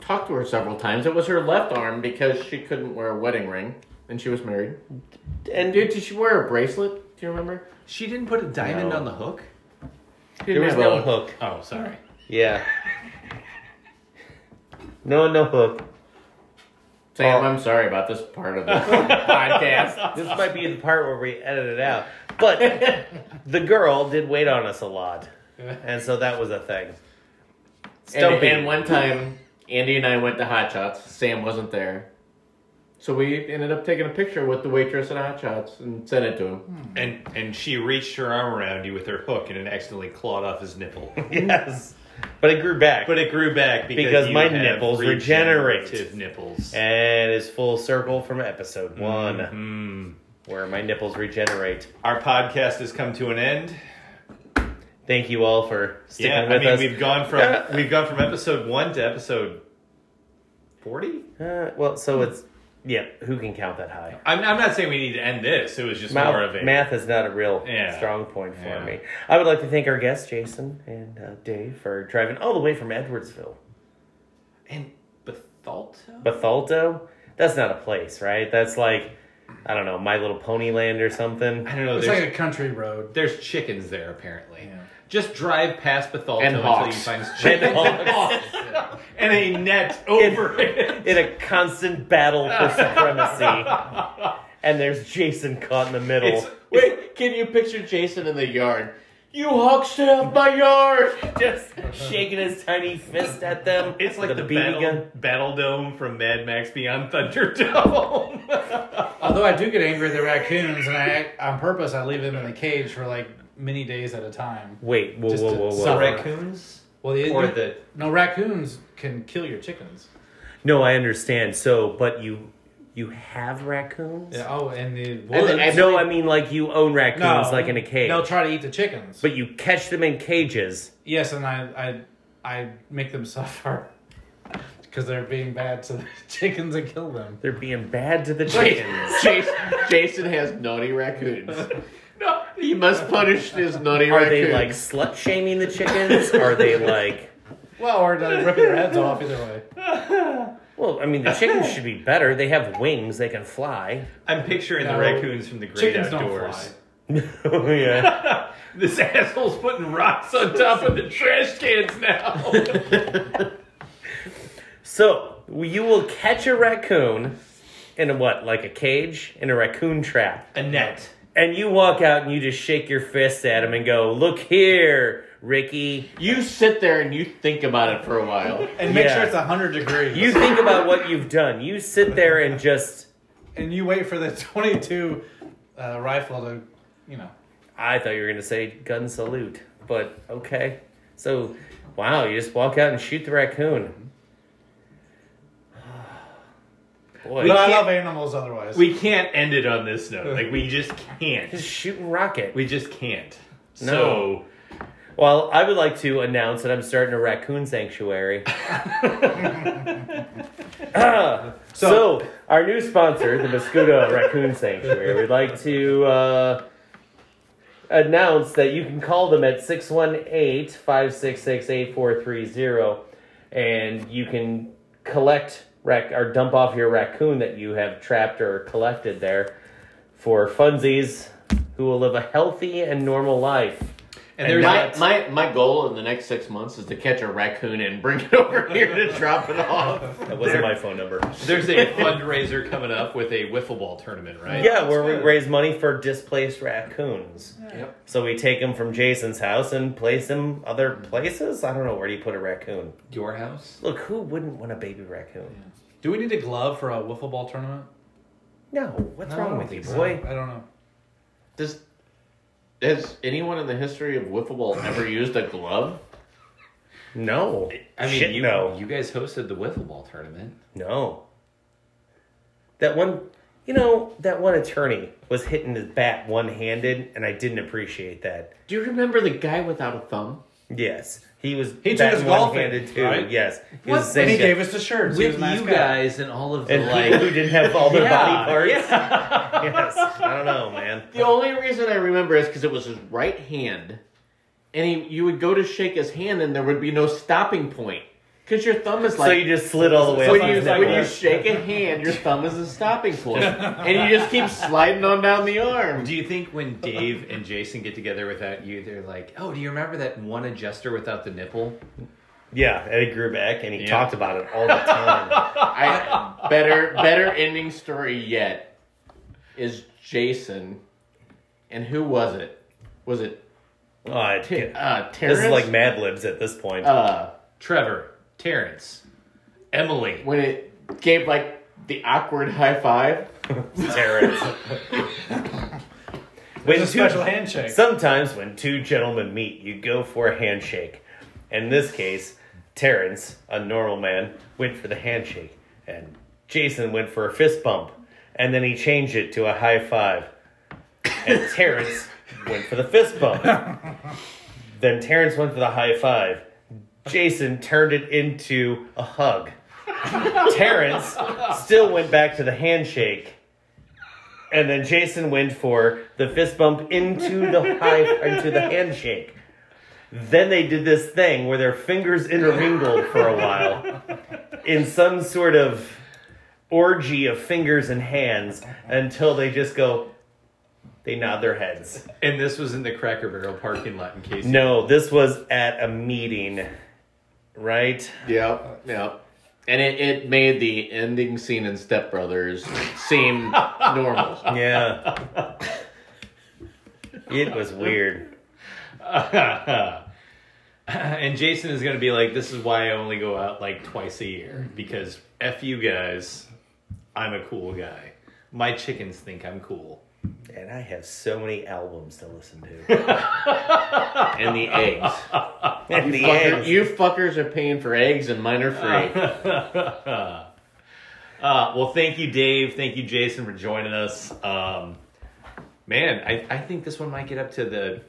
S4: talked to her several times. It was her left arm because she couldn't wear a wedding ring, and she was married. And
S3: And
S4: did, did she wear a bracelet? Do you remember?
S2: She didn't put a diamond
S4: No.
S2: on the hook?
S4: She
S3: there
S4: didn't
S3: was
S4: have a-
S3: no hook.
S2: Oh, sorry.
S3: Yeah. No, no hook.
S4: Sam, I'm sorry about this part of the (laughs) podcast.
S3: This might be the part where we edit it out. But the girl did wait on us a lot. And so that was a thing.
S4: And,
S3: Stumpy. (laughs)
S4: and one time, Andy and I went to Hot Shots. Sam wasn't there. So we ended up taking a picture with the waitress and hot shots and sent it to him.
S2: And and she reached her arm around you with her hook and it accidentally clawed off his nipple. (laughs)
S3: Yes. But it grew back.
S2: But it grew back because,
S3: Because
S2: you
S3: my
S2: have
S3: nipples regenerate.
S2: regenerative nipples.
S3: and it's full circle from episode one,
S2: Mm.
S3: where my nipples regenerate.
S2: Our podcast has come to an end.
S3: Thank you all for sticking
S2: yeah,
S3: with
S2: I mean
S3: us.
S2: we've gone from
S3: (laughs) Yeah.
S2: we've gone from episode one to episode forty.
S3: Uh, well,
S2: Hmm.
S3: so it's yeah. Who can count that high?
S2: I'm, I'm not saying we need to end this. It was just more of
S3: Math,
S2: a
S3: math is not a real
S2: Yeah.
S3: strong point for
S2: Yeah.
S3: me. I would like to thank our guests, Jason and uh, Dave, for driving all the way from Edwardsville,
S2: and Bethalto.
S3: Bethalto. That's not a place, right? That's like I don't know, My Little Pony Land or
S2: (laughs)
S3: something.
S2: I don't know.
S6: It's
S2: there's-
S6: like a country road.
S2: There's chickens there apparently. Just drive past Bethalto
S4: And
S2: until
S4: hawks.
S2: you
S4: (laughs)
S2: find
S3: And
S2: chickens and,
S3: hawks.
S2: (laughs) hawks. and a
S3: (laughs)
S2: net over it.
S3: in a constant battle for supremacy.
S2: (laughs)
S3: And there's Jason caught in the middle.
S2: It's-
S4: Wait, can you picture Jason in the yard? You hawks shit off my yard!
S3: just shaking his tiny fist at them.
S2: It's like the,
S3: with a
S2: battle, battle dome from Mad Max Beyond (laughs) Thunderdome.
S6: Although I do get angry at the raccoons, and I on purpose I leave them in the cage for like many days at a time.
S3: Wait, whoa,
S6: Just
S3: whoa,
S6: to
S3: whoa, whoa.
S6: suffer.
S2: raccoons
S6: Well, the,
S2: or
S6: you-
S2: the
S6: no raccoons can kill your chickens.
S3: No, I understand. So, but you you have raccoons?
S6: Yeah, oh, and the
S4: And the-
S6: wolves-
S3: no, I mean like you own raccoons, like in a cage.
S6: They'll try to eat the chickens.
S3: but you catch them in cages.
S6: yes, and I I I make them (laughs) suffer because they're being bad to the (laughs) chickens and
S3: (laughs)
S6: kill them.
S3: They're being bad to the chickens.
S4: Jason, Jason has naughty raccoons. No, he must punish his naughty
S3: Are
S4: raccoons.
S3: they like slut shaming the chickens? Are (laughs) they like?
S6: Well, or they rip their heads off either way.
S3: Well, I mean, the chickens should be better. They have wings. They can (laughs) fly.
S2: I'm picturing the
S6: No.
S2: raccoons from the great
S6: Chickens don't
S2: outdoors.
S3: Oh, yeah.
S2: (laughs) this asshole's putting rocks on top of the trash cans now. (laughs)
S3: So you will catch a raccoon in a what, like a cage in a raccoon trap,
S2: a net.
S3: and you walk out and you just shake your fist at him and go, "Look here, Ricky."
S4: you sit there and you think about it for a while.
S6: And make
S3: Yeah.
S6: sure it's hundred degrees.
S3: You think about what you've done. You sit there and just,
S6: and you wait for the (laughs) twenty-two uh, rifle to, you know.
S3: I thought you were gonna say gun salute, but okay. So, wow, you just walk out and shoot the raccoon. Boy,
S6: But I
S2: can't-
S6: love animals otherwise.
S2: We can't end it on this note. Like we just can't.
S3: just shooting rocket.
S2: We just can't.
S3: No. Well, I would like to announce that I'm starting a raccoon sanctuary. (laughs) Ah, so, our new sponsor, the Mosquito Raccoon Sanctuary, would like to uh, announce that you can call them at 618 566 8430 and you can collect rac- or dump off your raccoon that you have trapped or collected there for funsies who will live a healthy and normal life.
S2: and
S4: And
S2: there's
S4: my, my, my goal in the next six months is to catch a raccoon and bring it (laughs) over here to drop it off.
S3: That
S2: wasn't my
S3: phone number.
S2: there's a fundraiser coming up with a wiffle ball tournament, right?
S3: Yeah, where we raise money for displaced raccoons.
S2: Yep.
S3: So we take them from Jason's house and place them other places. I don't know where do you put a raccoon.
S2: Your house.
S3: Look, who wouldn't want a baby raccoon?
S6: Do we need a glove for a wiffle ball tournament?
S3: No, what's
S6: No, I
S3: wrong
S6: don't
S3: with you,
S6: think so.
S3: boy?
S6: I don't know.
S4: Does, has anyone in the history of wiffle ball ever used a glove?
S3: No,
S2: I mean,
S3: Shit,
S2: you
S3: no,
S2: you guys hosted the wiffle ball tournament.
S3: no. That one, you know, that one attorney was hitting his bat one-handed, and I didn't appreciate that.
S4: Do you remember the guy without a thumb?
S3: Yes, he was
S6: He took
S3: batting
S6: his golfing,
S3: one-handed too.
S6: right?
S3: Yes, he
S2: What?
S3: was the same
S6: And he
S3: guy.
S6: gave us the shirts. He was a nice guy.
S2: and all of
S3: and people who didn't have all their
S2: Yeah,
S3: body parts.
S2: yeah.
S3: yes. (laughs) I don't know, man.
S4: The only reason I remember is because it was his right hand, and he, you would go to shake his hand, and there would be no stopping point because your thumb is like.
S3: so you just slid all the way
S4: when
S3: up
S4: you,
S3: his neck.
S4: when you shake a hand, your thumb is a stopping point, and you just keep sliding on down the arm.
S2: (laughs) Do you think when Dave and Jason get together without you, they're like, "Oh, do you remember that one adjuster without the nipple?"
S3: yeah, and it grew back, and he
S2: Yeah.
S3: talked about it all the
S4: (laughs)
S3: time.
S4: I, better better ending story yet is Jason, and who was it? Was it
S3: oh, I
S4: T-
S3: can't-
S4: uh, Terrence?
S3: this is like Mad Libs at this point.
S4: uh,
S2: Trevor, Terrence, Emily.
S4: when it gave like the awkward high five. (laughs)
S3: Terrence.
S6: There's
S3: When
S6: a
S3: two-
S6: special handshake.
S3: Sometimes when two gentlemen meet, you go for a handshake. In this case, Terrence, a normal man, went for the handshake, and Jason went for a fist bump, and then he changed it to a high five. And Terrence went for the fist bump. Then Terrence went for the high five. Jason turned it into a hug. Terrence still went back to the handshake. And then Jason went for the fist bump into the high into the handshake. Then they did this thing where their fingers intermingled for a while in some sort of orgy of fingers and hands until they just go they nod their heads.
S2: And this was in the Cracker Barrel parking lot in case.
S3: No, this was at a meeting. Right?
S4: Yep, yep. And it, it made the ending scene in Step Brothers seem normal.
S3: (laughs) Yeah. it was weird.
S2: (laughs) and Jason is gonna be like, "This is why I only go out like twice a year because f you guys, I'm a cool guy. My chickens think I'm cool."
S3: And I have so many albums to listen to.
S4: And the eggs.
S3: and the
S4: Fucker-
S3: eggs.
S4: You fuckers are paying for eggs and mine
S3: (laughs)
S4: are free.
S2: (laughs) uh, well, thank you, Dave. Thank you, Jason, for joining us. Um, man, I, I think this one might get up to the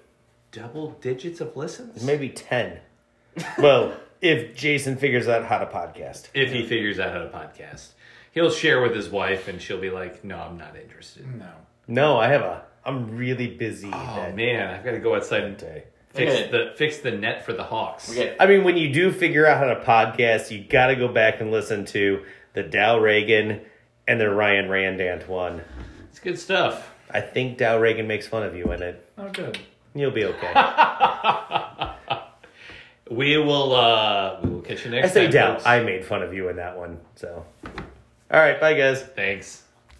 S2: double digits of listens.
S3: Maybe 10.
S2: (laughs)
S3: well, if Jason figures out how to podcast.
S2: If he figures out how to podcast, he'll share with his wife and she'll be like, no, I'm not interested.
S6: no.
S3: No, I have a. I'm really busy.
S2: Oh,
S3: that
S2: man, I've got to go outside and
S3: day.
S2: fix,
S4: Okay.
S2: the, fix the net for the Hawks.
S4: Okay.
S3: I mean, when you do figure out how to podcast, you got to go back and listen to the Dow Reagan and the Ryan Randant one.
S2: It's good stuff.
S3: I think Dow Reagan makes fun of you in it.
S6: Oh, good.
S3: You'll
S2: (laughs)
S3: be okay.
S2: We will uh, we will catch you
S3: I
S2: next
S3: say
S2: time.
S3: Dow.
S2: folks.
S3: I made fun of you in that one. So, all right, bye guys.
S2: Thanks.